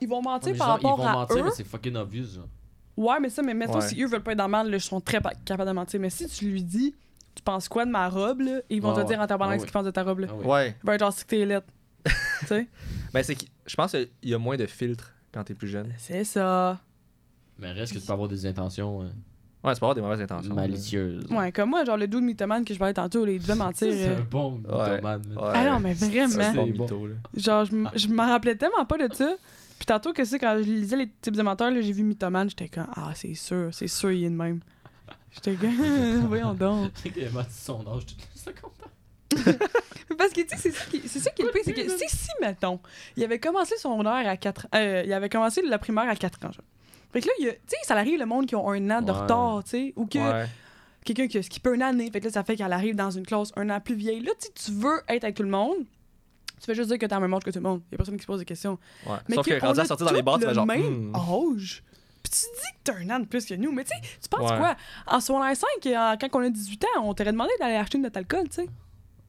[SPEAKER 2] Ils vont
[SPEAKER 3] Ouais,
[SPEAKER 2] mentir
[SPEAKER 3] mais
[SPEAKER 2] par
[SPEAKER 3] genre,
[SPEAKER 2] rapport
[SPEAKER 3] ils vont
[SPEAKER 2] à
[SPEAKER 3] mentir,
[SPEAKER 2] eux.
[SPEAKER 3] mais c'est fucking obvious, genre.
[SPEAKER 2] Ouais, mais ça, mais mettons,
[SPEAKER 1] Ouais.
[SPEAKER 2] si eux veulent pas être dans le mal, là, ils sont très pa- capables de mentir. Mais si tu lui dis, tu penses quoi de ma robe, là, ils vont
[SPEAKER 4] Ouais,
[SPEAKER 2] te dire en tabarnak
[SPEAKER 4] ouais.
[SPEAKER 2] ce qu'ils pensent de ta robe, là.
[SPEAKER 4] Ah oui.
[SPEAKER 1] Ouais.
[SPEAKER 2] Ils vont être genre, c'est que t'es lettre. tu sais?
[SPEAKER 1] Ben, c'est que je pense qu'il y a moins de filtres quand t'es plus jeune.
[SPEAKER 2] C'est ça.
[SPEAKER 3] Mais reste que tu peux avoir des intentions euh,
[SPEAKER 1] Ouais, c'est pas avoir des mauvaises intentions. là.
[SPEAKER 3] malicieuses.
[SPEAKER 2] Ouais, comme moi, genre, le dude mythomane que je parlais tantôt, là, il devait mentir.
[SPEAKER 3] C'est
[SPEAKER 2] euh.
[SPEAKER 3] un bon mythomane, man.
[SPEAKER 1] Ouais.
[SPEAKER 2] Ah non, mais
[SPEAKER 1] Ça,
[SPEAKER 2] vraiment.
[SPEAKER 1] c'est pas
[SPEAKER 3] C'est bon.
[SPEAKER 1] mytho, là.
[SPEAKER 2] Genre, je m- je m'en rappelais tellement pas de ça. Puis tantôt que c'est quand je lisais les types de menteurs, là, j'ai vu mythomane, j'étais comme, ah, c'est sûr, c'est sûr, il est de même. J'étais comme, voyons donc.
[SPEAKER 3] C'est qu'il a menti son âge toutes les secondes.
[SPEAKER 2] Mais Parce que, tu sais, c'est ça qui c'est ça qui est le pire, c'est que si, si, mettons, il avait commencé son heure à 4 ans, euh, il avait commencé la primaire à 4 ans, genre. Fait que là, il y a- tu sais, ça arrive le monde qui ont un an de
[SPEAKER 3] Ouais.
[SPEAKER 2] retard, tu sais, ou que
[SPEAKER 1] Ouais.
[SPEAKER 2] quelqu'un qui a skippé une année, fait que là, ça fait qu'elle arrive dans une classe un an plus vieille. Là, tu sais, tu veux être avec tout le monde, tu fais juste dire que t'as le même âge que tout le monde. Il y a personne qui se pose des questions.
[SPEAKER 1] Ouais.
[SPEAKER 2] Mais
[SPEAKER 1] Sauf que
[SPEAKER 2] qu'on
[SPEAKER 1] rendu à
[SPEAKER 2] a
[SPEAKER 1] sortir dans les
[SPEAKER 2] tout
[SPEAKER 1] bars, tu
[SPEAKER 2] le
[SPEAKER 1] fais genre.
[SPEAKER 2] même
[SPEAKER 1] hmm.
[SPEAKER 2] âge. Puis tu dis que t'as un an de plus que nous, mais tu sais, tu penses
[SPEAKER 1] Ouais.
[SPEAKER 2] quoi? En secondaire 5, en- quand on a 18 ans, on t'aurait demandé d'aller acheter une note d'alcool, tu sais.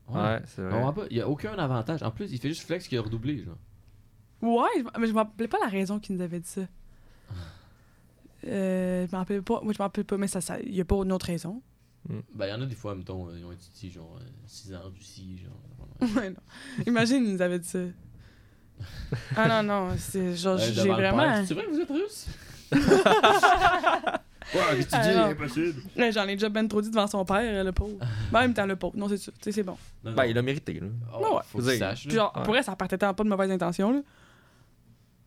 [SPEAKER 1] Ouais, c'est
[SPEAKER 3] On
[SPEAKER 1] vrai.
[SPEAKER 3] comprend pas. Il y a aucun avantage. En plus, il fait juste flex qu'il a redoublé, genre.
[SPEAKER 2] Ouais, je- mais je me rappelais pas la raison qu'il nous avait dit ça. Euh, je m'en rappelle pas. Moi, je m'en rappelle pas, mais ça, ça, y a pas une autre raison.
[SPEAKER 3] Ben, il y en a des fois, mettons, euh, ils ont étudié, genre, 6 ans en Russie, genre. euh,
[SPEAKER 2] Ouais, non. Imagine, il nous avait dit ça. Ah non, non, c'est genre,
[SPEAKER 3] Euh,
[SPEAKER 2] j'ai
[SPEAKER 3] devant le père,
[SPEAKER 2] vraiment.
[SPEAKER 3] C'est vrai que vous êtes russe?
[SPEAKER 5] Ouais, étudier,
[SPEAKER 2] Alors.
[SPEAKER 5] impossible.
[SPEAKER 2] Ouais, J'en ai déjà ben trop dit devant son père, le pauvre. Ben, en même temps, le pauvre, non, c'est sûr. Tu sais, c'est bon.
[SPEAKER 1] Ben,
[SPEAKER 3] Non, non. Ah
[SPEAKER 1] il l'a mérité, là.
[SPEAKER 2] Ouais, ouais.
[SPEAKER 3] Faut que
[SPEAKER 1] Vas-y.
[SPEAKER 3] tu saches.
[SPEAKER 2] Puis genre,
[SPEAKER 1] Ouais.
[SPEAKER 2] pour elle, ça partait tant pas de mauvaises intentions, là.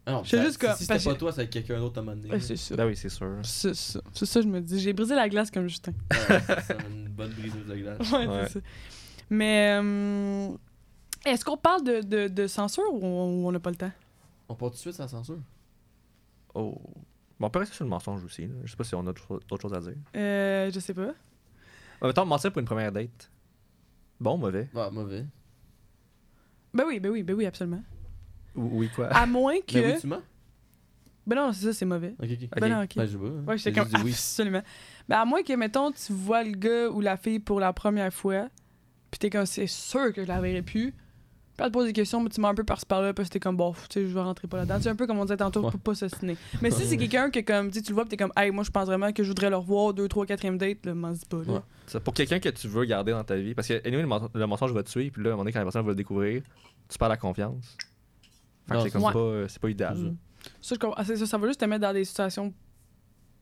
[SPEAKER 3] Ah Non,
[SPEAKER 2] c'est
[SPEAKER 3] ça-
[SPEAKER 2] juste que-
[SPEAKER 3] Si, si c'était
[SPEAKER 2] parce que-
[SPEAKER 3] pas toi, c'est quelqu'un d'autre à un moment donné.
[SPEAKER 2] Ouais, c'est ça.
[SPEAKER 1] Ben oui, c'est sûr.
[SPEAKER 2] C'est ça. C'est ça, je me dis. J'ai brisé la glace comme Justin.
[SPEAKER 3] Ouais, c'est une bonne briseuse de glace.
[SPEAKER 2] Ouais,
[SPEAKER 1] Ouais.
[SPEAKER 2] c'est ça. Mais. euh, est-ce qu'on parle de, de, de censure ou on n'a pas le temps?
[SPEAKER 3] On part tout de suite sans censure.
[SPEAKER 1] Oh. Bon, on peut rester sur le mensonge aussi. là. Je sais pas si on a autre cho- autre chose à dire.
[SPEAKER 2] Euh, je sais pas.
[SPEAKER 1] En même temps, mentir pour une première date. Bon, mauvais.
[SPEAKER 3] Ouais, mauvais.
[SPEAKER 2] Ben oui, ben oui, ben oui, absolument.
[SPEAKER 1] Ou- Oui, quoi.
[SPEAKER 2] À moins que.
[SPEAKER 3] Mais oui, tu mens?
[SPEAKER 2] Ben non, c'est ça, c'est mauvais.
[SPEAKER 3] Ok, ok.
[SPEAKER 2] Ben
[SPEAKER 1] Ok.
[SPEAKER 2] non, ok.
[SPEAKER 3] Ben, je sais pas. hein.
[SPEAKER 2] ouais, j'étais
[SPEAKER 3] J'ai
[SPEAKER 2] comme.
[SPEAKER 3] juste dit oui.
[SPEAKER 2] Absolument. Ben à moins que, mettons, tu vois le gars ou la fille pour la première fois, pis t'es comme, c'est sûr que je la verrai plus. Pas te poser des questions, mais tu m'as un peu par-ci par-là, parce que t'es comme, bon, tu sais, je vais rentrer pas là-dedans. C'est un peu comme on disait tantôt,
[SPEAKER 3] Ouais.
[SPEAKER 2] pour pas s'assiner. Mais si c'est quelqu'un que, comme, tu sais, tu le vois, pis t'es comme, hey, moi, je pense vraiment que je voudrais le revoir 2, 3, 4 date, là, m'en dis pas, là.
[SPEAKER 3] Ouais.
[SPEAKER 1] Ça, Pour quelqu'un que tu veux garder dans ta vie. Parce que, anyway, le, mensonge- le mensonge va te tuer. Puis là, à un moment donné, quand la personne va le découvrir, tu perds la confiance. Fait que
[SPEAKER 3] Non,
[SPEAKER 1] c'est comme
[SPEAKER 2] ouais.
[SPEAKER 1] pas, euh, c'est pas idéal.
[SPEAKER 2] Mhm. Ça, je comprends. Ah, c'est ça, ça va juste te mettre dans des situations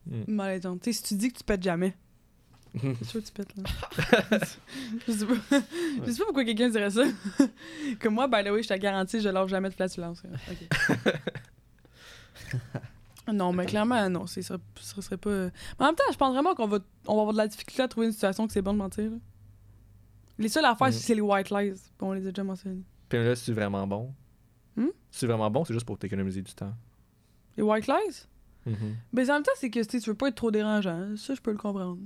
[SPEAKER 1] Mm.
[SPEAKER 2] malaisantes. Tu sais, si tu dis que tu pètes jamais, c'est sûr que tu pètes, là. je, sais pas. je sais pas pourquoi quelqu'un dirait ça. que moi, by the way, je te garantis, je lâche jamais de flatulence. Ok. non, mais clairement, non, ce serait, ce serait pas... Mais en même temps, je pense vraiment qu'on va, on va avoir de la difficulté à trouver une situation que c'est bon de mentir. là. Les seules affaires,
[SPEAKER 1] Mm.
[SPEAKER 2] c'est les white lies. Bon, on les a déjà mentionnés.
[SPEAKER 1] Puis là, c'est vraiment bon.
[SPEAKER 2] Hmm?
[SPEAKER 1] C'est vraiment bon, c'est juste pour t'économiser du temps.
[SPEAKER 2] Les white lies?
[SPEAKER 1] Mm-hmm.
[SPEAKER 2] Mais en même temps, c'est que tu sais, tu veux pas être trop dérangeant. hein. Ça, je peux le comprendre.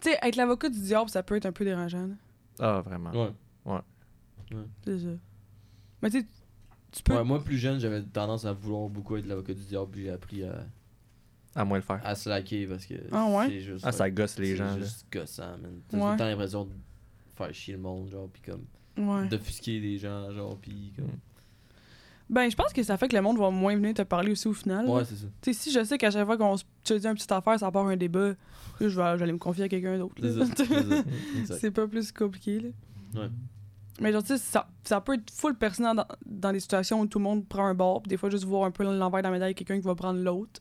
[SPEAKER 2] Tu sais, être l'avocat du diable, ça peut être un peu dérangeant. là.
[SPEAKER 1] Ah, vraiment.
[SPEAKER 3] Ouais.
[SPEAKER 2] C'est ça. Mais tu sais, tu peux.
[SPEAKER 3] Ouais, moi, plus jeune, j'avais tendance à vouloir beaucoup être l'avocat du diable, puis j'ai appris à,
[SPEAKER 1] À moins le faire.
[SPEAKER 3] à slacker parce que
[SPEAKER 2] Ah ouais?
[SPEAKER 3] c'est juste.
[SPEAKER 1] Ah, ça gosse les
[SPEAKER 3] c'est
[SPEAKER 1] gens. là.
[SPEAKER 3] juste gossant, man. T'as
[SPEAKER 2] Ouais.
[SPEAKER 3] tout le temps l'impression de faire chier le monde, genre, puis comme.
[SPEAKER 2] Ouais.
[SPEAKER 3] d'offusquer les gens, genre, puis comme.
[SPEAKER 2] Ben, je pense que ça fait que le monde va moins venir te parler aussi au final.
[SPEAKER 3] Ouais,
[SPEAKER 2] là.
[SPEAKER 3] c'est ça.
[SPEAKER 2] Tu sais, si je sais qu'à chaque fois qu'on se tu dis une petite affaire, ça part un débat, là, je vais j'allais me confier à quelqu'un d'autre.
[SPEAKER 3] C'est
[SPEAKER 2] là.
[SPEAKER 3] ça. c'est ça. Exact.
[SPEAKER 2] C'est pas plus compliqué, là.
[SPEAKER 3] Ouais.
[SPEAKER 2] Mais genre, tu sais, ça, ça peut être full pertinent dans, dans des situations où tout le monde prend un bord, puis des fois, juste voir un peu l'envers de la médaille, quelqu'un qui va prendre l'autre.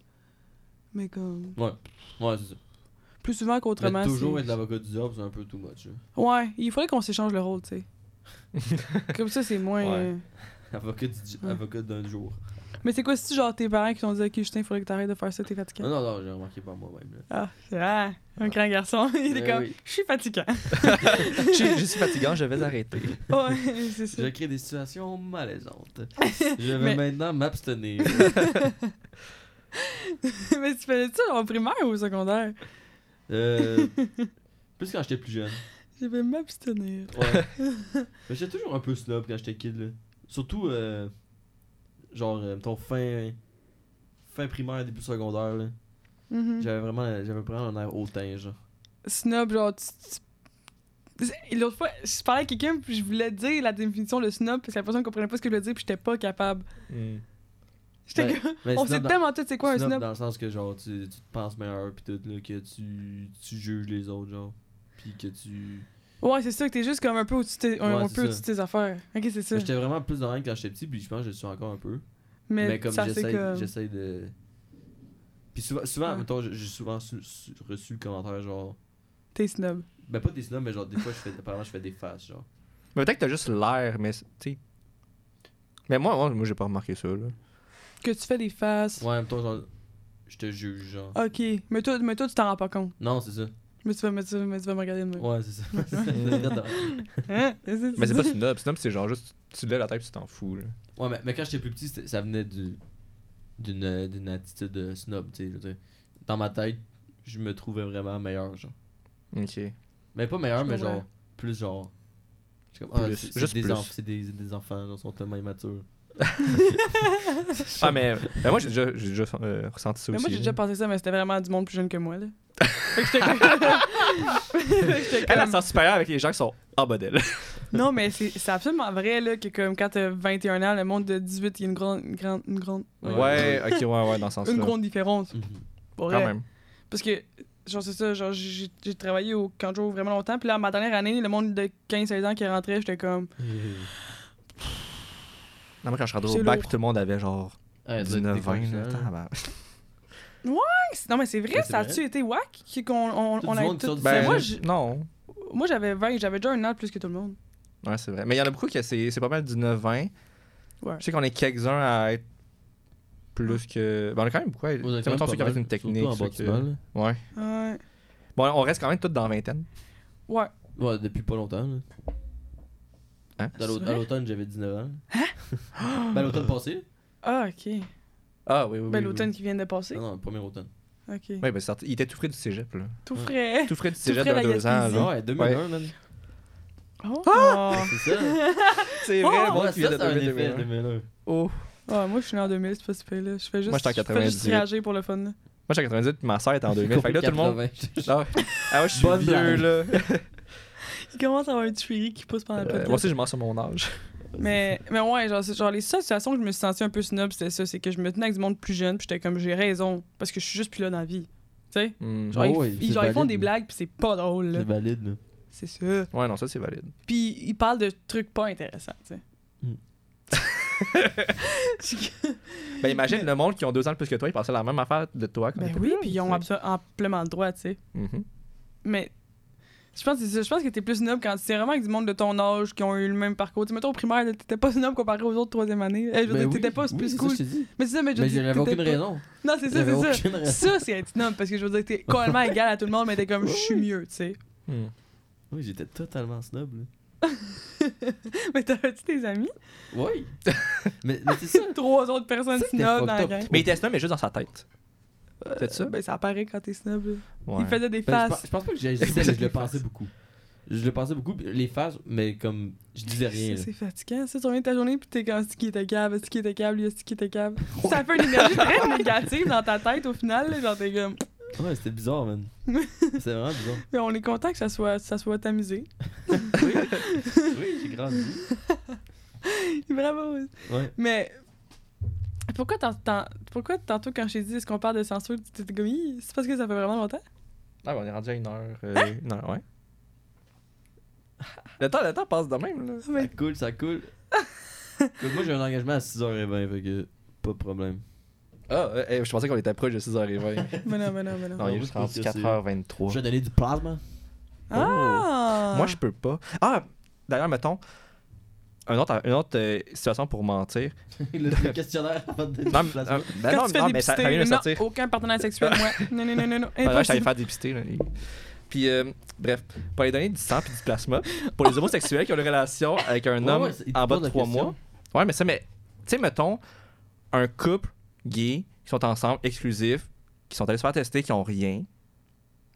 [SPEAKER 2] Mais comme.
[SPEAKER 3] Ouais, c'est ça.
[SPEAKER 2] Plus souvent
[SPEAKER 3] Mais
[SPEAKER 2] qu'autrement.
[SPEAKER 3] toujours
[SPEAKER 2] c'est-
[SPEAKER 3] être l'avocat du diable, c'est un peu too much. là.
[SPEAKER 2] Ouais, il faudrait qu'on s'échange le rôle, tu sais. Comme ça, c'est moins.
[SPEAKER 1] Ouais.
[SPEAKER 2] euh,
[SPEAKER 3] Avocat, du di-
[SPEAKER 2] Ouais.
[SPEAKER 3] avocat d'un jour.
[SPEAKER 2] Mais c'est quoi si, genre, tes parents qui t'ont dit, OK, Justin, il faudrait que t'arrêtes de faire ça, t'es fatigué?
[SPEAKER 3] Ah, Non, non, non, j'ai remarqué par moi-même. là.
[SPEAKER 2] Ah, c'est ah, un grand garçon. Il est
[SPEAKER 3] Eh
[SPEAKER 2] comme,
[SPEAKER 3] oui.
[SPEAKER 2] je suis fatiguant.
[SPEAKER 1] je, je suis fatigant, je vais arrêter.
[SPEAKER 2] ouais, c'est ça.
[SPEAKER 3] Je crée des situations malaisantes. Je
[SPEAKER 2] Mais-
[SPEAKER 3] vais maintenant m'abstenir.
[SPEAKER 2] Mais tu faisais ça en primaire ou au secondaire?
[SPEAKER 3] Euh, plus quand j'étais plus jeune.
[SPEAKER 2] Je vais m'abstenir.
[SPEAKER 3] Ouais. Mais j'étais toujours un peu snob quand j'étais kid. Là. Surtout, euh, genre, euh, mettons, fin, fin primaire, début secondaire. Là.
[SPEAKER 2] Mhm.
[SPEAKER 3] J'avais vraiment, j'avais vraiment un air hautain, genre.
[SPEAKER 2] Snob, genre, tu. tu- Et L'autre fois, je parlais à quelqu'un,
[SPEAKER 1] Hmm.
[SPEAKER 2] puis je voulais dire la définition de snob, parce que la personne comprenait pas ce que je voulais dire, puis j'étais pas capable. J'étais
[SPEAKER 3] Ben,
[SPEAKER 2] comme-
[SPEAKER 3] Mais
[SPEAKER 2] on
[SPEAKER 3] sinon,
[SPEAKER 2] sait
[SPEAKER 3] dans-
[SPEAKER 2] tellement tout c'est quoi un
[SPEAKER 3] sinon,
[SPEAKER 2] snob.
[SPEAKER 3] Dans le sens que genre tu, tu te penses meilleur pis tout là, que tu, tu juges les autres genre. Pis que tu.
[SPEAKER 2] Ouais, c'est ça, que t'es juste comme un peu au-dessus de tes- un-
[SPEAKER 3] Ouais,
[SPEAKER 2] un
[SPEAKER 3] c'est
[SPEAKER 2] peu
[SPEAKER 3] ça.
[SPEAKER 2] au-dessus de tes affaires. Ok, c'est ça.
[SPEAKER 3] Mais J'étais vraiment plus dans la haine quand j'étais petit puis je pense que je le suis encore un peu.
[SPEAKER 2] Mais,
[SPEAKER 3] Mais, comme
[SPEAKER 2] ça, c'est
[SPEAKER 3] j'essaye
[SPEAKER 2] comme.
[SPEAKER 3] j'essaye de. Pis souvent, souvent
[SPEAKER 2] Ouais.
[SPEAKER 3] mettons, j'ai j'ai souvent su- su- reçu le commentaire genre.
[SPEAKER 2] T'es snob.
[SPEAKER 3] Ben pas des snobs, mais genre des fois je fais apparemment je fais des faces genre.
[SPEAKER 1] Mais peut-être que t'as juste l'air, mais c'est- tu sais. Mais moi, moi, moi, j'ai pas remarqué ça. Là.
[SPEAKER 2] Que tu fais des faces.
[SPEAKER 3] Ouais, mettons genre. Je te juge genre.
[SPEAKER 2] Ok, mais toi, mais toi tu t'en rends pas compte.
[SPEAKER 3] Non, c'est ça.
[SPEAKER 2] Mais tu vas, mais tu, mais tu vas me regarder de même.
[SPEAKER 3] Ouais, c'est ça.
[SPEAKER 2] Hein? C'est- c'est-
[SPEAKER 1] Mais c'est pas snob. Snob, c'est genre juste tu lèves la tête et tu t'en fous. Là.
[SPEAKER 3] Ouais, mais, mais quand j'étais plus petit, c'était- ça venait du- d'une d'une attitude de snob, tu sais. je veux dire. Dans ma tête, je me trouvais vraiment meilleur, genre.
[SPEAKER 1] Ok.
[SPEAKER 3] Mais pas meilleur,
[SPEAKER 2] Je
[SPEAKER 3] mais
[SPEAKER 2] comprends.
[SPEAKER 3] genre, plus genre. je suis comme, ah,
[SPEAKER 1] Plus,
[SPEAKER 3] c'est-
[SPEAKER 1] juste
[SPEAKER 3] c'est des,
[SPEAKER 1] plus.
[SPEAKER 3] enf- c'est des, des enfants, genre, sont tellement immatures.
[SPEAKER 1] Ah, mais, mais moi, j'ai déjà, j'ai déjà euh, ressenti ça
[SPEAKER 2] Mais
[SPEAKER 1] aussi.
[SPEAKER 2] moi, j'ai
[SPEAKER 1] là.
[SPEAKER 3] hein.
[SPEAKER 2] déjà pensé ça, mais c'était vraiment du monde plus jeune que moi, là. Fait que j'étais comme- Fait que j'étais
[SPEAKER 1] Elle a
[SPEAKER 2] comme-
[SPEAKER 1] senti supérieur avec les gens qui sont en modèle.
[SPEAKER 2] Non, mais c'est c'est absolument vrai, là, que comme quand t'as 21 ans, le monde de 18, il y a une grande. Une grande, une grande
[SPEAKER 3] Ouais.
[SPEAKER 1] Ouais, ok, ouais, ouais, dans ce sens-là.
[SPEAKER 2] Une grande différence. Pour
[SPEAKER 1] Mhm. Quand
[SPEAKER 2] vrai.
[SPEAKER 1] même.
[SPEAKER 2] Parce que, genre, c'est ça, genre, j'ai j'ai travaillé au Kanjo vraiment longtemps. Puis là, ma dernière année, le monde de 15-16 ans qui rentrait, j'étais comme.
[SPEAKER 1] Non, moi, quand je suis
[SPEAKER 2] C'est
[SPEAKER 1] rentré au bac,
[SPEAKER 2] lourd.
[SPEAKER 1] tout le monde avait genre
[SPEAKER 3] Ouais,
[SPEAKER 1] 19, 20. là.
[SPEAKER 3] ans.
[SPEAKER 1] Tabarnak.
[SPEAKER 2] Hey, Ah, c'est- Non, mais c'est vrai,
[SPEAKER 3] Ouais, c'est
[SPEAKER 2] ça a-tu été whack qui- qu'on on,
[SPEAKER 3] Tout
[SPEAKER 2] on
[SPEAKER 3] du
[SPEAKER 2] a
[SPEAKER 3] monde
[SPEAKER 2] tout-
[SPEAKER 3] sort du
[SPEAKER 2] Mais
[SPEAKER 1] Ben,
[SPEAKER 3] cégep.
[SPEAKER 2] moi, je-
[SPEAKER 1] non.
[SPEAKER 2] moi, j'avais 20, j'avais déjà un an de plus que tout le monde.
[SPEAKER 1] Ouais, c'est vrai. Mais il y en a beaucoup qui c'est c'est pas mal 19-20.
[SPEAKER 2] Ouais.
[SPEAKER 1] Je sais qu'on est quelques-uns à être plus que. Ben, on est quand même beaucoup. à- Tu sais, mettons ceux qui avaient une technique.
[SPEAKER 3] en
[SPEAKER 1] ceux qui-
[SPEAKER 3] bâtiment, là.
[SPEAKER 1] Ouais.
[SPEAKER 2] Ouais.
[SPEAKER 1] Bon, on reste quand même tous dans la vingtaine.
[SPEAKER 2] Ouais.
[SPEAKER 3] Ouais, depuis pas longtemps, là.
[SPEAKER 1] Hein?
[SPEAKER 3] Dans l'au-
[SPEAKER 2] C'est
[SPEAKER 3] dans
[SPEAKER 2] vrai?
[SPEAKER 3] l'automne, j'avais 19 ans. Hein? ben, l'automne passé?
[SPEAKER 2] Ah, ok.
[SPEAKER 1] Ah, oui, oui.
[SPEAKER 2] ben,
[SPEAKER 1] oui,
[SPEAKER 2] l'automne
[SPEAKER 1] Oui,
[SPEAKER 2] qui vient de passer.
[SPEAKER 3] Ah Non, non, le premier automne.
[SPEAKER 2] Ok.
[SPEAKER 1] Ouais, ben, c'est sorti- il était tout frais du cégep, là.
[SPEAKER 2] Tout frais.
[SPEAKER 1] Tout frais du cégep
[SPEAKER 2] frais
[SPEAKER 1] d'un
[SPEAKER 2] de la
[SPEAKER 1] Ah, deux ans,
[SPEAKER 2] Gaspésie.
[SPEAKER 1] là.
[SPEAKER 3] Ouais, 2001, man.
[SPEAKER 1] Ah!
[SPEAKER 2] Oh.
[SPEAKER 3] C'est ça.
[SPEAKER 1] C'est
[SPEAKER 2] vrai,
[SPEAKER 3] Ouais, ça, c'est un effet, 2001.
[SPEAKER 1] Oh.
[SPEAKER 2] Ouais, Ah, moi, je suis né en 2000, c'est pas super, là. Je fais juste.
[SPEAKER 1] Moi, j'étais en
[SPEAKER 2] je fais juste
[SPEAKER 1] 98.
[SPEAKER 2] réagir pour le fun, là.
[SPEAKER 1] Moi, j'étais en 98, puis ma soeur était en 2000. Fait que là, tout le monde.
[SPEAKER 3] 80.
[SPEAKER 1] Ah, ouais. Ah ouais, je suis
[SPEAKER 3] Bonne
[SPEAKER 1] vieux, là.
[SPEAKER 2] Il commence à avoir un tuerie qui pousse pendant le
[SPEAKER 1] Euh,
[SPEAKER 2] podcast.
[SPEAKER 1] Moi aussi, je mens sur mon âge.
[SPEAKER 2] Mais, mais ouais, genre, c'est- genre, les seules situations où je me suis sentie un peu snob, c'était ça. C'est que je me tenais avec du monde plus jeune, puis j'étais comme, j'ai raison, parce que je suis juste plus là dans la vie. Tu sais?
[SPEAKER 1] Hmm.
[SPEAKER 2] Genre,
[SPEAKER 3] Ah
[SPEAKER 2] ils-
[SPEAKER 3] ouais,
[SPEAKER 2] ils,
[SPEAKER 3] c'est
[SPEAKER 2] genre, ils font
[SPEAKER 3] valide,
[SPEAKER 2] des
[SPEAKER 3] là.
[SPEAKER 2] blagues, puis c'est pas drôle, là.
[SPEAKER 3] C'est valide, là.
[SPEAKER 2] C'est ça.
[SPEAKER 1] Ouais, non, ça, c'est valide.
[SPEAKER 2] Puis ils parlent de trucs pas intéressants, tu sais.
[SPEAKER 3] Mm.
[SPEAKER 2] Je suis-
[SPEAKER 1] Ben, imagine le monde qui ont deux ans de plus que toi, ils pensaient la même affaire de toi. quand
[SPEAKER 2] ben
[SPEAKER 1] t'étais
[SPEAKER 2] oui,
[SPEAKER 1] plus
[SPEAKER 2] puis
[SPEAKER 1] jeune,
[SPEAKER 2] ils ont
[SPEAKER 1] tu sais.
[SPEAKER 2] abso- amplement le droit, tu sais.
[SPEAKER 1] Mhm.
[SPEAKER 2] Mais je pense que c'est ça. Je pense que t'es plus snob quand c'est vraiment avec du monde de ton âge qui ont eu le même parcours. Tu sais, mettons au primaire, là, t'étais pas snob comparé aux autres troisième année. Eh, je veux
[SPEAKER 3] Ben
[SPEAKER 2] dire,
[SPEAKER 3] oui,
[SPEAKER 2] t'étais pas
[SPEAKER 3] oui,
[SPEAKER 2] plus
[SPEAKER 3] c'est ça
[SPEAKER 2] cool.
[SPEAKER 3] que je te dis.
[SPEAKER 2] mais c'est ça, mais je
[SPEAKER 3] Mais
[SPEAKER 2] veux dire,
[SPEAKER 3] j'avais aucune
[SPEAKER 2] t'étais pas-
[SPEAKER 3] raison.
[SPEAKER 2] Non, c'est ça,
[SPEAKER 3] J'avais
[SPEAKER 2] c'est ça.
[SPEAKER 3] aucune raison.
[SPEAKER 2] Ça, c'est être snob parce que je veux dire, t'es complètement égal à tout le monde, mais t'es comme, je suis mieux, tu sais.
[SPEAKER 1] Hmm.
[SPEAKER 3] Oui, j'étais totalement snob, là.
[SPEAKER 2] Mais t'avais-tu tes amis?
[SPEAKER 3] Oui. mais mais c'est ça.
[SPEAKER 2] Trois autres personnes
[SPEAKER 3] Ça, c'était
[SPEAKER 2] snob dans la
[SPEAKER 3] fucked up.
[SPEAKER 2] gang.
[SPEAKER 1] Mais il était snob, mais juste dans sa tête. Peut-être ça?
[SPEAKER 2] Ben, ça apparaît quand t'es snob. là.
[SPEAKER 1] Ouais.
[SPEAKER 2] Il faisait des
[SPEAKER 3] Ben, je, pense,
[SPEAKER 2] faces.
[SPEAKER 3] je pense pas que j'agissais, mais je le pensais beaucoup. Je le pensais beaucoup, puis les phases, mais comme je disais rien.
[SPEAKER 2] Ça,
[SPEAKER 3] là.
[SPEAKER 2] C'est fatigant, ça. Tu reviens de ta journée, puis t'es comme, c'est qui était câble, c'est qui était câble, lui, c'est qui était câble. Ça fait une énergie très négative dans ta tête au final, là, genre t'es comme.
[SPEAKER 3] Ouais, c'était bizarre, man. c'est vraiment bizarre.
[SPEAKER 2] Mais on est content que ça soit, ça soit amusé.
[SPEAKER 3] Oui, j'ai grandi.
[SPEAKER 2] Bravo.
[SPEAKER 3] Ouais.
[SPEAKER 2] Mais pourquoi, t'en- t'en- pourquoi tantôt quand je t'ai dit est-ce qu'on parle de censure, tu t'es comme Hi, c'est parce que ça fait vraiment longtemps?
[SPEAKER 1] Ah, ben, on est rendu à une heure. euh, une heure, ouais. Le temps, le temps passe de même, là.
[SPEAKER 3] Ça coule, ça coule. Écoute, moi, j'ai un engagement à 6h20, fait que pas de problème.
[SPEAKER 1] Ah, euh, eh, je pensais qu'on était proche de 6h20.
[SPEAKER 2] Mais non, mais non, mais non.
[SPEAKER 1] non, il est juste rendu 4h23.
[SPEAKER 3] Je vais donner du plasma.
[SPEAKER 2] Ah!
[SPEAKER 1] Oh. Moi, je peux pas. Ah, d'ailleurs, mettons, une autre, une autre euh, situation pour mentir.
[SPEAKER 3] le, le questionnaire avant de donner
[SPEAKER 1] Non,
[SPEAKER 3] du
[SPEAKER 1] mais-
[SPEAKER 3] plasma.
[SPEAKER 1] euh, ben
[SPEAKER 2] Quand
[SPEAKER 1] non,
[SPEAKER 2] tu fais
[SPEAKER 1] non, mais ça,
[SPEAKER 2] dépister,
[SPEAKER 1] ça vient de
[SPEAKER 2] non,
[SPEAKER 1] sortir.
[SPEAKER 2] aucun partenaire sexuel, moi. Non, non, non, non, non.
[SPEAKER 1] Ah, ouais, j'allais
[SPEAKER 2] impossible.
[SPEAKER 1] faire dépister. là. Puis, euh, bref, pour les donner du sang puis du plasma, pour les homosexuels qui ont une relation avec un
[SPEAKER 3] Ouais,
[SPEAKER 1] homme
[SPEAKER 3] ouais, c'est- il te
[SPEAKER 1] en bas
[SPEAKER 3] pose
[SPEAKER 1] de
[SPEAKER 3] la
[SPEAKER 1] 3
[SPEAKER 3] question.
[SPEAKER 1] mois. Ouais, mais ça, mais, tu sais, mettons, un couple gay qui sont ensemble, exclusifs, qui sont allés se faire tester, qui ont rien.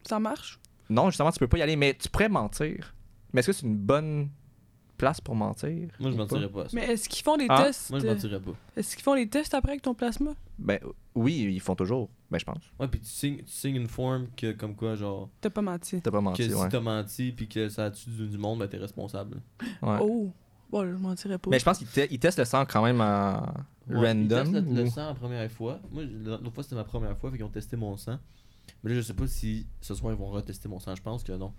[SPEAKER 2] Ça marche?
[SPEAKER 1] Non, justement, tu peux pas y aller, mais tu pourrais mentir. Mais est-ce que c'est une bonne place pour mentir? Ou
[SPEAKER 3] Moi, je
[SPEAKER 1] pas?
[SPEAKER 3] mentirais pas. à ça.
[SPEAKER 2] Mais est-ce qu'ils font des
[SPEAKER 1] Ah,
[SPEAKER 2] tests?
[SPEAKER 3] Moi, je
[SPEAKER 2] euh,
[SPEAKER 3] mentirais pas.
[SPEAKER 2] Est-ce qu'ils font des tests après avec ton plasma?
[SPEAKER 1] Ben oui, ils font toujours. Ben je pense.
[SPEAKER 3] Ouais, puis tu signes, tu signes une forme que, comme quoi, genre,
[SPEAKER 2] T'as pas menti.
[SPEAKER 1] T'as pas
[SPEAKER 3] que
[SPEAKER 1] menti,
[SPEAKER 3] si
[SPEAKER 1] ouais.
[SPEAKER 3] t'as menti puis que ça tue du, du monde, ben t'es responsable.
[SPEAKER 1] Ouais.
[SPEAKER 2] Oh! Bon, là, je mentirais pas.
[SPEAKER 1] Mais je pense qu'ils te- ils testent le sang quand même en,
[SPEAKER 3] Ouais, ils
[SPEAKER 1] random.
[SPEAKER 3] testent le, le
[SPEAKER 1] ou-
[SPEAKER 3] sang la première fois. Moi, l'autre fois, c'était ma première fois, fait qu'ils ont testé mon sang. Mais là, je sais pas si ce soir, ils vont retester mon sang. Je pense que non.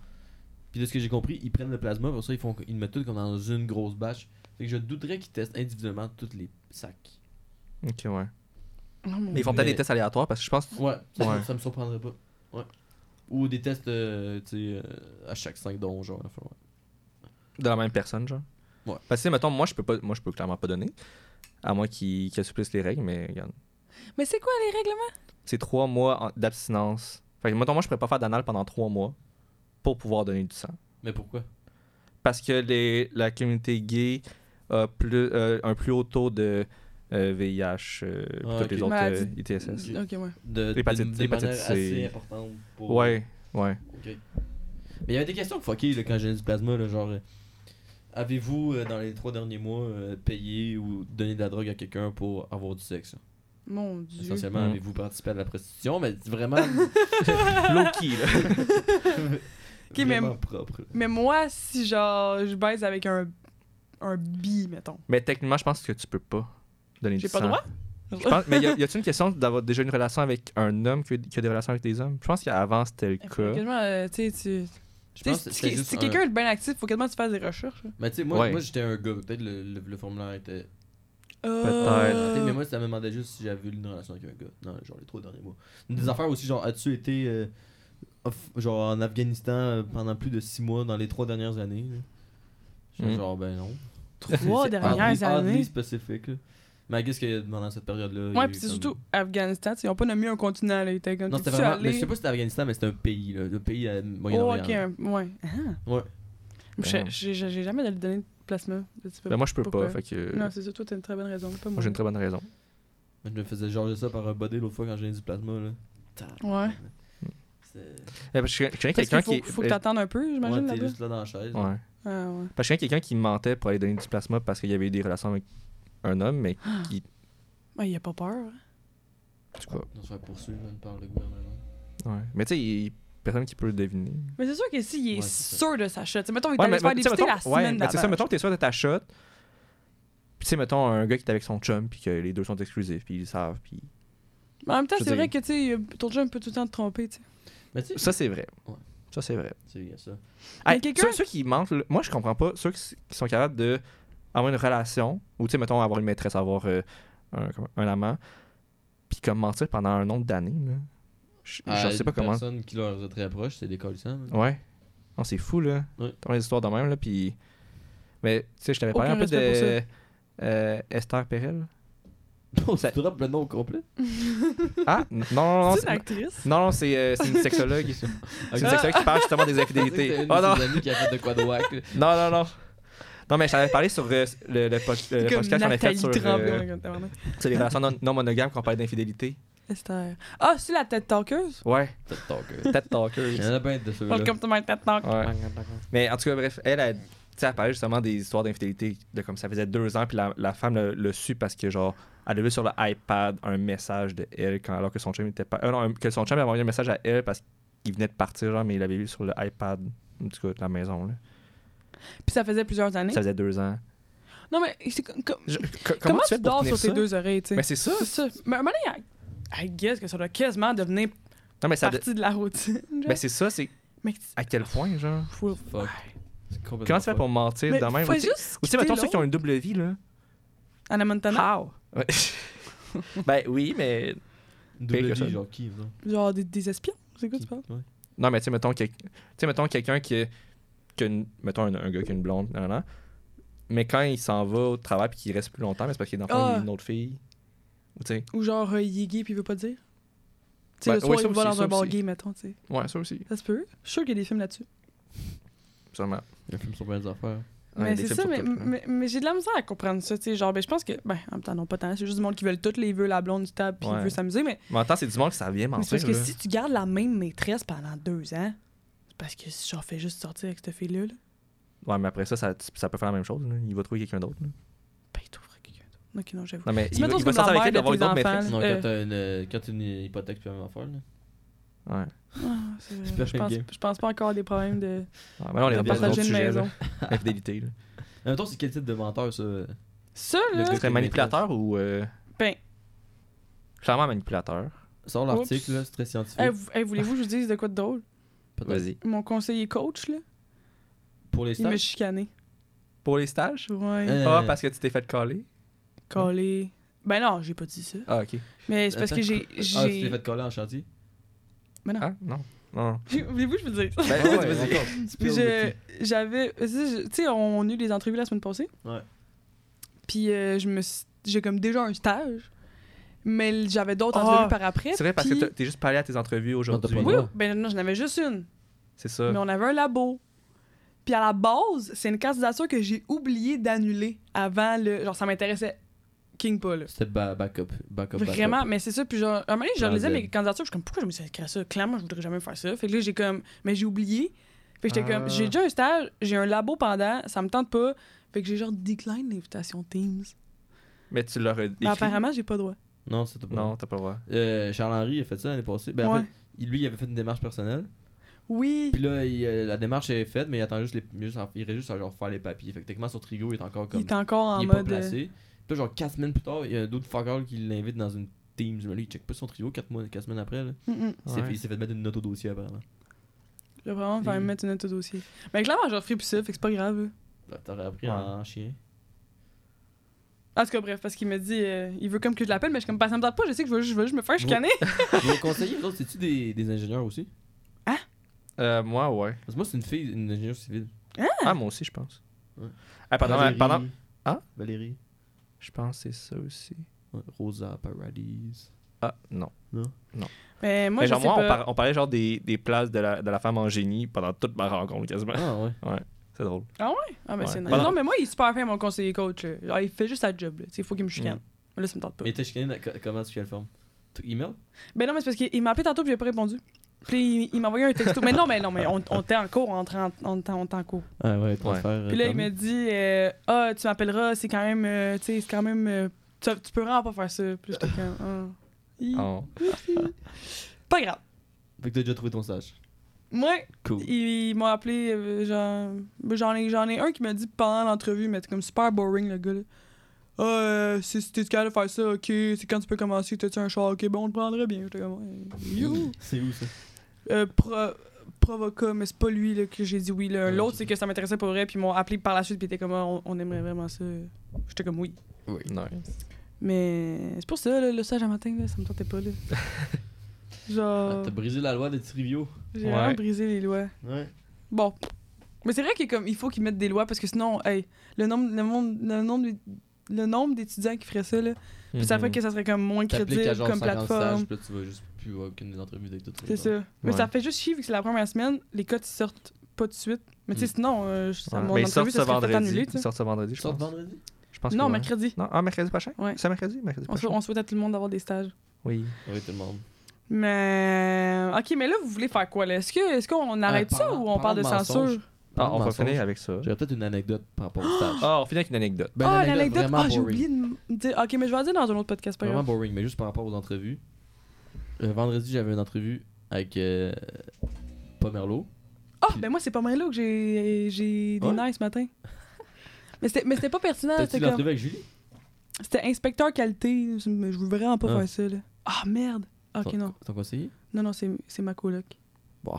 [SPEAKER 3] Puis de ce que j'ai compris, ils prennent le plasma, pour ça, ils, font, ils le mettent tout comme dans une grosse bâche. Fait que je douterais qu'ils testent individuellement tous les sacs.
[SPEAKER 1] Ok, ouais.
[SPEAKER 2] Oh, mon
[SPEAKER 1] Mais ils font
[SPEAKER 3] Mais-
[SPEAKER 1] peut-être des tests aléatoires parce que je pense que
[SPEAKER 3] Ouais, ça,
[SPEAKER 1] Ouais.
[SPEAKER 3] ça me surprendrait pas. Ouais. Ou des tests, euh, tu sais, euh, à chaque 5 dons, genre. enfin, ouais.
[SPEAKER 1] de la même personne, genre.
[SPEAKER 3] Ouais.
[SPEAKER 1] Parce que, mettons, moi, je peux pas, moi, je peux clairement pas donner. À moins qu'ils qu'ils assouplissent les règles, mais regarde.
[SPEAKER 2] Mais c'est quoi les règlements?
[SPEAKER 1] C'est trois mois en- d'abstinence. Fait que, mettons, moi, je pourrais pas faire d'anal pendant trois mois pour pouvoir donner du sang.
[SPEAKER 3] Mais pourquoi
[SPEAKER 1] Parce que les, la communauté gay a plus, euh, un plus haut taux de euh, VIH, euh, puis
[SPEAKER 3] Ah,
[SPEAKER 1] toutes
[SPEAKER 3] ok.
[SPEAKER 1] les autres euh,
[SPEAKER 2] Maladie.
[SPEAKER 1] ITSS.
[SPEAKER 2] Ok, ouais.
[SPEAKER 3] De,
[SPEAKER 1] L'hépatite-
[SPEAKER 3] de, de
[SPEAKER 1] l'hépatite
[SPEAKER 3] manière
[SPEAKER 1] C.
[SPEAKER 3] assez importante pour.
[SPEAKER 1] Ouais, ouais.
[SPEAKER 3] Ok. Mais il y avait des questions fuckées là, quand j'ai du plasma, là, genre euh, avez-vous euh, dans les trois derniers mois euh, payé ou donné de la drogue à quelqu'un pour avoir du sexe
[SPEAKER 2] Mon dieu.
[SPEAKER 3] Essentiellement,
[SPEAKER 1] Mm.
[SPEAKER 3] avez-vous participé à de la prostitution Mais vraiment,
[SPEAKER 1] Low-key, là.
[SPEAKER 3] vraiment propre. là.
[SPEAKER 2] Mais moi, si genre je baise avec un, un bi, mettons.
[SPEAKER 1] Mais techniquement, je pense que tu peux pas donner du
[SPEAKER 2] J'ai
[SPEAKER 1] sang.
[SPEAKER 2] pas le droit?
[SPEAKER 1] Je pense- mais y a- y a-t-il une question d'avoir déjà une relation avec un homme qui a, qui a des relations avec des hommes Je pense qu'avant c'était le
[SPEAKER 2] Faut
[SPEAKER 1] cas.
[SPEAKER 2] quasiment, euh, tu sais, tu.
[SPEAKER 3] Je
[SPEAKER 2] tu sais,
[SPEAKER 3] pense que
[SPEAKER 2] Si
[SPEAKER 3] c'était
[SPEAKER 2] si-
[SPEAKER 3] juste
[SPEAKER 2] si
[SPEAKER 3] un-
[SPEAKER 2] quelqu'un est bien actif, faut quasiment que tu fasses des recherches. hein. là.
[SPEAKER 3] Mais tu sais, moi,
[SPEAKER 1] Ouais.
[SPEAKER 3] moi j'étais un gars, peut-être le, le, le formulaire était.
[SPEAKER 2] Euh,
[SPEAKER 3] Mais moi, ça me demandait juste si j'avais eu une relation avec un gars. Non, genre les trois derniers mois. Des
[SPEAKER 1] Mm.
[SPEAKER 3] affaires aussi, genre, as-tu été euh, off- genre en Afghanistan euh, pendant plus de six mois dans les trois dernières années là? J'étais
[SPEAKER 1] Mm.
[SPEAKER 3] Genre, ben non.
[SPEAKER 2] Trois dernières années.
[SPEAKER 3] spécifique. Là. Mais qu'est-ce que pendant cette période-là. il y a
[SPEAKER 2] Ouais,
[SPEAKER 3] eu
[SPEAKER 2] puis c'est
[SPEAKER 3] comme-
[SPEAKER 2] surtout Afghanistan, tu sais, ils ont pas nommé un continent, là. Ils étaient comme.
[SPEAKER 3] Non, c'était
[SPEAKER 2] t'es-tu
[SPEAKER 3] vraiment. mais
[SPEAKER 2] allé?
[SPEAKER 3] je sais pas si c'était Afghanistan, mais c'était un pays, là. Le pays à
[SPEAKER 2] Oh,
[SPEAKER 3] Moyen-Orient.
[SPEAKER 2] ok, un- ouais. Ah.
[SPEAKER 3] Ouais.
[SPEAKER 2] Je- J'ai j'ai jamais donné de plasma. de type-
[SPEAKER 1] Ben, moi je peux
[SPEAKER 2] Pourquoi?
[SPEAKER 1] pas. Fait que,
[SPEAKER 2] Non, c'est ça, toi, t'as une très bonne raison. Pas
[SPEAKER 1] moi
[SPEAKER 2] moi.
[SPEAKER 1] j'ai une très bonne raison.
[SPEAKER 3] Je me faisais charger ça par un body l'autre fois quand j'ai du plasma, là.
[SPEAKER 2] Ouais.
[SPEAKER 3] C'était-
[SPEAKER 1] Eh, parce que je je connais
[SPEAKER 2] Parce qu'il
[SPEAKER 1] quelqu'un
[SPEAKER 2] faut,
[SPEAKER 1] qui. euh,
[SPEAKER 2] faut que t'attendes un peu,
[SPEAKER 3] Ouais,
[SPEAKER 2] j'imagine,
[SPEAKER 3] t'es
[SPEAKER 2] là-bas.
[SPEAKER 3] juste là dans la chaise.
[SPEAKER 1] Ouais.
[SPEAKER 2] Ah, ouais.
[SPEAKER 1] Parce que je connais quelqu'un qui mentait pour aller donner du plasma parce qu'il y avait eu des relations avec un homme, mais
[SPEAKER 2] Ouais, il a pas peur. hein.
[SPEAKER 1] en tout cas.
[SPEAKER 3] On se fait poursuivre même par le gouvernement.
[SPEAKER 1] Ouais. Mais tu sais, il y a personne qui peut le deviner.
[SPEAKER 2] Mais c'est sûr que s'il est
[SPEAKER 3] Ouais, c'est ça.
[SPEAKER 2] sûr de sa chute, t'sais, mettons, il est
[SPEAKER 1] Ouais,
[SPEAKER 2] allé
[SPEAKER 1] mais
[SPEAKER 2] se faire
[SPEAKER 1] mais, tu sais,
[SPEAKER 2] dépister la
[SPEAKER 1] mettons- ouais,
[SPEAKER 2] semaine
[SPEAKER 1] mais
[SPEAKER 2] d'avant.
[SPEAKER 1] c'est ça, mettons que t'es sûr de ta shot. Puis tu sais, mettons un gars qui est avec son chum, puis que les deux sont exclusifs, puis ils le savent, puis.
[SPEAKER 2] Mais en même temps,
[SPEAKER 1] Je
[SPEAKER 2] c'est
[SPEAKER 1] veux
[SPEAKER 2] vrai que
[SPEAKER 1] dire-
[SPEAKER 2] t'sais, ton chum peut tout le temps te tromper. T'sais.
[SPEAKER 3] Mais tu sais,
[SPEAKER 1] Ça c'est vrai.
[SPEAKER 3] Ouais.
[SPEAKER 1] Ça c'est vrai.
[SPEAKER 3] c'est il y a ça.
[SPEAKER 2] Mais
[SPEAKER 1] Hey,
[SPEAKER 2] quelqu'un-
[SPEAKER 1] ceux, ceux qui mentent, là, moi je comprends pas. Ceux qui, s- qui sont capables de avoir une relation, ou tu sais, mettons, avoir une maîtresse, avoir euh, un, comment- un amant, puis comme mentir pendant un nombre d'années, là. Je
[SPEAKER 3] Ah,
[SPEAKER 1] je sais pas comment.
[SPEAKER 3] personne qui leur est très proche, c'est des hein. colissants. là.
[SPEAKER 1] Ouais. Non, c'est fou, là.
[SPEAKER 3] Ouais.
[SPEAKER 1] T'as des histoires de même, là, puis. Mais tu sais, je t'avais parlé
[SPEAKER 2] Aucun
[SPEAKER 1] un peu
[SPEAKER 2] respect
[SPEAKER 1] de. euh, Esther Perel.
[SPEAKER 3] On se
[SPEAKER 1] Oh, Ça-
[SPEAKER 3] drop le nom complet.
[SPEAKER 1] Ah, n- non, non, non,
[SPEAKER 2] C'est une
[SPEAKER 1] c'est-
[SPEAKER 2] actrice.
[SPEAKER 1] non, non, c'est euh, c'est une sexologue. C'est une
[SPEAKER 3] Ok.
[SPEAKER 1] sexologue qui parle justement des infidélités. Oh non,
[SPEAKER 3] Ah, C'est une de ses amies qui a fait de quoi de whack, là.
[SPEAKER 1] non, non, non. Non, mais je t'avais parlé sur euh, le, le, pod- le
[SPEAKER 2] Comme
[SPEAKER 1] podcast qu'on a fait
[SPEAKER 2] Nathalie
[SPEAKER 1] sur.
[SPEAKER 2] Tremblay.
[SPEAKER 1] euh,
[SPEAKER 2] ouais, comme tabarnak.
[SPEAKER 1] C'est les relations non, non monogames qu'on parle d'infidélité.
[SPEAKER 2] Esther. Ah, c'est la tête talkeuse?
[SPEAKER 1] Ouais.
[SPEAKER 3] Tête talker.
[SPEAKER 1] Tête
[SPEAKER 3] Il y
[SPEAKER 1] talker.
[SPEAKER 3] en a plein de ceux-là.
[SPEAKER 2] Welcome to my tête talk.
[SPEAKER 1] Ouais. Mais en tout cas, bref, elle, elle, tu sais, elle parlait justement des histoires d'infidélité. De comme ça faisait deux ans, puis la, la femme le, le sut parce que, genre, elle a vu sur le iPad un message de elle, quand, alors que son chum était pas. euh, non, un- que son chum avait envoyé un message à elle parce qu'il venait de partir, genre, mais il l'avait vu sur le iPad, en tout cas, de la maison, là.
[SPEAKER 2] Puis ça faisait plusieurs années.
[SPEAKER 1] Ça faisait deux ans.
[SPEAKER 2] Non, mais c'est comme- comme-
[SPEAKER 1] Je- co-
[SPEAKER 2] comment
[SPEAKER 1] fais
[SPEAKER 2] tu
[SPEAKER 1] pour
[SPEAKER 2] dors
[SPEAKER 1] tenir
[SPEAKER 2] sur tes
[SPEAKER 1] ça?
[SPEAKER 2] deux oreilles, tu
[SPEAKER 1] Mais
[SPEAKER 2] sais?
[SPEAKER 1] c'est ça.
[SPEAKER 2] C'est ça. Mais à un moment donné, I- I guess que ça doit quasiment devenir
[SPEAKER 1] Non, mais ça.
[SPEAKER 2] partie de la routine. genre.
[SPEAKER 1] Mais c'est ça, c'est
[SPEAKER 2] Mais
[SPEAKER 1] à quel point, genre.
[SPEAKER 2] faut-
[SPEAKER 3] Fuck. C'est complètement
[SPEAKER 1] Comment tu fais
[SPEAKER 3] fuck.
[SPEAKER 1] pour mentir
[SPEAKER 2] Mais
[SPEAKER 1] de même?
[SPEAKER 2] faut
[SPEAKER 1] Ou tu-
[SPEAKER 2] juste
[SPEAKER 1] ou tu sais, mettons
[SPEAKER 2] quitter
[SPEAKER 1] ceux qui ont une double vie, là.
[SPEAKER 2] l'autre. Anna Montana.
[SPEAKER 1] Ouais. ben oui, mais.
[SPEAKER 3] Double
[SPEAKER 1] Pire que
[SPEAKER 3] vie,
[SPEAKER 1] ça.
[SPEAKER 3] genre qui, non?
[SPEAKER 2] Genre des, des espions. C'est quoi tu parles?
[SPEAKER 3] Ouais.
[SPEAKER 1] Non, mais tu sais, mettons, quel- tu sais, mettons quelqu'un qui. qui a une- Mettons un, un gars qui a une blonde, nan, nan, nan. mais quand il s'en va au travail puis qu'il reste plus longtemps, mais c'est parce qu'il est dans le fond, il
[SPEAKER 2] Ah.
[SPEAKER 1] est une autre fille. Ou tu sais.
[SPEAKER 2] Ou genre euh, il est gay puis il veut pas le dire. Tu sais,
[SPEAKER 1] Ben,
[SPEAKER 2] le soir,
[SPEAKER 1] ouais, ça
[SPEAKER 2] il va
[SPEAKER 1] aussi,
[SPEAKER 2] dans
[SPEAKER 1] ça
[SPEAKER 2] un bar
[SPEAKER 1] aussi.
[SPEAKER 2] gay, mettons, tu sais.
[SPEAKER 1] Ouais, ça aussi.
[SPEAKER 2] Ça se peut. Je suis sûr qu'il y a des films là-dessus.
[SPEAKER 1] Sûrement.
[SPEAKER 3] Il y a un film sur plein d'affaires.
[SPEAKER 1] Ouais,
[SPEAKER 2] mais
[SPEAKER 1] des
[SPEAKER 2] c'est
[SPEAKER 1] films
[SPEAKER 2] ça,
[SPEAKER 1] sur
[SPEAKER 2] mais,
[SPEAKER 1] tout, là.
[SPEAKER 2] mais, mais j'ai de la misère à comprendre ça, tu sais. Genre, ben, je pense que, ben, en même temps, non, pas tant. C'est juste du monde qui veut toutes les vœux, la blonde du table, puis
[SPEAKER 1] Ouais.
[SPEAKER 2] il veut s'amuser. Mais,
[SPEAKER 1] Mais en même temps, c'est du monde que ça vient
[SPEAKER 2] mais c'est
[SPEAKER 1] mentir.
[SPEAKER 2] parce que
[SPEAKER 1] là.
[SPEAKER 2] si tu gardes la même maîtresse pendant deux ans, c'est parce que si j'en fais juste sortir avec cette fille-là, là,
[SPEAKER 1] Ouais, mais après ça, ça, ça peut faire la même chose. là. Il va trouver quelqu'un d'autre. là.
[SPEAKER 2] ben, il trouvera quelqu'un d'autre. Ok, non, j'avoue.
[SPEAKER 1] Non, mais
[SPEAKER 2] Si
[SPEAKER 1] il va,
[SPEAKER 2] mettons,
[SPEAKER 1] il va
[SPEAKER 2] c'est
[SPEAKER 1] sortir
[SPEAKER 2] comme
[SPEAKER 1] avec elle
[SPEAKER 2] la
[SPEAKER 1] d'avoir une
[SPEAKER 2] mère
[SPEAKER 1] autre
[SPEAKER 2] de tes
[SPEAKER 1] maîtresse.
[SPEAKER 3] Sinon,
[SPEAKER 2] Euh.
[SPEAKER 3] quand t'as une, euh, quand t'as une hypothèque, tu peux même en faire, là.
[SPEAKER 1] Ouais.
[SPEAKER 2] Ah, c'est vrai.
[SPEAKER 3] pas
[SPEAKER 2] je, pense,
[SPEAKER 3] game.
[SPEAKER 2] je pense pas encore à des problèmes de
[SPEAKER 1] Ouais, mais là, on est rendu
[SPEAKER 3] Ça
[SPEAKER 1] dans un
[SPEAKER 2] partager
[SPEAKER 1] autre
[SPEAKER 2] une
[SPEAKER 1] sujet.
[SPEAKER 2] maison.
[SPEAKER 1] là. Infidélité. là.
[SPEAKER 3] En même temps, c'est quel type de menteur, ça?
[SPEAKER 2] Ça,
[SPEAKER 3] Le
[SPEAKER 2] là,
[SPEAKER 1] Est-ce que c'est
[SPEAKER 3] Ok,
[SPEAKER 1] manipulateur ou. euh,
[SPEAKER 2] Ben.
[SPEAKER 1] Clairement manipulateur.
[SPEAKER 3] Sors l'article, là, c'est très scientifique.
[SPEAKER 2] Hey, eh, vous- hey, voulez-vous que je vous dise de quoi de drôle?
[SPEAKER 3] Peut-être.
[SPEAKER 1] Vas-y.
[SPEAKER 2] Mon conseiller coach, là,
[SPEAKER 3] Pour les
[SPEAKER 2] il m'a
[SPEAKER 3] stages.
[SPEAKER 2] chicané.
[SPEAKER 1] Pour les stages?
[SPEAKER 2] Ouais,
[SPEAKER 3] Euh,
[SPEAKER 1] Ah, parce que tu t'es fait coller?
[SPEAKER 2] collé. Ben non, j'ai pas dit ça.
[SPEAKER 1] Ah, ok.
[SPEAKER 2] Mais c'est parce que
[SPEAKER 3] Attends.
[SPEAKER 2] j'ai.
[SPEAKER 3] Ah, tu t'es
[SPEAKER 2] j'ai...
[SPEAKER 3] fait coller en chantier.
[SPEAKER 2] Mais non.
[SPEAKER 1] Ah, non. Non.
[SPEAKER 2] Voulez-vous que je vous dise ça?
[SPEAKER 1] Ben,
[SPEAKER 3] ouais,
[SPEAKER 1] vas-y, vas-y.
[SPEAKER 3] encore.
[SPEAKER 2] Puis
[SPEAKER 3] Spill
[SPEAKER 2] je-
[SPEAKER 3] the tea.
[SPEAKER 2] j'avais. Tu sais, je- tu sais, on a eu des entrevues la semaine passée.
[SPEAKER 3] Ouais.
[SPEAKER 2] Puis euh, je me suis- j'ai comme déjà un stage. Mais l- j'avais d'autres
[SPEAKER 1] Ah,
[SPEAKER 2] entrevues par après.
[SPEAKER 1] C'est vrai parce
[SPEAKER 2] puis-
[SPEAKER 1] que t'as- t'es juste parlé à tes entrevues aujourd'hui.
[SPEAKER 3] pas
[SPEAKER 2] Oui,
[SPEAKER 3] Ouais.
[SPEAKER 2] ben non, j'en avais juste une.
[SPEAKER 1] C'est ça.
[SPEAKER 2] Mais on avait un labo. Puis à la base, c'est une candidature que j'ai oublié d'annuler avant le. Genre, ça m'intéressait King pas, là.
[SPEAKER 3] C'était ba- backup. Backup. backup.
[SPEAKER 2] Vraiment, mais c'est ça. Puis genre, un moment donné, je
[SPEAKER 3] Plan
[SPEAKER 2] lisais
[SPEAKER 3] Z.
[SPEAKER 2] mes candidatures, je suis comme, pourquoi je me suis inscrite à ça? Clairement, je voudrais jamais faire ça. Fait que là, j'ai comme, mais j'ai oublié. Fait que j'étais
[SPEAKER 1] Ah.
[SPEAKER 2] comme, j'ai déjà un stage, j'ai un labo pendant, ça me tente pas. Fait que j'ai genre decline l'invitation Teams.
[SPEAKER 1] Mais tu l'aurais écrit.
[SPEAKER 2] Mais apparemment, j'ai pas droit.
[SPEAKER 3] Non, c'était pas.
[SPEAKER 1] Non, t'as pas le droit.
[SPEAKER 3] Euh, Charles-Henri a fait ça l'année passée. Ben, en
[SPEAKER 2] Ouais.
[SPEAKER 3] fait, il- lui, il avait fait une démarche personnelle.
[SPEAKER 2] Oui.
[SPEAKER 3] Puis là, il, euh, la démarche est faite, mais il attend juste les. Juste à- il reste juste à genre, faire les papiers. Fait que techniquement, son trigo est encore comme.
[SPEAKER 2] il est encore en
[SPEAKER 3] il est pas
[SPEAKER 2] mode. euh,
[SPEAKER 3] placé. Puis là, genre 4 semaines plus tard, il y a un autre fucker qui l'invite dans une Teams. Mais là, il check pas son trio 4 mois, quatre semaines après. là.
[SPEAKER 2] Mm, mm.
[SPEAKER 3] Il s'est
[SPEAKER 1] Ouais.
[SPEAKER 3] fait- il s'est fait mettre une note au dossier apparemment.
[SPEAKER 2] Je vais vraiment faire
[SPEAKER 3] Et-
[SPEAKER 2] mettre une note au dossier. Mais clairement, j'en ferai plus ça, fait que c'est pas grave. là.
[SPEAKER 3] Là, T'aurais appris
[SPEAKER 1] Ouais.
[SPEAKER 3] en chien.
[SPEAKER 2] En tout cas, bref, parce qu'il me dit, euh, il veut comme que je l'appelle, mais je suis comme, bah, ça me tente pas, je sais que je veux, je veux juste me faire chicaner.
[SPEAKER 3] Vos conseillers, vous autres, c'est-tu des, des ingénieurs aussi
[SPEAKER 1] Euh, moi, ouais.
[SPEAKER 3] Parce que moi, c'est une fille, une ingénieure civile.
[SPEAKER 1] Ah, moi aussi, je pense.
[SPEAKER 3] Ouais.
[SPEAKER 1] Ah, pendant,
[SPEAKER 3] Valérie-
[SPEAKER 1] pendant- Ah?
[SPEAKER 3] Valérie.
[SPEAKER 1] Je pense que c'est ça aussi.
[SPEAKER 3] Ouais, Rosa Paradis.
[SPEAKER 1] Ah, non.
[SPEAKER 2] Mais moi,
[SPEAKER 1] mais
[SPEAKER 2] je
[SPEAKER 1] genre,
[SPEAKER 2] sais
[SPEAKER 1] moi, on,
[SPEAKER 2] pas.
[SPEAKER 1] par- on parlait genre des, des places de la, de la femme en génie pendant toute ma rencontre, quasiment.
[SPEAKER 3] Ah ouais.
[SPEAKER 1] C'est drôle.
[SPEAKER 2] Ah, mais
[SPEAKER 1] Ouais.
[SPEAKER 2] c'est nice.
[SPEAKER 1] Voilà.
[SPEAKER 2] Non, mais moi, il est super fin, mon conseiller coach. là. Genre, il fait juste sa job. Là. Tu sais, Il faut qu'il me chicane. Là, ça me tente pas.
[SPEAKER 3] Mais t'as chicané dans- co- comment sous quelle forme T- Email
[SPEAKER 2] Ben non, mais c'est parce qu'il il m'a appelé tantôt puis j'ai pas répondu. Puis il, il m'a envoyé un texto. mais non, mais non, mais on, on était en cours, on était en, on était- on était en cours.
[SPEAKER 3] Ah ouais,
[SPEAKER 1] transfert,
[SPEAKER 2] Puis là, il me dit euh, Ah, tu m'appelleras, c'est quand même. euh, tu sais, c'est quand même. euh, tu, tu peux vraiment pas faire ça. Puis j'étais comme. Ah. Hi.
[SPEAKER 1] Oh.
[SPEAKER 2] Pas grave.
[SPEAKER 3] Fait que t'as déjà trouvé ton stage.
[SPEAKER 2] Moi,
[SPEAKER 3] Cool.
[SPEAKER 2] ils m'ont appelé. euh, genre, ben, j'en, ai, j'en ai un qui m'a dit pendant l'entrevue, mais c'est comme super boring le gars. là. Ah, euh, si si t'es capable de faire ça, ok. C'est quand tu peux commencer, t'as-tu un char, ok, bon, on te prendrait bien. J'étais comme, Ouais, you.
[SPEAKER 3] C'est où ça
[SPEAKER 2] Euh, pro- Provoca, mais c'est pas lui là, que j'ai dit oui. là.
[SPEAKER 3] Ah,
[SPEAKER 2] L'autre,
[SPEAKER 3] ok.
[SPEAKER 2] c'est que ça m'intéressait pour vrai, puis ils m'ont appelé par la suite, puis ils étaient comme, Ah, on, on aimerait vraiment ça. J'étais comme, oui.
[SPEAKER 1] Nice.
[SPEAKER 2] Mais c'est pour ça, là, le sage à matin, là, ça me tentait pas. Là.
[SPEAKER 3] Ah,
[SPEAKER 2] Genre,
[SPEAKER 3] T'as brisé la loi des triviaux.
[SPEAKER 2] j'ai
[SPEAKER 1] Ouais.
[SPEAKER 2] vraiment brisé les lois.
[SPEAKER 3] Ouais.
[SPEAKER 2] Bon. Mais c'est vrai qu'il est comme, il faut qu'ils mettent des lois parce que sinon, hey, le nombre, le monde- le nombre, d'é- le nombre d'étudiants qui feraient ça, là, puis ça ferait que ça serait comme moins
[SPEAKER 3] Mhm. T'appliques
[SPEAKER 2] crédible
[SPEAKER 3] à genre
[SPEAKER 2] comme
[SPEAKER 3] 50 stages,
[SPEAKER 2] plateforme.
[SPEAKER 3] puis là, tu vas juste plus voir aucune des entrevues avec tout
[SPEAKER 2] C'est ça. Mais
[SPEAKER 1] Ouais.
[SPEAKER 2] ça fait juste chier vu que c'est la première semaine, les cotes ils sortent pas tout de suite. Mais tu sais,
[SPEAKER 3] Mm.
[SPEAKER 2] sinon, euh, je- ça,
[SPEAKER 1] Ouais.
[SPEAKER 2] mon
[SPEAKER 1] Mais ils sortent
[SPEAKER 2] entrevue,
[SPEAKER 1] ce
[SPEAKER 2] ça serait peut-être annulé.
[SPEAKER 1] vendredi.
[SPEAKER 2] tu
[SPEAKER 1] Ils
[SPEAKER 2] sais.
[SPEAKER 1] sortent ce vendredi,
[SPEAKER 3] Tu
[SPEAKER 1] je
[SPEAKER 3] sors
[SPEAKER 1] pense.
[SPEAKER 3] vendredi
[SPEAKER 1] Je pense que
[SPEAKER 2] Non,
[SPEAKER 1] ouais.
[SPEAKER 2] mercredi.
[SPEAKER 1] Non, ah, mercredi prochain?
[SPEAKER 2] Ouais.
[SPEAKER 1] C'est mercredi? Mercredi
[SPEAKER 2] On, sou-
[SPEAKER 1] prochain.
[SPEAKER 2] on souhaite à tout le monde d'avoir des stages.
[SPEAKER 1] Oui.
[SPEAKER 3] Oui, tout le monde.
[SPEAKER 2] Mais. Ok, mais là, vous voulez faire quoi, là? Est-ce que- est-ce qu'on arrête ça
[SPEAKER 3] Euh, parlant-
[SPEAKER 2] ou on
[SPEAKER 3] parlant
[SPEAKER 2] parle de
[SPEAKER 3] de
[SPEAKER 2] censure?
[SPEAKER 3] mensonges.
[SPEAKER 1] Ah, on va
[SPEAKER 3] Mensonge.
[SPEAKER 1] finir avec ça.
[SPEAKER 3] J'aurais peut-être une anecdote par rapport au stage.
[SPEAKER 1] Ah, on finit avec une anecdote.
[SPEAKER 3] Ben,
[SPEAKER 2] Ah,
[SPEAKER 3] une
[SPEAKER 2] l'anecdote.
[SPEAKER 3] vraiment
[SPEAKER 2] Ah, j'ai
[SPEAKER 3] boring.
[SPEAKER 2] oublié de m- dire. Ok, mais je vais en dire dans un autre podcast, par
[SPEAKER 3] Vraiment
[SPEAKER 2] exemple.
[SPEAKER 3] boring, mais juste par rapport aux entrevues. Euh, vendredi, j'avais une entrevue avec euh, Pomerlo.
[SPEAKER 2] Ah, ben moi, c'est pas mal là que j'ai j'ai des
[SPEAKER 3] Ouais.
[SPEAKER 2] nerfs ce matin. Mais c'était mais c'était pas pertinent.
[SPEAKER 3] T'as-tu
[SPEAKER 2] C'était Ah, comme-
[SPEAKER 3] l'entrevue avec Julie
[SPEAKER 2] c'était inspecteur qualité. mais Je veux vraiment pas
[SPEAKER 3] Ah.
[SPEAKER 2] faire ça, là. Ah, merde. Ok,
[SPEAKER 3] Ton-
[SPEAKER 2] non.
[SPEAKER 3] Ton conseiller
[SPEAKER 2] Non, non, c'est c'est ma coloc.
[SPEAKER 3] Bon,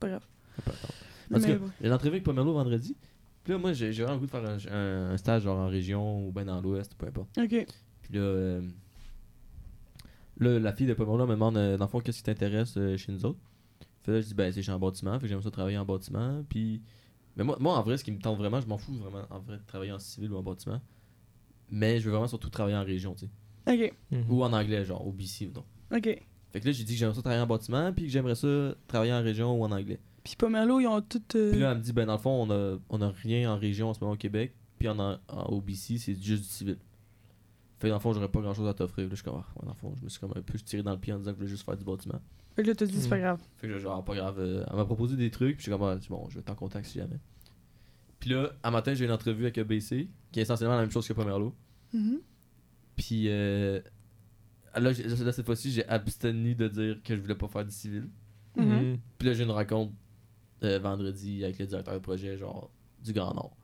[SPEAKER 2] Pas grave.
[SPEAKER 3] on peut attendre. En tout
[SPEAKER 2] Mais
[SPEAKER 3] cas,
[SPEAKER 2] bon.
[SPEAKER 3] j'ai l'entrevue avec Pomerlo vendredi. Puis là, moi, j'ai j'ai vraiment le goût de faire un, un- un stage genre en région ou ben dans l'ouest, peu importe.
[SPEAKER 2] Ok.
[SPEAKER 3] Puis là, euh, là, la fille de Pomerlo me demande, euh, dans le fond, qu'est-ce qui t'intéresse euh, chez nous autres. Fait là, je dis, ben, c'est chez en bâtiment, fait que j'aime ça travailler en bâtiment. Puis, mais moi, moi, en vrai, ce qui me tente vraiment, je m'en fous vraiment, en vrai, de travailler en civil ou en bâtiment. Mais je veux vraiment surtout travailler en région, tu sais.
[SPEAKER 2] Ok.
[SPEAKER 1] Mhm.
[SPEAKER 3] Ou en anglais, genre, au BC ou non.
[SPEAKER 2] Ok.
[SPEAKER 3] Fait que là, j'ai dit que j'aimerais ça travailler en bâtiment, puis que j'aimerais ça travailler en région ou en anglais.
[SPEAKER 2] Puis Pomerlo, ils ont tout. euh,
[SPEAKER 3] Puis là, elle me dit, ben, dans le fond, on a, on a rien en région en ce moment au Québec, puis en, en, en OBC, c'est juste du civil. Fait que dans le fond, j'aurais pas grand chose à t'offrir. Là, je suis comme, ah, ouais, dans le fond, je me suis comme un peu tiré dans le pied en disant que je voulais juste faire du bâtiment.
[SPEAKER 2] Fait que là, t'as dit, c'est pas
[SPEAKER 1] Mm.
[SPEAKER 2] grave.
[SPEAKER 3] Fait que là, genre, pas grave. euh, elle m'a proposé des trucs, puis je suis comme, ah, c'est bon, je vais t'en contact si jamais. Puis là, un matin, j'ai une entrevue avec EBC, qui est essentiellement la même chose que Pomerlo.
[SPEAKER 2] Mhm.
[SPEAKER 3] Puis euh, là, j'ai- là, cette fois-ci, j'ai abstenu de dire que je voulais pas faire du civil.
[SPEAKER 2] Mhm.
[SPEAKER 3] Puis là, j'ai une rencontre euh, vendredi avec le directeur de projet, genre, du Grand Nord.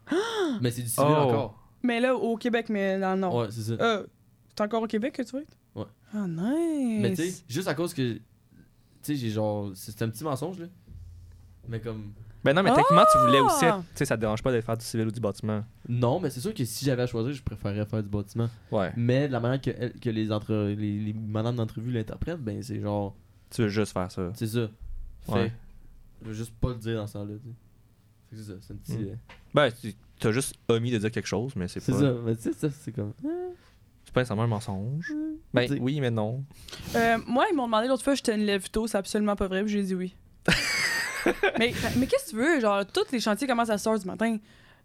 [SPEAKER 3] Mais c'est du civil
[SPEAKER 1] Oh.
[SPEAKER 3] encore.
[SPEAKER 2] Mais là, au Québec, mais dans le Nord.
[SPEAKER 3] Ouais, c'est ça.
[SPEAKER 2] Euh, T'es encore au Québec que tu vas être?
[SPEAKER 3] Ouais.
[SPEAKER 2] Ah, nice.
[SPEAKER 3] Mais tu sais, juste à cause que. Tu sais, j'ai genre. C'est un petit mensonge, là. Mais comme.
[SPEAKER 1] Ben non, mais techniquement, tu voulais aussi.
[SPEAKER 2] Ah!
[SPEAKER 1] être- Tu sais, ça te dérange pas de faire du civil ou du bâtiment.
[SPEAKER 3] Non, mais c'est sûr que si j'avais à choisir, je préférerais faire du bâtiment.
[SPEAKER 1] Ouais.
[SPEAKER 3] Mais de la manière que, elle- que les, entre, les, les madames d'entrevue l'interprètent, ben c'est genre.
[SPEAKER 1] Tu veux juste faire ça.
[SPEAKER 3] C'est ça. Fait.
[SPEAKER 1] Ouais.
[SPEAKER 3] Je veux juste pas le dire dans ce temps-là, tu sais. Fait que c'est ça, c'est un petit.
[SPEAKER 1] Mm.
[SPEAKER 3] euh,
[SPEAKER 1] Ben, tu as juste omis de dire quelque chose, mais c'est
[SPEAKER 3] C'est
[SPEAKER 1] pas.
[SPEAKER 3] ça, mais tu sais, ça, c'est comme.
[SPEAKER 1] C'est pas nécessairement un mensonge.
[SPEAKER 3] Tu
[SPEAKER 1] Ben
[SPEAKER 3] sais.
[SPEAKER 1] oui, mais non.
[SPEAKER 2] Euh, moi, ils m'ont demandé l'autre fois, j'étais une lève tôt, c'est absolument pas vrai, puis j'ai dit oui. mais mais qu'est-ce que tu veux? Genre, tous les chantiers commencent à 6 heures du matin.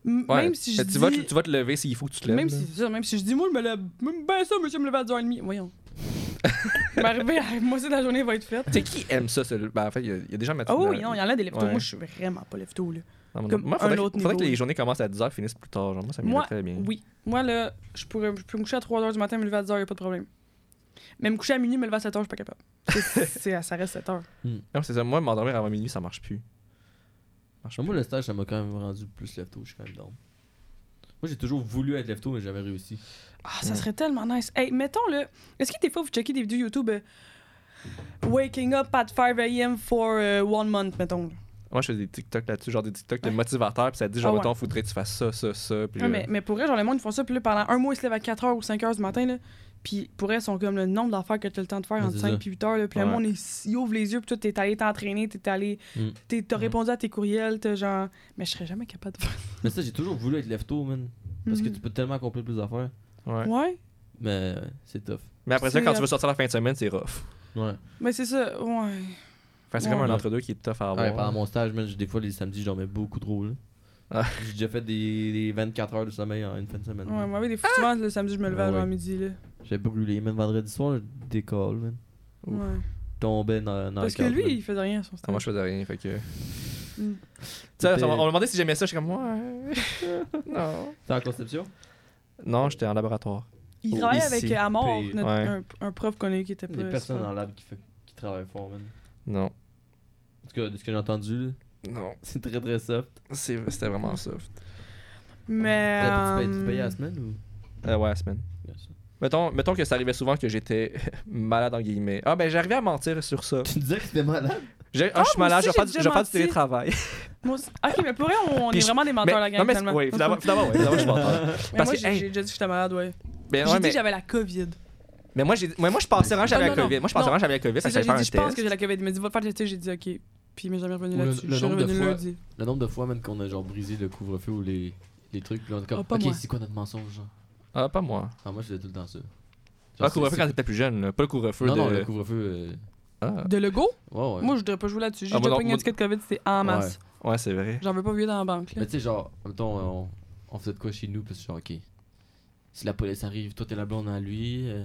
[SPEAKER 2] M-
[SPEAKER 1] Ouais.
[SPEAKER 2] Même si je
[SPEAKER 1] Mais
[SPEAKER 2] dis...
[SPEAKER 1] tu, vas te, tu vas te lever s'il faut que tu te lèves.
[SPEAKER 2] Même
[SPEAKER 1] là.
[SPEAKER 2] si, ça, même si je dis, moi, je me lève. Même ben ça, monsieur, je me lève à 2h30. Voyons. M'arriver à moi, c'est la journée va être faite.
[SPEAKER 1] Tu sais, qui aime ça? ce- Ben, en fait, il y, a- il y a des gens
[SPEAKER 2] Ah
[SPEAKER 1] matinaux.
[SPEAKER 2] oh, oui, non, il y en a des lève tôt.
[SPEAKER 1] Ouais.
[SPEAKER 2] Moi, je suis vraiment pas lève tôt, là.
[SPEAKER 1] Non, mais non.
[SPEAKER 2] comme
[SPEAKER 1] Moi,
[SPEAKER 2] un
[SPEAKER 1] faudrait, que-
[SPEAKER 2] autre
[SPEAKER 1] faudrait que
[SPEAKER 2] niveau.
[SPEAKER 1] les journées commencent à 10h et finissent plus tard. Genre, moi, ça me
[SPEAKER 2] Moi,
[SPEAKER 1] très bien.
[SPEAKER 2] Oui. Moi, là, je pourrais, je peux me coucher à 3h du matin, me lever à 10h, y a pas de problème. Mais me coucher à minuit, me lever à 7h, je suis pas capable. C'est- c'est- ça reste 7h.
[SPEAKER 1] Non, c'est ça. Moi, m'endormir avant minuit, ça marche plus. Ça marche
[SPEAKER 3] Mais Moi, le stage, ça m'a quand même rendu plus lève-tôt. Je suis quand même down. Moi, j'ai toujours voulu être lève-tôt, mais j'avais réussi.
[SPEAKER 2] Ah, ça
[SPEAKER 1] Mm.
[SPEAKER 2] serait tellement nice. Hey, mettons là, est-ce que des fois vous checkez des vidéos YouTube euh, Waking up at 5 a.m. for euh, one month, mettons. là?
[SPEAKER 1] Moi, je fais des TikTok là-dessus, genre des TikTok de
[SPEAKER 2] Ouais.
[SPEAKER 1] motivateurs, puis ça te dit, genre,
[SPEAKER 2] Ah ouais.
[SPEAKER 1] mettons, faudrait que tu fasses ça, ça, ça. Puis
[SPEAKER 2] Ouais,
[SPEAKER 1] là-
[SPEAKER 2] Ah, mais, mais pour vrai, genre, le monde, ils font ça, puis là, pendant un mois, ils se lèvent à 4h ou 5h du matin, là. Puis pour vrai, ils sont comme le nombre d'affaires que tu as le temps de faire
[SPEAKER 3] Ouais,
[SPEAKER 2] entre
[SPEAKER 3] c'est
[SPEAKER 2] 5
[SPEAKER 3] ça.
[SPEAKER 2] puis 8 heures, là. Puis le
[SPEAKER 1] Ouais.
[SPEAKER 2] monde, ils- ils ouvrent les yeux, puis toi, t'es allé t'entraîner, t'es allé.
[SPEAKER 3] Mm.
[SPEAKER 2] t'es- T'as
[SPEAKER 1] Mm.
[SPEAKER 2] répondu à tes courriels, t'as genre. Mais je serais jamais capable de faire
[SPEAKER 3] Mais ça, j'ai toujours voulu être lève-tôt, man. Parce que
[SPEAKER 2] Mhm.
[SPEAKER 3] tu peux tellement accomplir plus d'affaires.
[SPEAKER 1] Ouais.
[SPEAKER 2] Ouais.
[SPEAKER 3] Mais euh, c'est tough.
[SPEAKER 1] Mais après ça,
[SPEAKER 2] C'est,
[SPEAKER 1] quand
[SPEAKER 2] euh,
[SPEAKER 1] tu veux sortir la fin de semaine, c'est rough.
[SPEAKER 3] Ouais.
[SPEAKER 2] Mais c'est ça, ouais.
[SPEAKER 1] Enfin, c'est
[SPEAKER 2] Ouais.
[SPEAKER 1] comme un entre-deux qui est tough à avoir.
[SPEAKER 3] Ah, ouais, pendant mon stage, man, j'ai- des fois, les samedis, j'en mets beaucoup trop. là.
[SPEAKER 1] Ah.
[SPEAKER 3] J'ai déjà fait des, des 24 heures de sommeil en une fin de semaine.
[SPEAKER 2] Ouais, moi, oui, des fois, souvent, le samedi, je me levais
[SPEAKER 3] Ah
[SPEAKER 2] à genre
[SPEAKER 3] ouais.
[SPEAKER 2] midi, là.
[SPEAKER 3] J'avais pas brûlé. Même vendredi soir, je décolle, man. Ouf.
[SPEAKER 2] Ouais.
[SPEAKER 3] Tombais dans, dans
[SPEAKER 2] Parce
[SPEAKER 3] le
[SPEAKER 2] que
[SPEAKER 3] cadre,
[SPEAKER 2] lui,
[SPEAKER 3] man.
[SPEAKER 2] il faisait rien à son
[SPEAKER 1] Ah, moi,
[SPEAKER 2] stage.
[SPEAKER 1] je faisais rien, fait que.
[SPEAKER 2] Mm.
[SPEAKER 1] Tu sais,
[SPEAKER 3] C'était-
[SPEAKER 1] on on me demandait si j'aimais ça, j'étais comme, ouais. non.
[SPEAKER 3] T'es en conception
[SPEAKER 1] Non, j'étais en laboratoire.
[SPEAKER 2] Il
[SPEAKER 3] Oh,
[SPEAKER 2] travaille
[SPEAKER 3] ici,
[SPEAKER 2] avec Amor,
[SPEAKER 3] puis-
[SPEAKER 2] notre-
[SPEAKER 1] ouais.
[SPEAKER 2] un, un prof qu'on a eu qui était euh,
[SPEAKER 3] Il
[SPEAKER 2] pas.
[SPEAKER 3] y a personne
[SPEAKER 2] super.
[SPEAKER 3] dans l'âme qui, fait- qui travaille fort, man.
[SPEAKER 1] Non.
[SPEAKER 3] En tout cas, de ce que j'ai entendu, là,
[SPEAKER 1] Non.
[SPEAKER 3] c'est très très soft.
[SPEAKER 1] C'est- C'était vraiment soft.
[SPEAKER 2] Mais.
[SPEAKER 3] T'as- Tu payes- tu
[SPEAKER 2] euh,
[SPEAKER 3] payes à la semaine ou
[SPEAKER 1] Euh, ouais, la semaine.
[SPEAKER 3] Yeah, ça.
[SPEAKER 1] Mettons, mettons que ça arrivait souvent que j'étais malade, en guillemets. Ah, ben, j'arrivais à mentir sur ça.
[SPEAKER 3] Tu disais que c'était malade
[SPEAKER 1] J'ai- Ah,
[SPEAKER 2] Ah,
[SPEAKER 1] je suis
[SPEAKER 2] moi
[SPEAKER 1] malade,
[SPEAKER 2] aussi,
[SPEAKER 1] je vais faire
[SPEAKER 2] j'ai
[SPEAKER 1] du-
[SPEAKER 2] déjà
[SPEAKER 1] je vais faire du
[SPEAKER 2] menti.
[SPEAKER 1] télétravail.
[SPEAKER 2] moi aussi- Ah, ok, mais pour vrai, on, on
[SPEAKER 1] Puis
[SPEAKER 2] est
[SPEAKER 1] je-
[SPEAKER 2] vraiment des menteurs, la gang,
[SPEAKER 1] non, mais
[SPEAKER 2] finalement.
[SPEAKER 1] oui, finalement, finalement, ouais, finalement, je suis menteur.
[SPEAKER 2] Mais
[SPEAKER 1] parce
[SPEAKER 2] moi,
[SPEAKER 1] que,
[SPEAKER 2] j'ai
[SPEAKER 1] hey.
[SPEAKER 2] j'ai déjà dit que j'étais malade, ouais.
[SPEAKER 1] Mais,
[SPEAKER 2] j'ai
[SPEAKER 1] ouais,
[SPEAKER 2] dit
[SPEAKER 1] mais,
[SPEAKER 2] que j'avais la COVID.
[SPEAKER 1] mais moi, j'ai, moi, moi, je pensais vraiment que j'avais
[SPEAKER 2] Non,
[SPEAKER 1] la
[SPEAKER 2] non, non.
[SPEAKER 1] COVID. Moi, je pensais
[SPEAKER 2] Non.
[SPEAKER 1] vraiment que j'avais la COVID. Fait que
[SPEAKER 2] C'est ça,
[SPEAKER 1] j'allais
[SPEAKER 2] j'ai
[SPEAKER 1] faire un
[SPEAKER 2] dit, je pense
[SPEAKER 1] test.
[SPEAKER 2] que j'ai la COVID. Il m'a dit, va le faire tester. J'ai dit, ok. Puis il m'est jamais revenu
[SPEAKER 3] Ou le-
[SPEAKER 2] là-dessus.
[SPEAKER 3] le
[SPEAKER 2] Je suis
[SPEAKER 3] nombre de
[SPEAKER 2] revenu
[SPEAKER 3] fois-
[SPEAKER 2] lundi.
[SPEAKER 3] Le nombre de fois, man, qu'on a genre brisé le couvre-feu ou les, les trucs, puis on est comme,
[SPEAKER 2] Ah, pas
[SPEAKER 3] ok,
[SPEAKER 2] moi.
[SPEAKER 3] c'est quoi notre mensonge genre?
[SPEAKER 1] Ah, pas moi.
[SPEAKER 3] Ah, moi, je faisais tout le temps ça. Genre,
[SPEAKER 1] Ah,
[SPEAKER 3] c'est-
[SPEAKER 1] couvre-feu
[SPEAKER 3] c'est-
[SPEAKER 1] quand t'étais plus jeune, là. pas le couvre-feu
[SPEAKER 3] Non,
[SPEAKER 1] de.
[SPEAKER 3] non, le couvre-feu. euh,
[SPEAKER 1] Ah.
[SPEAKER 2] De Lego
[SPEAKER 3] Ouais, ouais.
[SPEAKER 2] Moi, je voudrais pas jouer là-dessus. J'ai
[SPEAKER 1] Ah, moi
[SPEAKER 2] déjà
[SPEAKER 1] non,
[SPEAKER 2] pris un
[SPEAKER 1] moi-
[SPEAKER 2] ticket de COVID, c'était en masse.
[SPEAKER 1] Ouais, c'est vrai.
[SPEAKER 2] J'en veux pas vieux dans la banque, là.
[SPEAKER 3] Mais tu sais, genre, mettons, euh, on, on faisait de quoi chez nous, parce que genre, ok. Si la police arrive, toi, t'es la blonde à lui. euh,